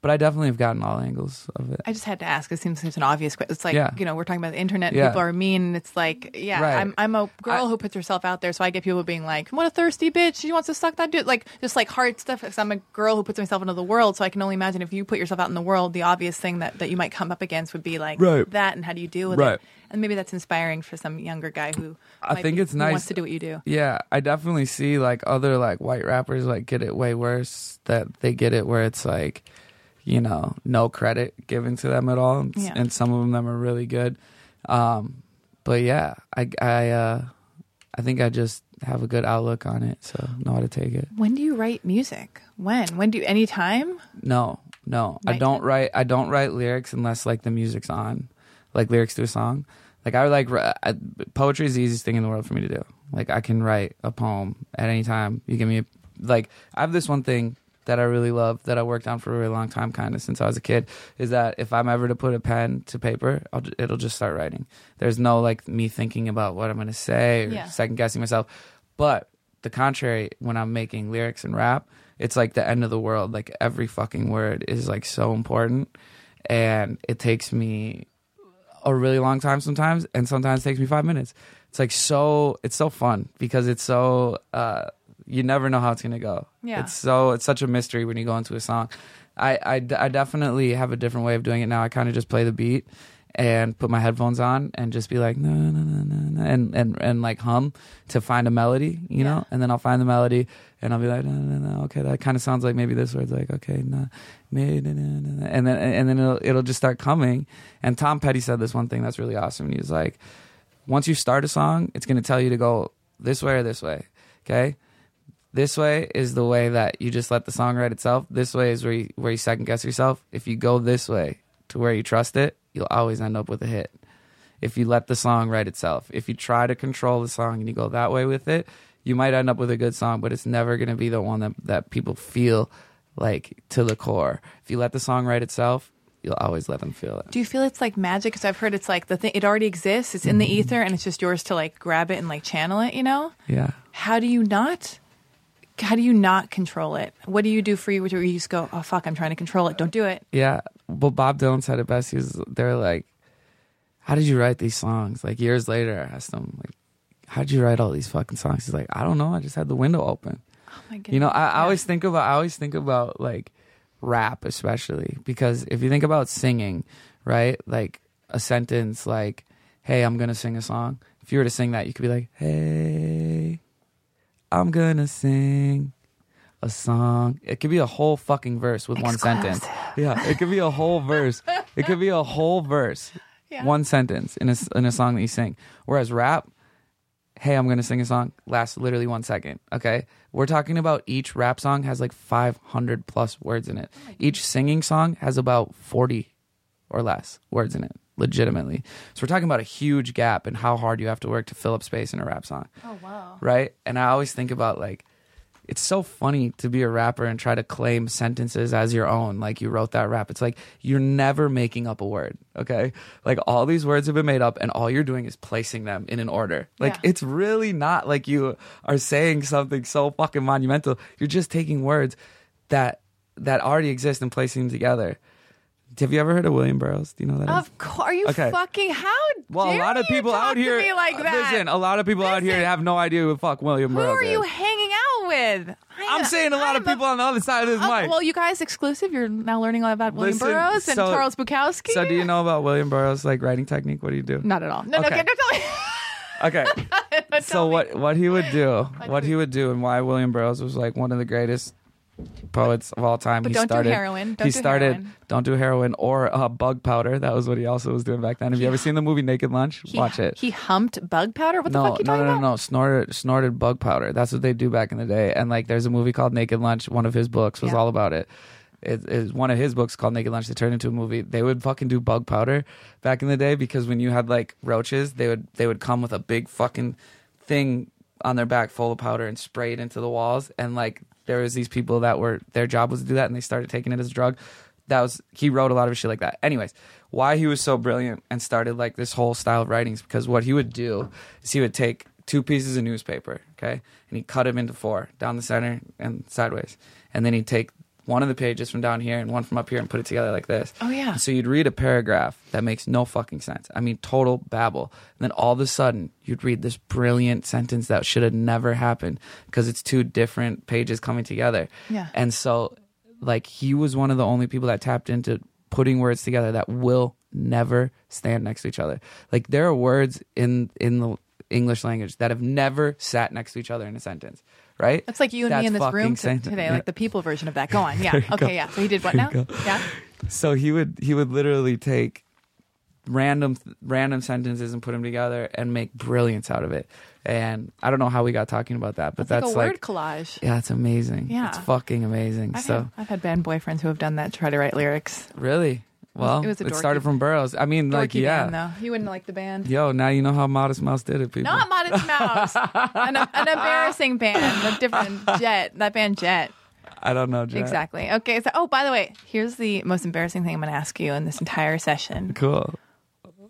Speaker 4: but I definitely have gotten all angles of it.
Speaker 3: I just had to ask. It seems it's an obvious question. It's like
Speaker 4: Yeah.
Speaker 3: you know we're talking about the internet.
Speaker 4: Yeah.
Speaker 3: People are mean. And it's like yeah,
Speaker 4: Right.
Speaker 3: I'm I'm a girl
Speaker 4: I-
Speaker 3: who puts herself out there, so I get people being like, "What a thirsty bitch! She wants to suck that dude." Like just like hard stuff. Because I'm a girl who puts myself into the world, so I can only imagine if you put yourself out in the world, the obvious thing that that you might come up against would be like
Speaker 4: Right.
Speaker 3: that, and how do you deal with
Speaker 4: Right.
Speaker 3: it? And maybe that's inspiring for some younger guy who
Speaker 4: I
Speaker 3: might
Speaker 4: think
Speaker 3: be-
Speaker 4: it's
Speaker 3: who
Speaker 4: nice-
Speaker 3: wants to do what you do.
Speaker 4: Yeah, I definitely see like other like white rappers like get it way worse that they get it where it's like, you know, no credit given to them at all, and,
Speaker 3: Yeah.
Speaker 4: and some of them are really good. Um, but yeah, I I uh, I think I just have a good outlook on it, so know how to take it.
Speaker 3: When do you write music? When? When do you? Any time?
Speaker 4: No, no. I
Speaker 3: Right.
Speaker 4: don't write I don't write lyrics unless like the music's on. Like lyrics to a song. Like I like ri- I, poetry is the easiest thing in the world for me to do. Like I can write a poem at any time. You give me a, like I have this one thing that I really love that I worked on for a really long time kind of since I was a kid is that if I'm ever to put a pen to paper, I'll, ju- it'll just start writing. There's no like me thinking about what I'm going to say or
Speaker 3: Yeah.
Speaker 4: second guessing myself. But the contrary, when I'm making lyrics and rap, it's like the end of the world. Like every fucking word is like so important, and it takes me a really long time sometimes, and sometimes it takes me five minutes. It's like so. It's so fun because it's so. Uh, you never know how it's gonna go.
Speaker 3: Yeah.
Speaker 4: It's so. It's such a mystery when you go into a song. I I d- I definitely have a different way of doing it now. I kind of just play the beat and put my headphones on and just be like no no no no no and and and like hum to find a melody you
Speaker 3: Yeah.
Speaker 4: know and then i'll find the melody and i'll be like no no no okay that kind of sounds like maybe this word's like okay no no, no, no, no. and then and then it'll it'll just start coming and tom petty said this one thing that's really awesome he was like once you start a song it's going to tell you to go this way or this way okay this way is the way that you just let the song write itself. This way is where you, where you second guess yourself. If you go this way to where you trust it, you'll always end up with a hit. If you let the song write itself, if you try to control the song and you go that way with it, you might end up with a good song, but it's never going to be the one that, that people feel like to the core. If you let the song write itself, you'll always let them feel it.
Speaker 3: Do you feel it's like magic? Because I've heard it's like the thing, it already exists, it's
Speaker 4: Mm-hmm.
Speaker 3: in the ether, and it's just yours to like grab it and like channel it, you know?
Speaker 4: Yeah.
Speaker 3: How do you not? How do you not control it? What do you do for you? Where you just go, oh fuck, I'm trying to control it. Don't do it.
Speaker 4: Yeah. Well, Bob Dylan said it best. He was, they're like, how did you write these songs? Like years later, I asked him, like, how did you write all these fucking songs? He's like, I don't know. I just had the window open.
Speaker 3: Oh my goodness.
Speaker 4: You know, I, I always think about, I always think about like rap, especially because if you think about singing, right? Like a sentence like, hey, I'm going to sing a song. If you were to sing that, you could be like, hey, I'm going to sing a song. It could be a whole fucking verse with one sentence. Yeah, it could be a whole verse. It could be a whole verse,
Speaker 3: Yeah.
Speaker 4: one sentence in a s- in a song that you sing. Whereas rap, hey, I'm gonna sing a song lasts literally one second. Okay, we're talking about each rap song has like 500 plus words in it. Each singing song has about 40 or less words in it. Legitimately, so we're talking about a huge gap in how hard you have to work to fill up space in a rap song
Speaker 3: Oh wow.
Speaker 4: right? And I always think about like, it's so funny to be a rapper and try to claim sentences as your own. Like you wrote that rap. It's like you're never making up a word, okay? Like all these words have been made up, and all you're doing is placing them in an order. Like
Speaker 3: Yeah.
Speaker 4: it's really not like you are saying something so fucking monumental. You're just taking words that that already exist and placing them together. Have you ever heard of William Burroughs? Do you know who that is?
Speaker 3: Of course, are you
Speaker 4: Okay.
Speaker 3: fucking how?
Speaker 4: Well, a
Speaker 3: dare
Speaker 4: lot of
Speaker 3: you
Speaker 4: people
Speaker 3: talk
Speaker 4: out
Speaker 3: to
Speaker 4: here.
Speaker 3: me like
Speaker 4: uh,
Speaker 3: that?
Speaker 4: Listen, a lot of people out here
Speaker 3: Listen.
Speaker 4: have no idea who the fuck William
Speaker 3: Who
Speaker 4: Burroughs
Speaker 3: are
Speaker 4: is.
Speaker 3: you hanging out with? I
Speaker 4: I'm
Speaker 3: am-
Speaker 4: saying a lot
Speaker 3: I
Speaker 4: of
Speaker 3: am a-
Speaker 4: people on the other side of this
Speaker 3: Oh,
Speaker 4: mic.
Speaker 3: Well, you guys exclusive. You're now learning all about William
Speaker 4: Listen,
Speaker 3: Burroughs and
Speaker 4: so-
Speaker 3: Charles Bukowski.
Speaker 4: so do you know about William Burroughs like writing technique? What do you do?
Speaker 3: Not at all. No,
Speaker 4: Okay.
Speaker 3: no, no, tell me.
Speaker 4: Okay.
Speaker 3: Don't
Speaker 4: so
Speaker 3: tell me.
Speaker 4: what what he would do, what he would do and why William Burroughs was like one of the greatest poets of all time.
Speaker 3: But
Speaker 4: he
Speaker 3: don't do
Speaker 4: started,
Speaker 3: heroin. Don't
Speaker 4: he
Speaker 3: do
Speaker 4: started
Speaker 3: heroin.
Speaker 4: don't do heroin or uh, bug powder. That was what he also was doing back then. Have you ever seen the movie Naked Lunch?
Speaker 3: He-
Speaker 4: Watch it.
Speaker 3: He humped bug powder. What the
Speaker 4: no,
Speaker 3: fuck are you
Speaker 4: no,
Speaker 3: talking
Speaker 4: no, no,
Speaker 3: about?
Speaker 4: no. Snorted, snorted bug powder. That's what they do back in the day. And like, there's a movie called Naked Lunch. One of his books was
Speaker 3: Yeah.
Speaker 4: all about it. It is one of his books called Naked Lunch. They turned into a movie. They would fucking do bug powder back in the day because when you had like roaches, they would they would come with a big fucking thing on their back full of powder and spray it into the walls. And like, there was these people that were their job was to do that, and they started taking it as a drug that was he wrote a lot of shit like that. Anyways, why he was so brilliant and started like this whole style of writings because what he would do is he would take two pieces of newspaper, okay, and he cut them into four down the center and sideways, and then he'd take one of the pages from down here and one from up here and put it together like this.
Speaker 3: Oh, yeah.
Speaker 4: So you'd read a paragraph that makes no fucking sense. I mean, total babble. And then all of a sudden, you'd read this brilliant sentence that should have never happened because it's two different pages coming together.
Speaker 3: Yeah.
Speaker 4: And so, like, he was one of the only people that tapped into putting words together that will never stand next to each other. Like, there are words in in the English language that have never sat next to each other in a sentence, right?
Speaker 3: That's like you and
Speaker 4: That's
Speaker 3: me in this
Speaker 4: fucking
Speaker 3: room t-
Speaker 4: sentence.
Speaker 3: today,
Speaker 4: Yeah.
Speaker 3: like the people version of that. Go on. Yeah. Okay. Yeah. So he did what now? Yeah.
Speaker 4: so he would he would literally take random random sentences and put them together and make brilliance out of it. And I don't know how we got talking about that, but
Speaker 3: It's like
Speaker 4: that's,
Speaker 3: a
Speaker 4: like,
Speaker 3: word collage.
Speaker 4: yeah, it's amazing.
Speaker 3: Yeah.
Speaker 4: it's fucking amazing.
Speaker 3: I've,
Speaker 4: so
Speaker 3: had, I've had band boyfriends who have done that, try to write lyrics.
Speaker 4: really, well,
Speaker 3: it was a dorky-
Speaker 4: started from Burroughs. I mean, like
Speaker 3: Dorky
Speaker 4: yeah,
Speaker 3: band, though. He wouldn't like the band.
Speaker 4: yo, now you know how Modest Mouse did it, people.
Speaker 3: Not Modest Mouse. an, an embarrassing band. A different Jet. That band Jet.
Speaker 4: I don't know, Jack.
Speaker 3: Exactly. Okay. So, oh, by the way, here's the most embarrassing thing I'm going to ask you in this entire session.
Speaker 4: Cool.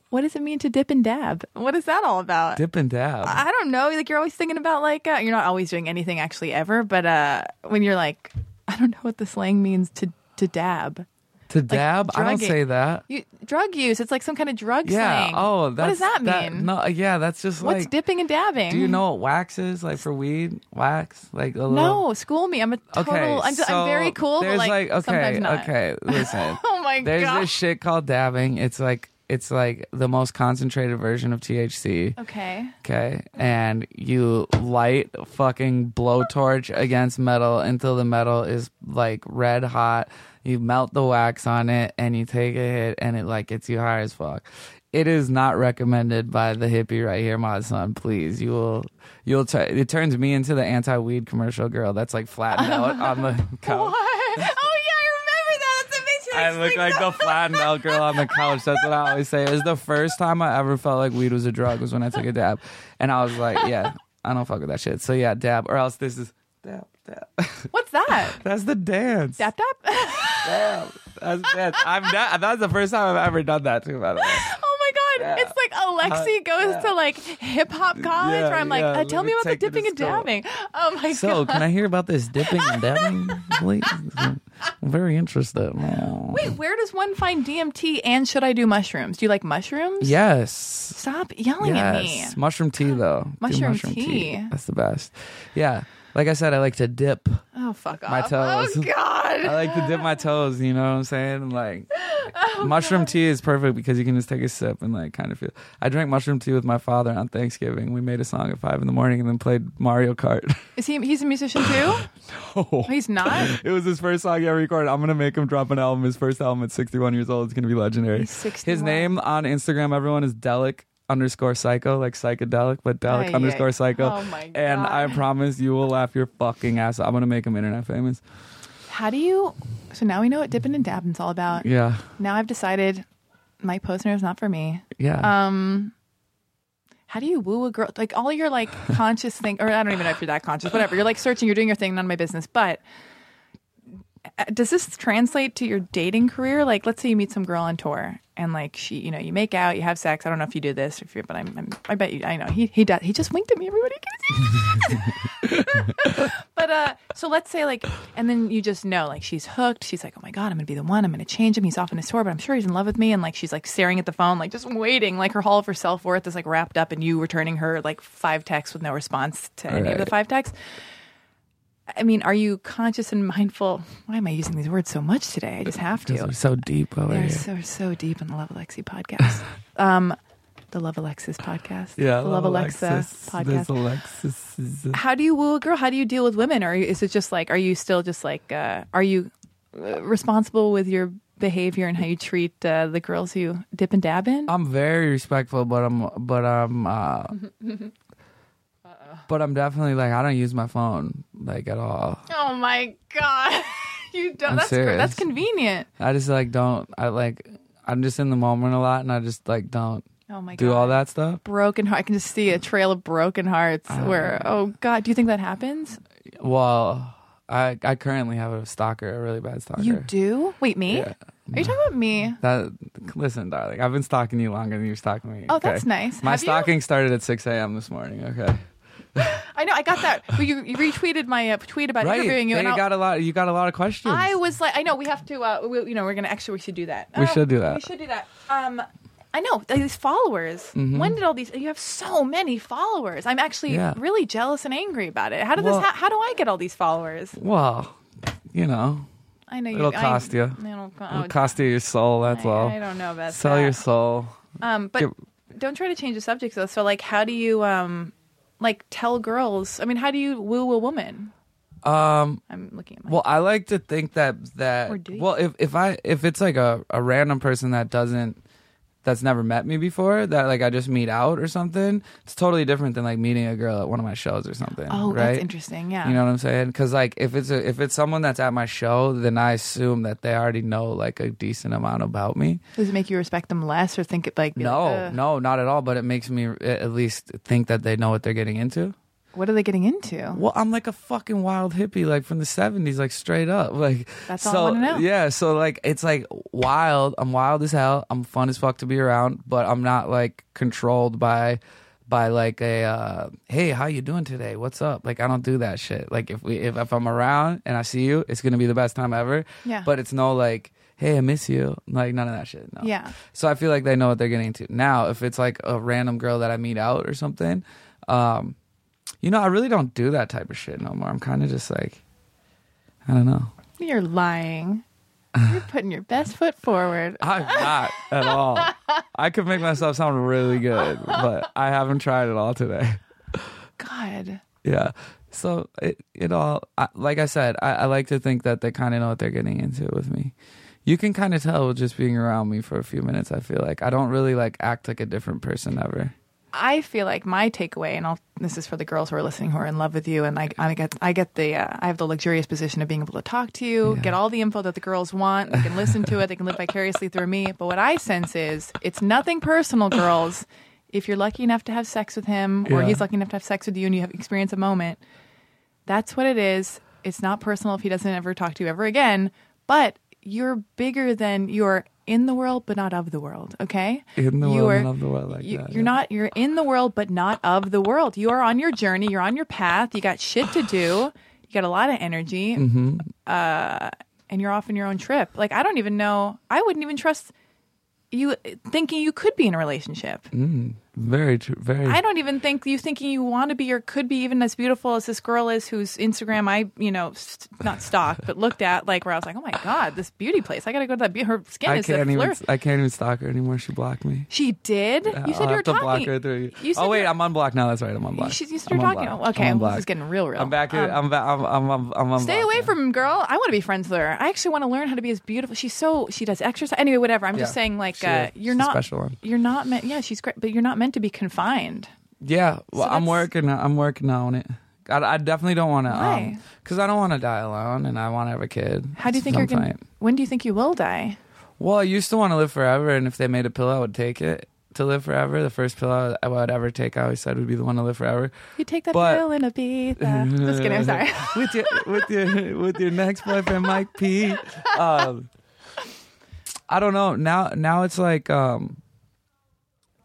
Speaker 3: What does it mean to dip and dab? What is that all about?
Speaker 4: Dip and dab.
Speaker 3: I don't know. Like you're always thinking about like uh, you're not always doing anything actually ever, but uh when you're like, I don't know what the slang means to to dab.
Speaker 4: to dab, I don't
Speaker 3: drugging.
Speaker 4: say that.
Speaker 3: You, drug use. It's like some kind of drug
Speaker 4: Yeah.
Speaker 3: slang.
Speaker 4: Oh,
Speaker 3: what
Speaker 4: that's,
Speaker 3: does that mean?
Speaker 4: no, yeah, that's just
Speaker 3: What's
Speaker 4: like.
Speaker 3: dipping and dabbing?
Speaker 4: do you know what wax is like for weed? Wax, like a little.
Speaker 3: No, school me. I'm a total.
Speaker 4: uh, Okay,
Speaker 3: I'm, just,
Speaker 4: so
Speaker 3: I'm very cool, but
Speaker 4: There's
Speaker 3: like,
Speaker 4: okay,
Speaker 3: sometimes not.
Speaker 4: okay. Listen,
Speaker 3: Oh my
Speaker 4: there's
Speaker 3: god.
Speaker 4: this shit called dabbing. It's like it's like the most concentrated version of THC.
Speaker 3: okay.
Speaker 4: Okay, and you light a fucking blowtorch against metal until the metal is like red hot. You melt the wax on it, and you take a hit, and it like gets you high as fuck. It is not recommended by the hippie right here, my son. Please, you will, you'll. T- it turns me into the anti-weed commercial girl that's like flattened out on the couch.
Speaker 3: What? Oh yeah, I remember that. That's amazing.
Speaker 4: I
Speaker 3: just
Speaker 4: look like the flattened out girl on the couch. That's what I always say. It was the first time I ever felt like weed was a drug was when I took a dab, and I was like, yeah, I don't fuck with that shit. So yeah, dab, or else this is dab, dab.
Speaker 3: What's that?
Speaker 4: That's the dance.
Speaker 3: Dap dap.
Speaker 4: Dab. That's dance. I'm that. That's the first time I've ever done that too. By the way.
Speaker 3: Oh my god! It's like Alexi goes to like hip hop college,
Speaker 4: Uh, Yeah,
Speaker 3: where I'm like,
Speaker 4: yeah,
Speaker 3: uh,
Speaker 4: let
Speaker 3: tell
Speaker 4: me
Speaker 3: me about the
Speaker 4: take you to
Speaker 3: dipping and
Speaker 4: school.
Speaker 3: dabbing. Oh my
Speaker 4: So
Speaker 3: god!
Speaker 4: can I hear about this dipping and dabbing? Please, I'm very interested.
Speaker 3: Wait, where does one find DMT? And should I do mushrooms? Do you like mushrooms?
Speaker 4: Yes.
Speaker 3: Stop yelling at me.
Speaker 4: Yes, mushroom tea though. Do
Speaker 3: Mushroom tea.
Speaker 4: That's the best. Yeah, like I said, I like to dip.
Speaker 3: Oh fuck off!
Speaker 4: My toes. Uh,
Speaker 3: Oh god!
Speaker 4: I like to dip my toes. You know what I'm saying? Like
Speaker 3: Oh,
Speaker 4: mushroom tea is perfect because you can just take a sip and like kind of feel. I drank mushroom tea with my father on Thanksgiving. We made a song at five in the morning and then played Mario Kart.
Speaker 3: Is he? He's a musician too.
Speaker 4: Oh.
Speaker 3: He's not.
Speaker 4: It was his first song he ever recorded. I'm gonna make him drop an album. His first album at 61 years old. It's gonna be legendary.
Speaker 3: He's 61.
Speaker 4: His name on Instagram, everyone is Delic underscore psycho, like psychedelic, but Delic
Speaker 3: Ay, ay.
Speaker 4: underscore psycho.
Speaker 3: Oh my
Speaker 4: And
Speaker 3: God.
Speaker 4: I promise you will laugh your fucking ass. off. I'm gonna make him internet famous.
Speaker 3: How do you? So now we know what dipping and dabbing's all about.
Speaker 4: Yeah,
Speaker 3: Now I've decided Mike Posner is not for me.
Speaker 4: yeah.
Speaker 3: Um, how do you woo a girl? Like all your like conscious thing, or I don't even know if you're that conscious. Whatever. You're like searching. You're doing your thing. None of my business. But uh, does this translate to your dating career? Like, let's say you meet some girl on tour, and like she, you know, you make out, you have sex. I don't know if you do this, if you're, but I'm, I'm I bet you. I know he he does. He just winked at me. Everybody can see. But uh, so let's say like, and then you just know like she's hooked. She's like, oh my god, I'm gonna be the one. I'm gonna change him. He's off on his tour, but I'm sure he's in love with me. And like she's like staring at the phone, like just waiting. Like her all of her self worth is like wrapped up in you returning her like five texts with no response to any of the
Speaker 4: Right.
Speaker 3: five texts. I mean, are you conscious and mindful? Why am I using these words so much today? I just have
Speaker 4: Because
Speaker 3: to.
Speaker 4: we're so deep over
Speaker 3: They're
Speaker 4: here.
Speaker 3: so so deep in the Love Alexi podcast. um, the Love Alexis podcast.
Speaker 4: yeah, I
Speaker 3: the Love, Alexa
Speaker 4: Alexis.
Speaker 3: podcast
Speaker 4: There's Alexis. is-
Speaker 3: how do you woo a girl? How do you deal with women? Or is it just like, are you still just like, uh, are you uh, responsible with your behavior and how you treat uh, the girls you dip and dab in?
Speaker 4: I'm very respectful, but I'm but I'm uh, but I'm definitely like I don't use my phone like at all.
Speaker 3: oh my god, you don't.
Speaker 4: I'm
Speaker 3: that's cr-
Speaker 4: serious.
Speaker 3: that's convenient.
Speaker 4: I just like don't. I like I'm just in the moment a lot, and I just like don't
Speaker 3: Oh my god,
Speaker 4: do all that stuff.
Speaker 3: Broken heart. I can just see a trail of broken hearts.
Speaker 4: Uh,
Speaker 3: where oh god, do you think that happens?
Speaker 4: Well, I I currently have a stalker, a really bad stalker.
Speaker 3: You do? Wait, me?
Speaker 4: Yeah.
Speaker 3: Are you talking about me?
Speaker 4: That listen, darling. I've been stalking you longer than you're stalking me.
Speaker 3: Oh, that's nice.
Speaker 4: My
Speaker 3: Have you-
Speaker 4: stalking started at 6 a.m. this morning. Okay,
Speaker 3: I know I got that. Well, you, you retweeted my uh, tweet about
Speaker 4: right?
Speaker 3: interviewing you,
Speaker 4: They
Speaker 3: and I'll-
Speaker 4: got a lot. You got a lot of questions.
Speaker 3: I was like, I know we have to. Uh, we, you know, we're gonna actually we should do that.
Speaker 4: We
Speaker 3: Uh,
Speaker 4: should do that.
Speaker 3: We should do that. Um, I know these followers. When did all these? You have so many followers. I'm actually
Speaker 4: Mm-hmm. Yeah.
Speaker 3: really jealous and angry about it. How did
Speaker 4: Well-
Speaker 3: this? How, how do I get all these followers?
Speaker 4: well, you know,
Speaker 3: I know you.
Speaker 4: It'll
Speaker 3: I-
Speaker 4: cost you.
Speaker 3: It'll, co-
Speaker 4: it'll
Speaker 3: oh,
Speaker 4: cost you your soul. That's
Speaker 3: I,
Speaker 4: all.
Speaker 3: I don't know about
Speaker 4: Sell
Speaker 3: that.
Speaker 4: your soul.
Speaker 3: Um, but don't try to change the subject though. So like, how do you um, like tell girls? I mean, how do you woo a woman?
Speaker 4: Um.
Speaker 3: I'm looking at my.
Speaker 4: Well, I like to think that that.
Speaker 3: Or do you?
Speaker 4: Well, if if I if it's like a a random person that doesn't that's never met me before that like I just meet out or something, it's totally different than like meeting a girl at one of my shows or something.
Speaker 3: oh,
Speaker 4: right?
Speaker 3: that's interesting. Yeah.
Speaker 4: You know what I'm saying? Because like if it's a, if it's someone that's at my show, then I assume that they already know like a decent amount about me.
Speaker 3: Does it make you respect them less, or think it like? uh, be
Speaker 4: No,
Speaker 3: like, "Ugh,
Speaker 4: no, not at all. But it makes me a- at least think that they know what they're getting into.
Speaker 3: What are they getting into?
Speaker 4: Well, I'm like a fucking wild hippie, like from the '70s, like straight up, like.
Speaker 3: That's all I
Speaker 4: so,
Speaker 3: wanna know.
Speaker 4: Yeah, so like it's like wild. I'm wild as hell. I'm fun as fuck to be around, but I'm not like controlled by, by like a, uh, hey, how you doing today? What's up? Like I don't do that shit. Like if we if, if I'm around and I see you, it's gonna be the best time ever.
Speaker 3: Yeah.
Speaker 4: But it's no like, hey, I miss you. Like none of that shit. No.
Speaker 3: Yeah.
Speaker 4: So I feel like they know what they're getting into. Now, if it's like a random girl that I meet out or something, um, you know, I really don't do that type of shit no more. I'm kind of just like, I don't know.
Speaker 3: You're lying. You're putting your best foot forward.
Speaker 4: I'm not at all. I could make myself sound really good, but I haven't tried at all today.
Speaker 3: God.
Speaker 4: Yeah. So it it all I, like I said, I, I like to think that they kind of know what they're getting into with me. You can kind of tell with just being around me for a few minutes. I feel like I don't really like act like a different person ever.
Speaker 3: I feel like my takeaway, and I'll, this is for the girls who are listening who are in love with you, and I, I get, I get the, uh, I have the luxurious position of being able to talk to you, get all the info that the girls want. They can listen to it. They can live vicariously through me. But what I sense is it's nothing personal, girls. If you're lucky enough to have sex with him, or
Speaker 4: Yeah.
Speaker 3: he's lucky enough to have sex with you, and you have experience a moment, that's what it is. It's not personal if he doesn't ever talk to you ever again. But you're bigger than you're in the world, but not of the world. Okay,
Speaker 4: In the
Speaker 3: You
Speaker 4: world
Speaker 3: are-
Speaker 4: and of the world, like
Speaker 3: you,
Speaker 4: that,
Speaker 3: are
Speaker 4: yeah.
Speaker 3: not. You're in the world, but not of the world. You are on your journey. You're on your path. You got shit to do. You got a lot of energy, uh,
Speaker 4: Mm-hmm.
Speaker 3: and you're off on your own trip. Like I don't even know. I wouldn't even trust you thinking you could be in a relationship.
Speaker 4: Very true. Very.
Speaker 3: I don't even think you thinking you want to be or could be even as beautiful as this girl is, whose Instagram I, you know, st- not stalked but looked at, like where I was like, oh my god, this beauty place. I got to go to that. Be- her skin
Speaker 4: I
Speaker 3: is a
Speaker 4: can't even.
Speaker 3: flourish.
Speaker 4: I can't even stalk her anymore. She blocked me.
Speaker 3: She did. you
Speaker 4: I'll
Speaker 3: said you were
Speaker 4: have to
Speaker 3: talking.
Speaker 4: block her through.
Speaker 3: You said
Speaker 4: oh wait,
Speaker 3: you're-
Speaker 4: I'm unblocked now. That's right. I'm unblocked.
Speaker 3: She- you
Speaker 4: I'm
Speaker 3: started talking.
Speaker 4: unblocked.
Speaker 3: Okay,
Speaker 4: I'm
Speaker 3: well, this
Speaker 4: unblocked.
Speaker 3: is getting real, real. Um,
Speaker 4: I'm back. in- I'm back. I'm. I'm. I'm. I'm unblocked
Speaker 3: Stay away
Speaker 4: now.
Speaker 3: from girl. I want to be friends with her. I actually want to learn how to be as beautiful. She's so she does exercise. Anyway, whatever. I'm just
Speaker 4: Yeah.
Speaker 3: saying, like,
Speaker 4: She
Speaker 3: uh,
Speaker 4: is.
Speaker 3: you're
Speaker 4: She's a
Speaker 3: not
Speaker 4: special one.
Speaker 3: You're not meant. Yeah, she's great, but you're not meant to be confined.
Speaker 4: Yeah, well, I'm
Speaker 3: that's-
Speaker 4: working. I'm working on it. I, I definitely don't want to.
Speaker 3: Why?
Speaker 4: Um, because I don't want to die alone, and I want to have a kid.
Speaker 3: How do you think you're gonna?
Speaker 4: sometime.
Speaker 3: When do you think you will die?
Speaker 4: Well, I used to want to live forever, and if they made a pill, I would take it to live forever. The first pill I I would ever take, I always said, would be the one to live foforever.
Speaker 3: You take that
Speaker 4: But-
Speaker 3: pill in Ibiza. Just kidding. I'm sorry.
Speaker 4: with your with your with your next boyfriend, Mike P. Um, I don't know. Now now it's like um,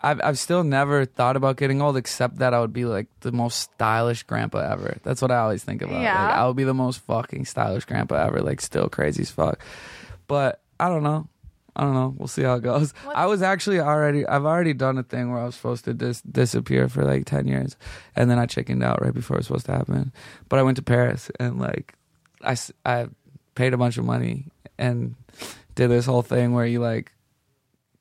Speaker 4: I've I've still never thought about getting old, except that I would be like the most stylish grandpa ever. That's what I always think about. Like,
Speaker 3: Yeah.
Speaker 4: I would be the most fucking stylish grandpa ever. Like still crazy as fuck. But I don't know. I don't know. We'll see how it goes. I was actually already. I've already done a thing where I was supposed to dis- disappear for like ten years, and then I chickened out right before it was supposed to happen. But I went to Paris and like, I s- I paid a bunch of money and did this whole thing where you like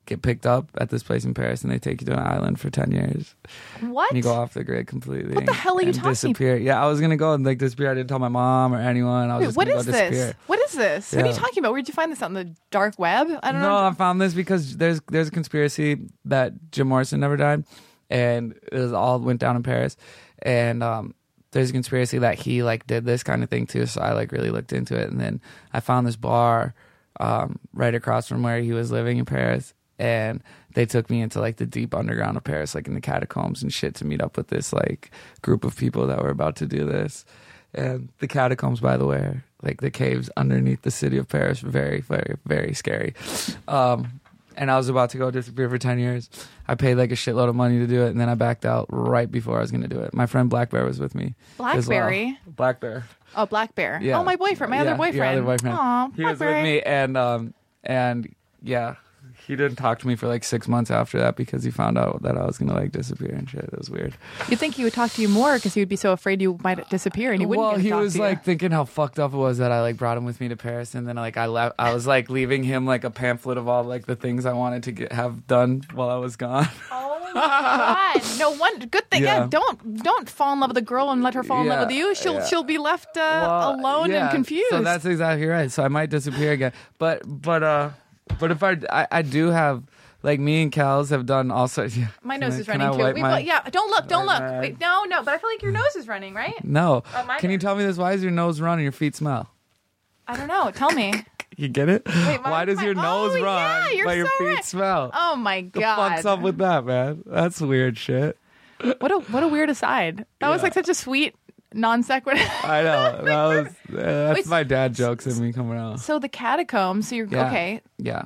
Speaker 4: get picked up at this place in Paris and they take you to an island for ten years.
Speaker 3: What?
Speaker 4: And you go off the grid completely. What
Speaker 3: the hell are you
Speaker 4: and
Speaker 3: talking-
Speaker 4: Disappear. Yeah, I was gonna go and like disappear. I didn't tell my mom or anyone. I was
Speaker 3: Wait,
Speaker 4: just
Speaker 3: what
Speaker 4: gonna
Speaker 3: is
Speaker 4: go
Speaker 3: this?
Speaker 4: disappear.
Speaker 3: What is this? What are you
Speaker 4: Yeah.
Speaker 3: talking about? Where'd you find this on the dark web? I don't
Speaker 4: No,
Speaker 3: know.
Speaker 4: I found this because there's there's a conspiracy that Jim Morrison never died, and it was all went down in Paris, and um, there's a conspiracy that he like did this kind of thing too. So I like really looked into it, and then I found this bar um, right across from where he was living in Paris, and they took me into like the deep underground of Paris, like in the catacombs and shit, to meet up with this like group of people that were about to do this. And the catacombs, by the way, are, like the caves underneath the city of Paris, very, very, very scary. Um, and I was about to go disappear for 10 years. I paid like a shitload of money to do it, and then I backed out right before I was going to do it. My friend Black Bear was with me. as well.
Speaker 3: Blackberry?
Speaker 4: Black Bear.
Speaker 3: Oh, Black Bear.
Speaker 4: Yeah.
Speaker 3: Oh, my boyfriend, my
Speaker 4: Yeah,
Speaker 3: other boyfriend.
Speaker 4: Your other boyfriend.
Speaker 3: Aw,
Speaker 4: he
Speaker 3: Black
Speaker 4: was
Speaker 3: Bear.
Speaker 4: with me, and um, and yeah, he didn't talk to me for like six months after that because he found out that I was gonna like disappear and shit. It was weird.
Speaker 3: You'd think he would talk to you more because he would be so afraid you might disappear and he wouldn't.
Speaker 4: well,
Speaker 3: get to
Speaker 4: he
Speaker 3: talk
Speaker 4: was
Speaker 3: to you.
Speaker 4: like thinking how fucked up it was that I like brought him with me to Paris, and then like I left. I was like leaving him like a pamphlet of all like the things I wanted to get have done while I was gone.
Speaker 3: Oh my god! No one. Good thing. Yeah.
Speaker 4: Yeah.
Speaker 3: Don't don't fall in love with a girl and let her fall in
Speaker 4: Yeah,
Speaker 3: love with you. She'll
Speaker 4: yeah.
Speaker 3: she'll be left uh,
Speaker 4: Well,
Speaker 3: alone and
Speaker 4: yeah,
Speaker 3: confused.
Speaker 4: So that's exactly right. So I might disappear again. But but uh, but if I I, I do have. Like me and Cal's have done also. Yeah.
Speaker 3: my
Speaker 4: Can
Speaker 3: nose
Speaker 4: I-
Speaker 3: is
Speaker 4: can
Speaker 3: running
Speaker 4: I
Speaker 3: too.
Speaker 4: wipe
Speaker 3: We,
Speaker 4: my-
Speaker 3: but yeah, don't look, don't
Speaker 4: wipe
Speaker 3: look.
Speaker 4: my eye?
Speaker 3: Wait, no, no. But I feel like your nose is running, right?
Speaker 4: No.
Speaker 3: Oh, my
Speaker 4: Can you
Speaker 3: bad.
Speaker 4: tell me this? Why does your nose run and your feet smell?
Speaker 3: I don't know. Tell me.
Speaker 4: You get it?
Speaker 3: my-
Speaker 4: Why does
Speaker 3: my-
Speaker 4: your nose
Speaker 3: oh, yeah,
Speaker 4: run
Speaker 3: you're
Speaker 4: but your
Speaker 3: so
Speaker 4: feet
Speaker 3: right.
Speaker 4: smell?
Speaker 3: Oh my
Speaker 4: the
Speaker 3: god!
Speaker 4: fuck's up with that, man? That's weird shit.
Speaker 3: What a what a weird aside. That was
Speaker 4: Yeah.
Speaker 3: like such a sweet non sequitur.
Speaker 4: I know. That was uh, that's
Speaker 3: Wait,
Speaker 4: my dad jokes at me coming out.
Speaker 3: so the catacombs. So you're
Speaker 4: Yeah.
Speaker 3: okay. Ah.
Speaker 4: Yeah.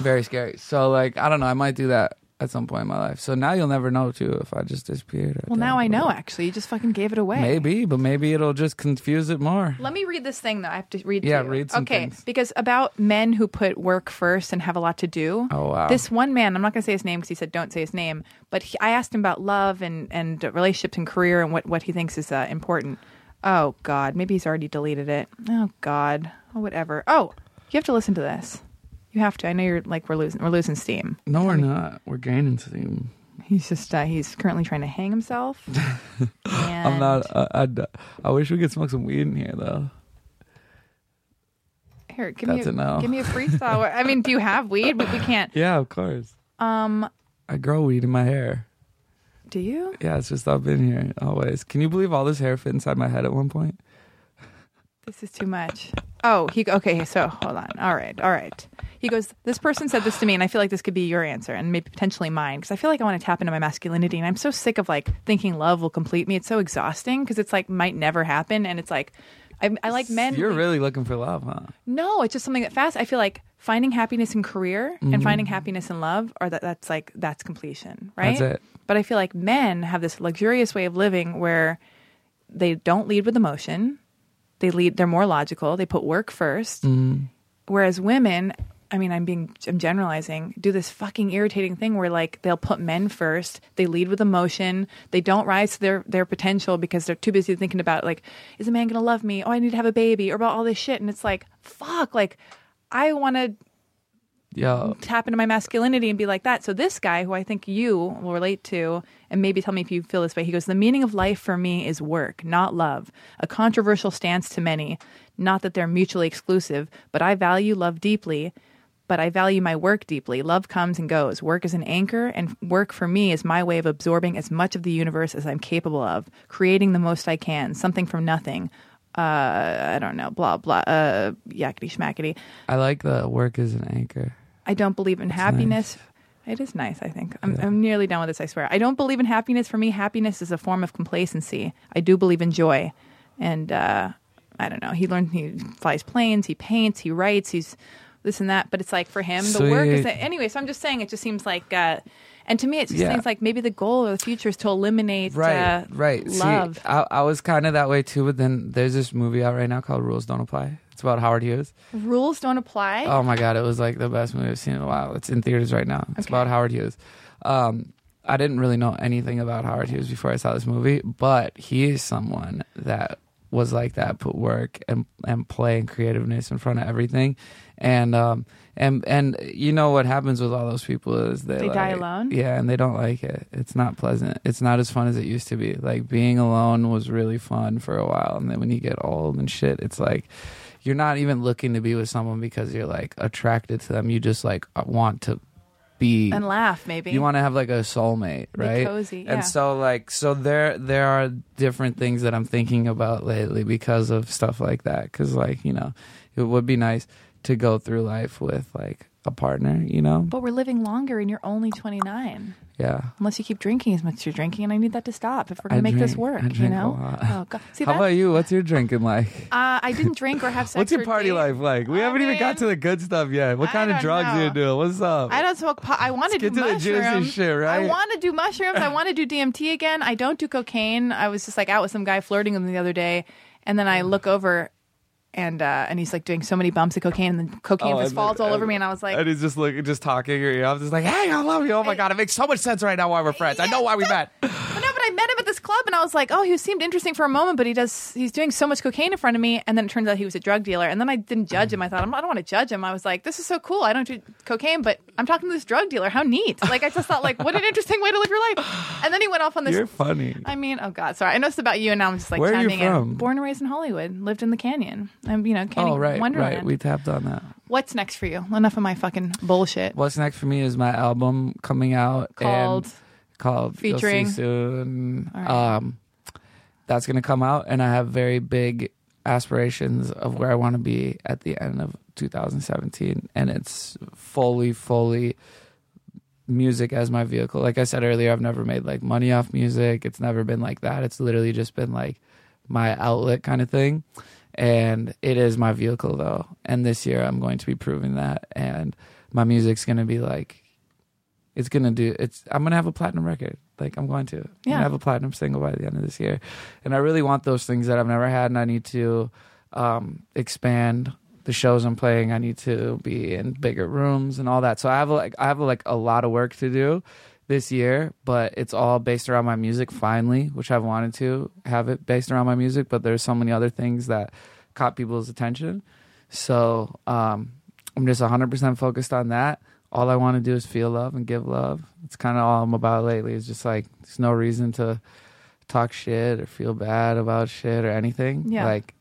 Speaker 4: Very scary. So like I don't know, I might do that at some point in my life. So now you'll never know too if I just disappeared. or
Speaker 3: Well, now
Speaker 4: died,
Speaker 3: I
Speaker 4: but-
Speaker 3: know. Actually, you just fucking gave it away.
Speaker 4: Maybe, but maybe it'll just confuse it more.
Speaker 3: Let me read this thing though. I have to read. to
Speaker 4: Yeah,
Speaker 3: you.
Speaker 4: read some
Speaker 3: Okay,
Speaker 4: things.
Speaker 3: because about men who put work first and have a lot to do.
Speaker 4: Oh, wow.
Speaker 3: This one man, I'm not going to say his name because he said don't say his name, but he, I asked him about love and and uh, relationships and career and what what he thinks is uh, important. Oh God, maybe he's already deleted it. Oh God, oh whatever. Oh, you have to listen to this. You have to. I know you're like we're losing we're losing steam.
Speaker 4: No, we're not. We're gaining steam.
Speaker 3: He's just uh, he's currently trying to hang himself. and
Speaker 4: I'm not. I, I, I wish we could smoke some weed in here though.
Speaker 3: Here, give
Speaker 4: That's
Speaker 3: me
Speaker 4: a no.
Speaker 3: give me a freestyle. I mean, do you have weed? We, we can't.
Speaker 4: Yeah, of course.
Speaker 3: Um,
Speaker 4: I grow weed in my hair.
Speaker 3: do you?
Speaker 4: Yeah, it's just up in here always. Can you believe all this hair fit inside my head at one point?
Speaker 3: This is too much. Oh, he okay. So hold on. All right, all right. He goes. This person said this to me, and I feel like this could be your answer, and maybe potentially mine, because I feel like I want to tap into my masculinity, and I'm so sick of like thinking love will complete me. It's so exhausting because it's like might never happen, and it's like I, I like men.
Speaker 4: You're really looking for love, huh?
Speaker 3: No, it's just something that fast. I feel like finding happiness in career
Speaker 4: Mm-hmm.
Speaker 3: and finding happiness in love are that that's like that's completion, right?
Speaker 4: That's it.
Speaker 3: But I feel like men have this luxurious way of living where they don't lead with emotion. They lead they're more logical. They put work 1st Whereas women I mean, I'm being, I'm generalizing, do this fucking irritating thing where like they'll put men first, they lead with emotion, they don't rise to their, their potential because they're too busy thinking about like, is a man gonna love me? Oh, I need to have a baby, or about all this shit. And it's like, fuck, like I want to
Speaker 4: Yo,
Speaker 3: tap into my masculinity and be like that. So this guy, who I think you will relate to, and maybe tell me if you feel this way, he goes, "The meaning of life for me is work, not love. A controversial stance to many. Not that they're mutually exclusive, but I value love deeply." But I value my work deeply. Love comes and goes. Work is an anchor, and work for me is my way of absorbing as much of the universe as I'm capable of, creating the most I can, something from nothing. Uh, I don't know, blah, blah, uh, yakety schmackety.
Speaker 4: I like the work as an anchor.
Speaker 3: I don't believe in happiness. It is nice, I think. I'm, I'm nearly done with this, I swear. I don't believe in happiness. For me, happiness is a form of complacency. I do believe in joy. And uh, I don't know. He learned, he flies planes, he paints, he writes, he's this and that. But it's like for him, the work
Speaker 4: Sweet.
Speaker 3: is that. Anyway, so I'm just saying, it just seems like, uh, and to me, it just
Speaker 4: Yeah.
Speaker 3: seems like maybe the goal or the future is to eliminate
Speaker 4: Right,
Speaker 3: uh,
Speaker 4: right.
Speaker 3: love.
Speaker 4: See, I, I was kind of that way too, but then there's this movie out right now called Rules Don't Apply. It's about Howard Hughes.
Speaker 3: Rules don't apply.
Speaker 4: Oh my god, it was like the best movie I've seen in a while. It's in theaters right now. It's about Howard Hughes. Um, I didn't really know anything about Howard Hughes before I saw this movie, but he is someone that was like that, put work and and play and creativeness in front of everything, and um and and you know what happens with all those people is they
Speaker 3: They die
Speaker 4: like-
Speaker 3: alone?
Speaker 4: Yeah, and they don't like it. It's not pleasant. It's not as fun as it used to be. Like being alone was really fun for a while, and then when you get old and shit, it's like you're not even looking to be with someone because you're like attracted to them. You just like uh, want to be
Speaker 3: and laugh, maybe.
Speaker 4: you want to have like a soulmate, right?
Speaker 3: cozy, yeah.
Speaker 4: And so like so there there are different things that I'm thinking about lately because of stuff like that cuz like, you know, it would be nice to go through life with like a partner, you know?
Speaker 3: but we're living longer and you're only 29.
Speaker 4: Yeah.
Speaker 3: unless you keep drinking as much as you're drinking, and I need that to stop if we're going
Speaker 4: I
Speaker 3: to make this
Speaker 4: drink-
Speaker 3: work.
Speaker 4: I
Speaker 3: you
Speaker 4: drink a
Speaker 3: know?
Speaker 4: lot.
Speaker 3: Oh god! See
Speaker 4: How
Speaker 3: that?
Speaker 4: about you? What's your drinking like?
Speaker 3: uh, I didn't drink or have sex.
Speaker 4: What's your
Speaker 3: or
Speaker 4: party
Speaker 3: date.
Speaker 4: life like? We
Speaker 3: I
Speaker 4: haven't even got
Speaker 3: mean,
Speaker 4: to the good stuff yet. What
Speaker 3: I
Speaker 4: kind of
Speaker 3: don't
Speaker 4: drugs do you
Speaker 3: know.
Speaker 4: do? What's up?
Speaker 3: I don't smoke pot. I want to do
Speaker 4: Let's get to the juicy
Speaker 3: mushrooms.
Speaker 4: shit, right?
Speaker 3: I want to do mushrooms. I want to do DMT again. I don't do cocaine. I was just like out with some guy flirting with him the other day, and then I look over. And uh, and he's like doing so many bumps of cocaine, and the cocaine
Speaker 4: Oh,
Speaker 3: just
Speaker 4: and-
Speaker 3: falls all over me, and I was like,
Speaker 4: and he's just looking, just talking your ear off. Just like, hey, I love you. Oh my god, it makes so much sense right now why we're friends. I know why we met.
Speaker 3: Well, no, but I met him at this club, and I was like, "Oh, he seemed interesting for a moment, but he does—he's doing so much cocaine in front of me." And then it turns out he was a drug dealer. And then I didn't judge him. I thought, I'm- "I don't want to judge him." I was like, "This is so cool. I don't do cocaine, but I'm talking to this drug dealer. How neat!" Like I just thought, like, what an interesting way to live your life. And then he went off on this.
Speaker 4: You're funny.
Speaker 3: I mean, oh god, sorry. I know it's about you, and now I'm just like
Speaker 4: Where are you
Speaker 3: chiming
Speaker 4: from?
Speaker 3: in. Born and raised in Hollywood, lived in the canyon. I'm, you know, canyon
Speaker 4: Oh right,
Speaker 3: wonderland.
Speaker 4: right. We tapped on that.
Speaker 3: What's next for you? Enough of my fucking bullshit.
Speaker 4: What's next for me is my album coming out
Speaker 3: Called-
Speaker 4: and called
Speaker 3: Featuring-
Speaker 4: You'll see soon.
Speaker 3: right.
Speaker 4: Um, that's gonna come out, and I have very big aspirations of where I want to be at the end of 2017, and it's fully, fully music as my vehicle. Like I said earlier, I've never made like money off music. It's never been like that. It's literally just been like my outlet kind of thing. And it is my vehicle though. And this year I'm going to be proving that and my music's going to be like it's going to do it's I'm going to have a platinum record. Like I'm going to. I'm going
Speaker 3: Yeah.
Speaker 4: to have a platinum single by the end of this year. And I really want those things that I've never had and I need to um expand the shows I'm playing, I need to be in bigger rooms and all that. So I have like I have like a lot of work to do this year, but it's all based around my music finally, which I've wanted to have it based around my music, but there's so many other things that caught people's attention. So, um I'm just 100% focused on that. All I want to do is feel love and give love. It's kind of all I'm about lately. It's just like there's no reason to talk shit or feel bad about shit or anything.
Speaker 3: Yeah.
Speaker 4: Like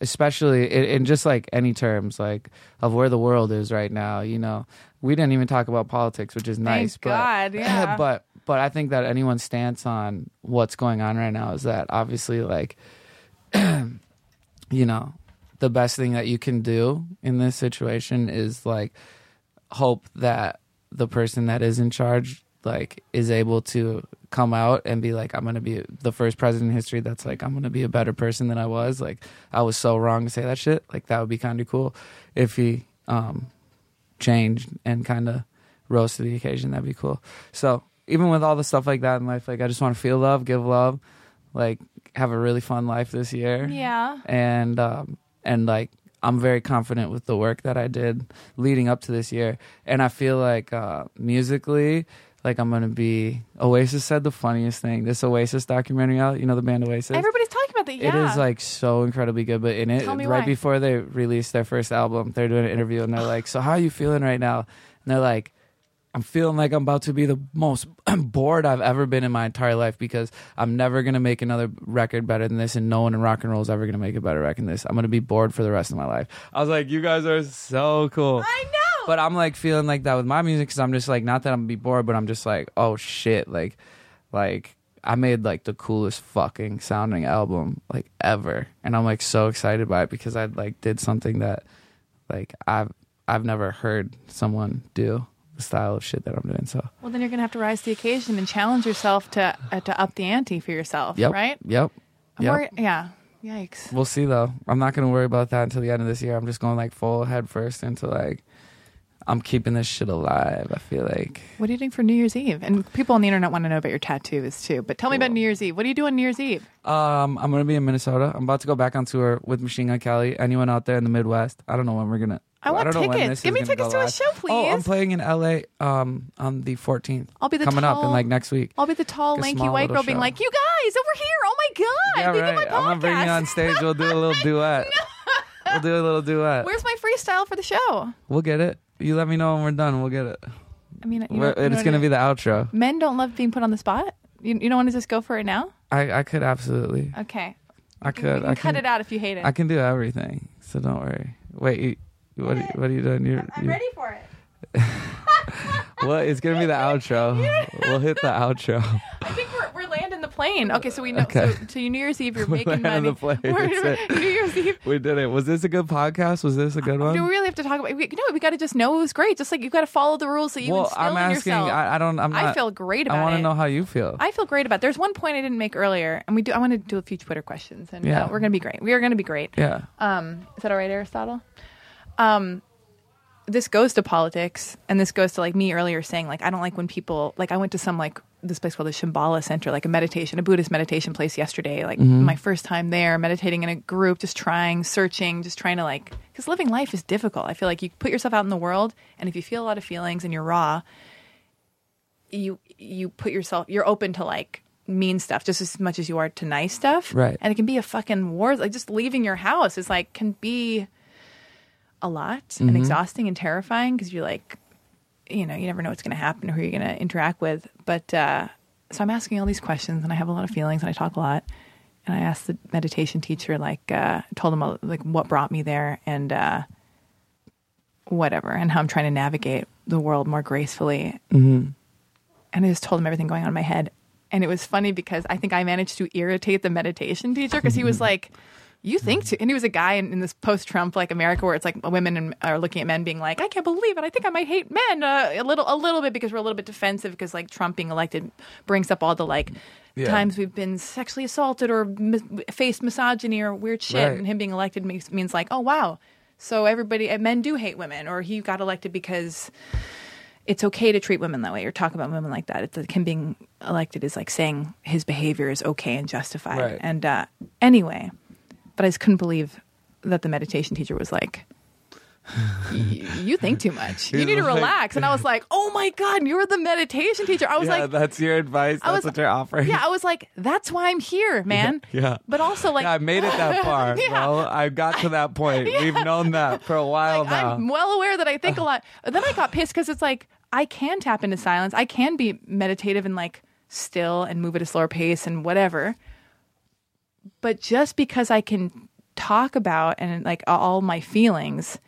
Speaker 4: especially in, in just like any terms like of where the world is right now you know we didn't even talk about politics which is nice but
Speaker 3: God, yeah.
Speaker 4: but but i think that anyone's stance on what's going on right now is that obviously like you know the best thing that you can do in this situation is like hope that the person that is in charge like is able to come out and be like i'm gonna be the first president in history that's like i'm gonna be a better person than i was like i was so wrong to say that shit like that would be kind of cool if he um changed and kind of rose to the occasion that'd be cool so even with all the stuff like that in life like i just want to feel love give love like have a really fun life this year
Speaker 3: yeah.
Speaker 4: and um and like I'm very confident with the work that I did leading up to this year, and I feel like uh, musically, like I'm gonna be. Oasis said the funniest thing. This Oasis documentary out, you know the band Oasis.
Speaker 3: Everybody's talking about that. Yeah.
Speaker 4: It is like so incredibly good, but in it,
Speaker 3: Tell me
Speaker 4: right
Speaker 3: why.
Speaker 4: before they released their first album, they're doing an interview and they're like, "So how are you feeling right now?" And they're like, "I'm feeling like I'm about to be the most bored I've ever been in my entire life because I'm never gonna make another record better than this, and no one in rock and roll is ever gonna make a better record than this. I'm gonna be bored for the rest of my life." I was like, "You guys are so cool."
Speaker 3: I know.
Speaker 4: But I'm like feeling like that with my music because I'm just like not that I'm gonna be bored, but I'm just like oh shit, like like I made like the coolest fucking sounding album like ever, and I'm like so excited by it because I like did something that like I've I've never heard someone do the style of shit that I'm doing. So
Speaker 3: well, then you're gonna have to rise to the occasion and challenge yourself to uh, to up the ante for yourself.
Speaker 4: yep,
Speaker 3: Right.
Speaker 4: yep,
Speaker 3: I'm
Speaker 4: yep.
Speaker 3: worried- yeah. Yikes.
Speaker 4: We'll see though. I'm not gonna worry about that until the end of this year. I'm just going like full head first into like I'm keeping this shit alive. I feel like.
Speaker 3: What are you doing for New Year's Eve? And people on the internet want to know about your tattoos too. But tell me about New Year's Eve. What do you do on New Year's Eve?
Speaker 4: Um, I'm gonna be in Minnesota. I'm about to go back on tour with Machine Gun Kelly. Anyone out there in the Midwest? I don't know when we're gonna.
Speaker 3: I want
Speaker 4: don't know when
Speaker 3: tickets.
Speaker 4: this
Speaker 3: Give me
Speaker 4: is gonna
Speaker 3: tickets
Speaker 4: go
Speaker 3: to a
Speaker 4: live.
Speaker 3: show,
Speaker 4: Oh, I'm
Speaker 3: please.
Speaker 4: playing in LA um on the 14th.
Speaker 3: I'll be the
Speaker 4: coming up in
Speaker 3: tall-
Speaker 4: like next week.
Speaker 3: I'll be the tall,
Speaker 4: Like a
Speaker 3: lanky
Speaker 4: small
Speaker 3: white
Speaker 4: little
Speaker 3: girl being
Speaker 4: show.
Speaker 3: like, "You guys over here! Oh my god!
Speaker 4: yeah,
Speaker 3: they
Speaker 4: right.
Speaker 3: did my podcast.
Speaker 4: I'm gonna bring you on stage. We'll do a little duet. We'll do a little duet.
Speaker 3: Where's my freestyle for the show?
Speaker 4: we'll get it. You let me know when we're done. We'll get it.
Speaker 3: I mean, you
Speaker 4: We're-
Speaker 3: know- you know
Speaker 4: it's
Speaker 3: what
Speaker 4: gonna
Speaker 3: I
Speaker 4: be
Speaker 3: mean?
Speaker 4: the outro.
Speaker 3: men don't love being put on the spot. You, you don't want to just go for it now?
Speaker 4: I I could absolutely.
Speaker 3: Okay,
Speaker 4: I
Speaker 3: We can
Speaker 4: could. I
Speaker 3: cut
Speaker 4: can,
Speaker 3: it out if you hate it.
Speaker 4: I can do everything. So don't worry. Wait. You, what are you, what are you doing? You're,
Speaker 3: I'm
Speaker 4: you-
Speaker 3: ready for it.
Speaker 4: Well, it's gonna be the outro. We'll hit the outro.
Speaker 3: I think we're, we're landing the plane. Okay, so we know.
Speaker 4: Okay.
Speaker 3: So, so you New Year's Eve, you're
Speaker 4: We're
Speaker 3: making money.
Speaker 4: landing the plane.
Speaker 3: We're-
Speaker 4: That's it.
Speaker 3: New Year's Eve.
Speaker 4: We did it. Was this a good podcast? Was this a good
Speaker 3: Do we
Speaker 4: one?
Speaker 3: really have to talk about? We, no, we got to just know it was great. Just like you've got to follow the rules that you
Speaker 4: Well,
Speaker 3: instill
Speaker 4: I'm
Speaker 3: in
Speaker 4: asking.
Speaker 3: yourself.
Speaker 4: I, I don't. I'm
Speaker 3: I
Speaker 4: not,
Speaker 3: feel great
Speaker 4: I
Speaker 3: about
Speaker 4: wanna
Speaker 3: it.
Speaker 4: know how you feel.
Speaker 3: I feel great about. There's one point I didn't make earlier, and we do. I want to do a few Twitter questions, and uh,
Speaker 4: Yeah.
Speaker 3: we're gonna be great. We are gonna be great.
Speaker 4: yeah.
Speaker 3: Um, is that all right, Aristotle? Um, this goes to politics, and this goes to like me earlier saying like I don't like when people like I went to some like this place called the Shambhala Center, like a meditation, a Buddhist meditation place yesterday. Like my first time there, meditating in a group, just trying, searching, just trying to like because living life is difficult. I feel like you put yourself out in the world, and if you feel a lot of feelings and you're raw, you you put yourself you're open to like mean stuff just as much as you are to nice stuff
Speaker 4: Right.
Speaker 3: and it can be a fucking war like just leaving your house is like can be a lot and exhausting and terrifying because you're like you know you never know what's going to happen or who you're going to interact with but uh so i'm asking all these questions and i have a lot of feelings and i talk a lot and i asked the meditation teacher like uh told him uh, like what brought me there and uh whatever and how i'm trying to navigate the world more gracefully and I just told him everything going on in my head. And it was funny because I think I managed to irritate the meditation teacher because he was like, "You think?" Too. And he was a guy in, in this post-Trump like America where it's like women and, are looking at men being like, "I can't believe it. I think I might hate men uh, a little, a little bit because we're a little bit defensive because like Trump being elected brings up all the like
Speaker 4: Yeah.
Speaker 3: times we've been sexually assaulted or mis- faced misogyny or weird shit."
Speaker 4: Right.
Speaker 3: And him being elected makes, means like, "Oh wow." So everybody, and men do hate women, or he got elected because it's okay to treat women that way or talk about women like that. It's like him being elected is like saying his behavior is okay and justified.
Speaker 4: Right.
Speaker 3: And uh, anyway, but I just couldn't believe that the meditation teacher was like, "Y- "You think too much. You
Speaker 4: He's
Speaker 3: need to
Speaker 4: like-
Speaker 3: relax." And I was like, "Oh my god, you were the meditation teacher." I was
Speaker 4: yeah,
Speaker 3: like,
Speaker 4: that's your advice.
Speaker 3: I
Speaker 4: That's
Speaker 3: was-
Speaker 4: what you're offering.
Speaker 3: "Yeah," I was like, "That's why I'm here, man."
Speaker 4: yeah.
Speaker 3: But also, like,
Speaker 4: Yeah, I made it that far,
Speaker 3: Yeah.
Speaker 4: bro. I got to that point. We've known that for a while
Speaker 3: Like,
Speaker 4: now.
Speaker 3: I'm well aware that I think a lot. Then I got pissed because it's like I can tap into silence. I can be meditative and like still and move at a slower pace and whatever. But just because I can talk about and like all my feelings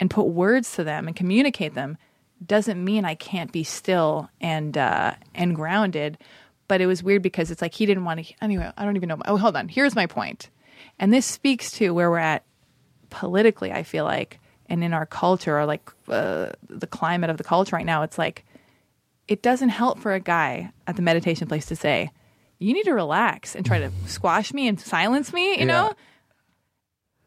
Speaker 3: and put words to them and communicate them doesn't mean I can't be still and uh, and grounded. But it was weird because it's like he didn't want to. Anyway, I don't even know. Oh, hold on. Here's my point, and this speaks to where we're at politically, I feel like, and in our culture or like uh, the climate of the culture right now, it's like it doesn't help for a guy at the meditation place to say, "You need to relax and try to squash me and silence me," you know.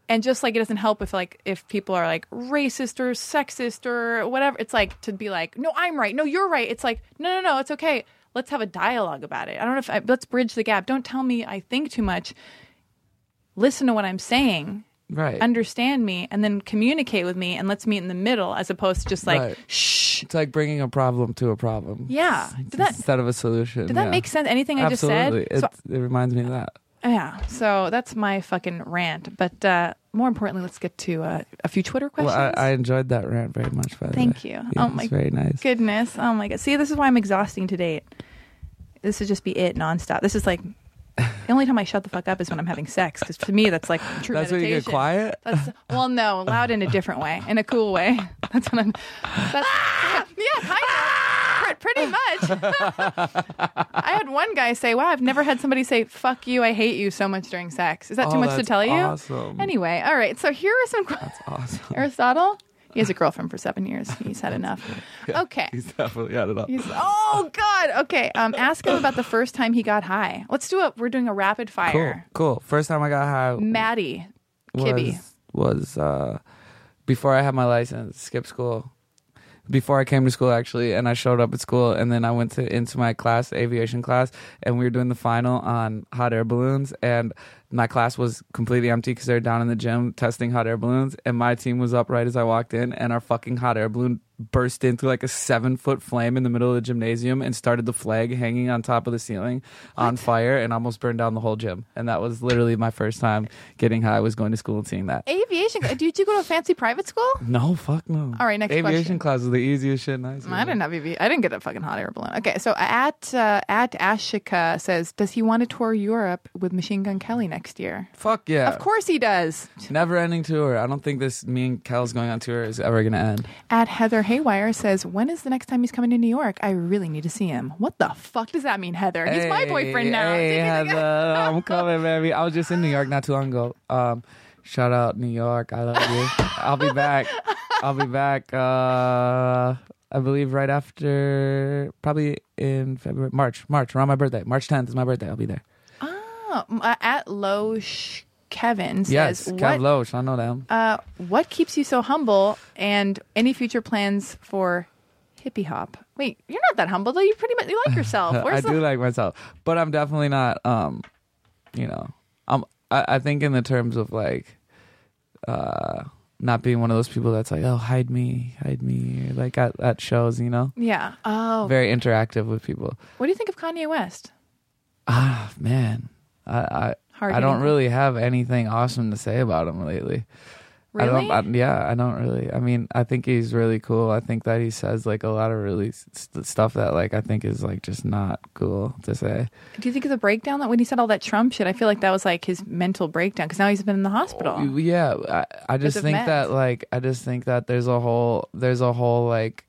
Speaker 3: And just like it doesn't help if like if people are like racist or sexist or whatever, it's like to be like, "No, I'm right. No, you're right." It's like, "No, no, no, it's okay. Let's have a dialogue about it." I don't know if I, let's bridge the gap. Don't tell me I think too much listen to what I'm saying
Speaker 4: Right.
Speaker 3: understand me and then communicate with me and let's meet in the middle as opposed to just like
Speaker 4: Right.
Speaker 3: shh
Speaker 4: It's like bringing a problem to a problem.
Speaker 3: yeah did that
Speaker 4: instead of a solution.
Speaker 3: did that
Speaker 4: yeah.
Speaker 3: make sense anything i
Speaker 4: Absolutely.
Speaker 3: just said
Speaker 4: It, it reminds me of that.
Speaker 3: so, yeah so that's my fucking rant but uh more importantly let's get to uh, a few twitter
Speaker 4: Well,
Speaker 3: questions
Speaker 4: I, I enjoyed that rant very much. By the
Speaker 3: Thank
Speaker 4: way.
Speaker 3: you.
Speaker 4: Yeah,
Speaker 3: Oh
Speaker 4: it's
Speaker 3: my
Speaker 4: very nice.
Speaker 3: goodness oh my god see this is why i'm exhausting to date this would just be it nonstop this is like the only time i shut the fuck up is when i'm having sex because to me that's like true
Speaker 4: That's when you get
Speaker 3: meditation.
Speaker 4: quiet.
Speaker 3: That's well, no, loud in a different way, in a cool way. That's what I'm. That's, yeah, kind of. Pre- Pretty much. I had one guy say, "Wow, I've never had somebody say fuck you, I hate you' so much during sex. Is that too
Speaker 4: Oh,
Speaker 3: much to
Speaker 4: that's
Speaker 3: tell you?"
Speaker 4: awesome.
Speaker 3: Anyway, all right. So here are some. That's
Speaker 4: Awesome.
Speaker 3: Aristotle. He has a girlfriend for seven years. He's had enough. Okay.
Speaker 4: He's definitely had it up.
Speaker 3: He's- oh God. Okay. Um, ask him about the first time he got high. Let's do a. We're doing a rapid
Speaker 4: Cool.
Speaker 3: fire.
Speaker 4: Cool. First time I got high
Speaker 3: Maddie, Kibby.
Speaker 4: was was uh, before I had my license. Skip school. Before I came to school, actually, and I showed up at school, and then I went to into my class, aviation class, and we were doing the final on hot air balloons, and my class was completely empty because they were down in the gym testing hot air balloons, and my team was up right as I walked in, and our fucking hot air balloon burst into like a seven foot flame in the middle of the gymnasium and started the flag hanging on top of the ceiling on fire and almost burned down the whole gym. And that was literally my first time getting high was going to school and seeing that.
Speaker 3: Aviation. uh, Did you go to a fancy private school?
Speaker 4: No, fuck no.
Speaker 3: All right, next question.
Speaker 4: Aviation class was the easiest shit. in high school.
Speaker 3: I didn't have EV. I didn't get a fucking hot air balloon. Okay, so at uh, at Ashika says, does he want to tour Europe with Machine Gun Kelly next year?
Speaker 4: Fuck yeah.
Speaker 3: Of course he does.
Speaker 4: Never ending tour. I don't think this me and Cal's going on tour is ever gonna end.
Speaker 3: At Heather Haywire says, when is the next time he's coming to New York? I really need to see him. What the fuck does that mean, Heather? he's my
Speaker 4: Hey,
Speaker 3: boyfriend now.
Speaker 4: Hey,
Speaker 3: Take it again.
Speaker 4: Heather, I'm coming, baby. I was just in New York not too long ago. Um, shout out New York, I love you. I'll be back. I'll be back. Uh, I believe right after, probably in February, March, March around my birthday. March 10th is my birthday. I'll be there.
Speaker 3: Oh, m- uh, at Loesch Kevin says,
Speaker 4: Yes,
Speaker 3: what,
Speaker 4: Kev Loesch, I know them.
Speaker 3: uh, what keeps you so humble and any future plans for hippie hop? Wait, you're not that humble though. You pretty much you like yourself. Where's
Speaker 4: I
Speaker 3: the
Speaker 4: do like myself, but I'm definitely not. Um, you know, I'm. I, I think in the terms of like, uh, not being one of those people that's like, oh, hide me, hide me, or like at, at shows. You know,
Speaker 3: Yeah. Oh.
Speaker 4: very interactive with people.
Speaker 3: What do you think of Kanye West?
Speaker 4: Ah, man, I I,
Speaker 3: Hard
Speaker 4: I don't
Speaker 3: hitting.
Speaker 4: really have anything awesome to say about him lately. I
Speaker 3: Really?
Speaker 4: don't, I, yeah, I don't really. I mean, I think he's really cool. I think that he says like a lot of really st- stuff that like I think is like just not cool to say.
Speaker 3: Do you think of the breakdown that when he said all that Trump shit? I feel like that was like his mental breakdown because now he's been in the hospital.
Speaker 4: Y- Yeah, I, I just
Speaker 3: of
Speaker 4: think
Speaker 3: meth.
Speaker 4: that like I just think that there's a whole there's a whole like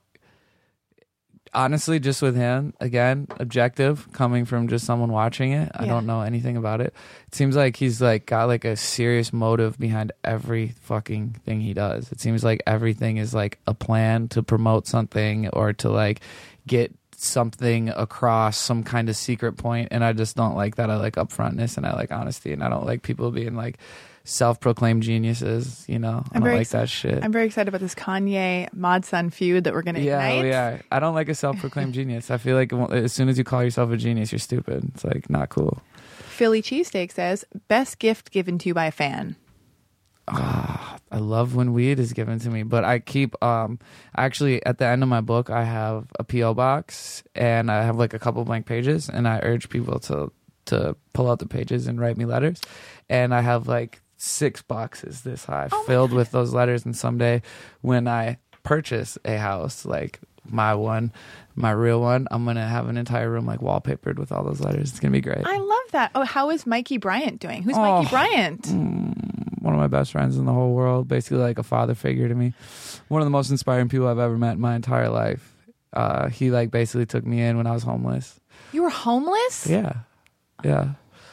Speaker 4: honestly just with him again objective coming from just someone watching it i
Speaker 3: Yeah.
Speaker 4: don't know anything about it it seems like he's like got like a serious motive behind every fucking thing he does it seems like everything is like a plan to promote something or to like get something across some kind of secret point and i just don't like that i like upfrontness and i like honesty and i don't like people being like self-proclaimed geniuses you know i
Speaker 3: I'm
Speaker 4: don't
Speaker 3: very
Speaker 4: like
Speaker 3: ex-
Speaker 4: that shit
Speaker 3: I'm very excited about this Kanye Modson feud that we're going to
Speaker 4: yeah,
Speaker 3: ignite.
Speaker 4: we are. I don't like a self-proclaimed genius. I feel like w- as soon as you call yourself a genius, you're stupid. It's like not cool.
Speaker 3: Philly Cheesesteak says, best gift given to you by a fan.
Speaker 4: I love when weed is given to me, but I keep um actually at the end of my book I have a PO box and I have like a couple blank pages and I urge people to to pull out the pages and write me letters. And I have like six boxes this high filled with those letters and someday when I purchase a house like my one, my real one, I'm going to have an entire room like wallpapered with all those letters. It's going to be great.
Speaker 3: I love that. Oh, how is Mikey Bryant doing? Who's Mikey
Speaker 4: Oh.
Speaker 3: Bryant?
Speaker 4: one of my best friends in the whole world, basically like a father figure to me. One of the most inspiring people I've ever met in my entire life. Uh, he like basically took me in when I was homeless.
Speaker 3: You were homeless?
Speaker 4: Yeah. Yeah.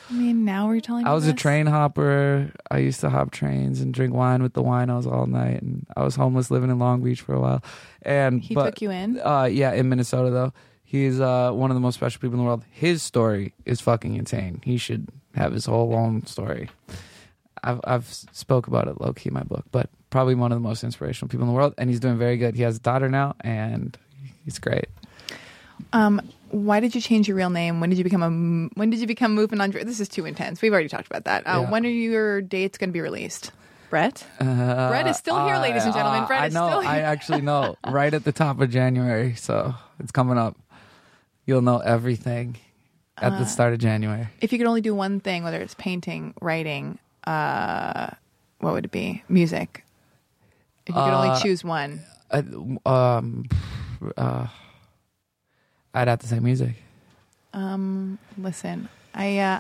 Speaker 3: I mean, now are you telling me
Speaker 4: I was a
Speaker 3: this?
Speaker 4: train hopper. I used to hop trains and drink wine with the winos all night and I was homeless living in Long Beach for a while. And
Speaker 3: He
Speaker 4: but,
Speaker 3: took you in?
Speaker 4: uh, yeah, in Minnesota though. He's uh, one of the most special people in the world. His story is fucking insane. He should have his whole own story. I've I've spoke about it low key in my book, but probably one of the most inspirational people in the world, and he's doing very good. He has a daughter now, and he's great.
Speaker 3: Um, why did you change your real name? When did you become a? m- When did you become Moving on? This is too intense. We've already talked about that. Uh,
Speaker 4: Yeah.
Speaker 3: When are your dates going to be released? Brett? Brett is still here, ladies and gentlemen.
Speaker 4: Uh,
Speaker 3: Brett
Speaker 4: I
Speaker 3: is
Speaker 4: know.
Speaker 3: still here.
Speaker 4: I actually know. right at the top of January, so it's coming up. You'll know everything at
Speaker 3: Uh,
Speaker 4: the start of January.
Speaker 3: if you could only do one thing, whether it's painting, writing, uh, what would it be? Music. If you could
Speaker 4: Uh,
Speaker 3: only choose one,
Speaker 4: I, um, uh, I'd have to say music.
Speaker 3: um, listen, I uh,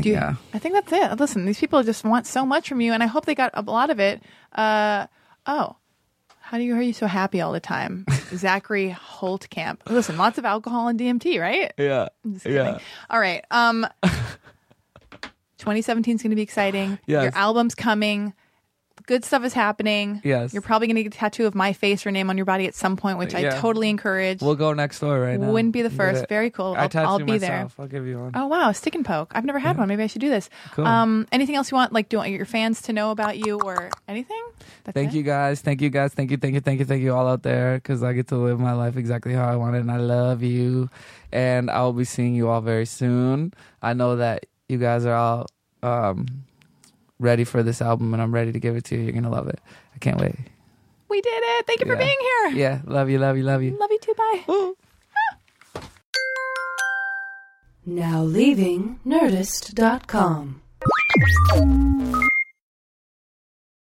Speaker 3: do. you-
Speaker 4: yeah.
Speaker 3: I think that's it. Listen, these people just want so much from you, and I hope they got a lot of it. Uh, oh, how do you are you so happy all the time, Zachary Holtkamp? Listen, lots of alcohol and DMT, right?
Speaker 4: Yeah.
Speaker 3: Just kidding. All right. Um, 2017 is going to be exciting.
Speaker 4: Yes.
Speaker 3: Your album's coming. Good stuff is happening.
Speaker 4: Yes.
Speaker 3: You're probably going to get a tattoo of my face or name on your body at some point, which I
Speaker 4: Yeah.
Speaker 3: totally encourage.
Speaker 4: We'll go next door right now.
Speaker 3: Wouldn't be the
Speaker 4: Get
Speaker 3: first.
Speaker 4: it.
Speaker 3: Very cool.
Speaker 4: I
Speaker 3: I'll-
Speaker 4: tattoo
Speaker 3: I'll be there.
Speaker 4: myself. I'll give you one.
Speaker 3: oh wow, stick and poke. I've never had one. Maybe I should do this.
Speaker 4: Cool.
Speaker 3: Um, anything else you want? Like, do you want your fans to know about you or anything? That's
Speaker 4: Thank
Speaker 3: it?
Speaker 4: you guys. Thank you guys. Thank you. Thank you. Thank you. Thank you all out there because I get to live my life exactly how I want it. And I love you. And I'll be seeing you all very soon. I know that you guys are all um, ready for this album and I'm ready to give it to you. You're going to love it. I can't wait.
Speaker 3: We did it. Thank you for
Speaker 4: Yeah.
Speaker 3: being here.
Speaker 4: Yeah. Love you. Love you. Love you.
Speaker 3: Love you too. Bye.
Speaker 2: Now leaving Nerdist.com.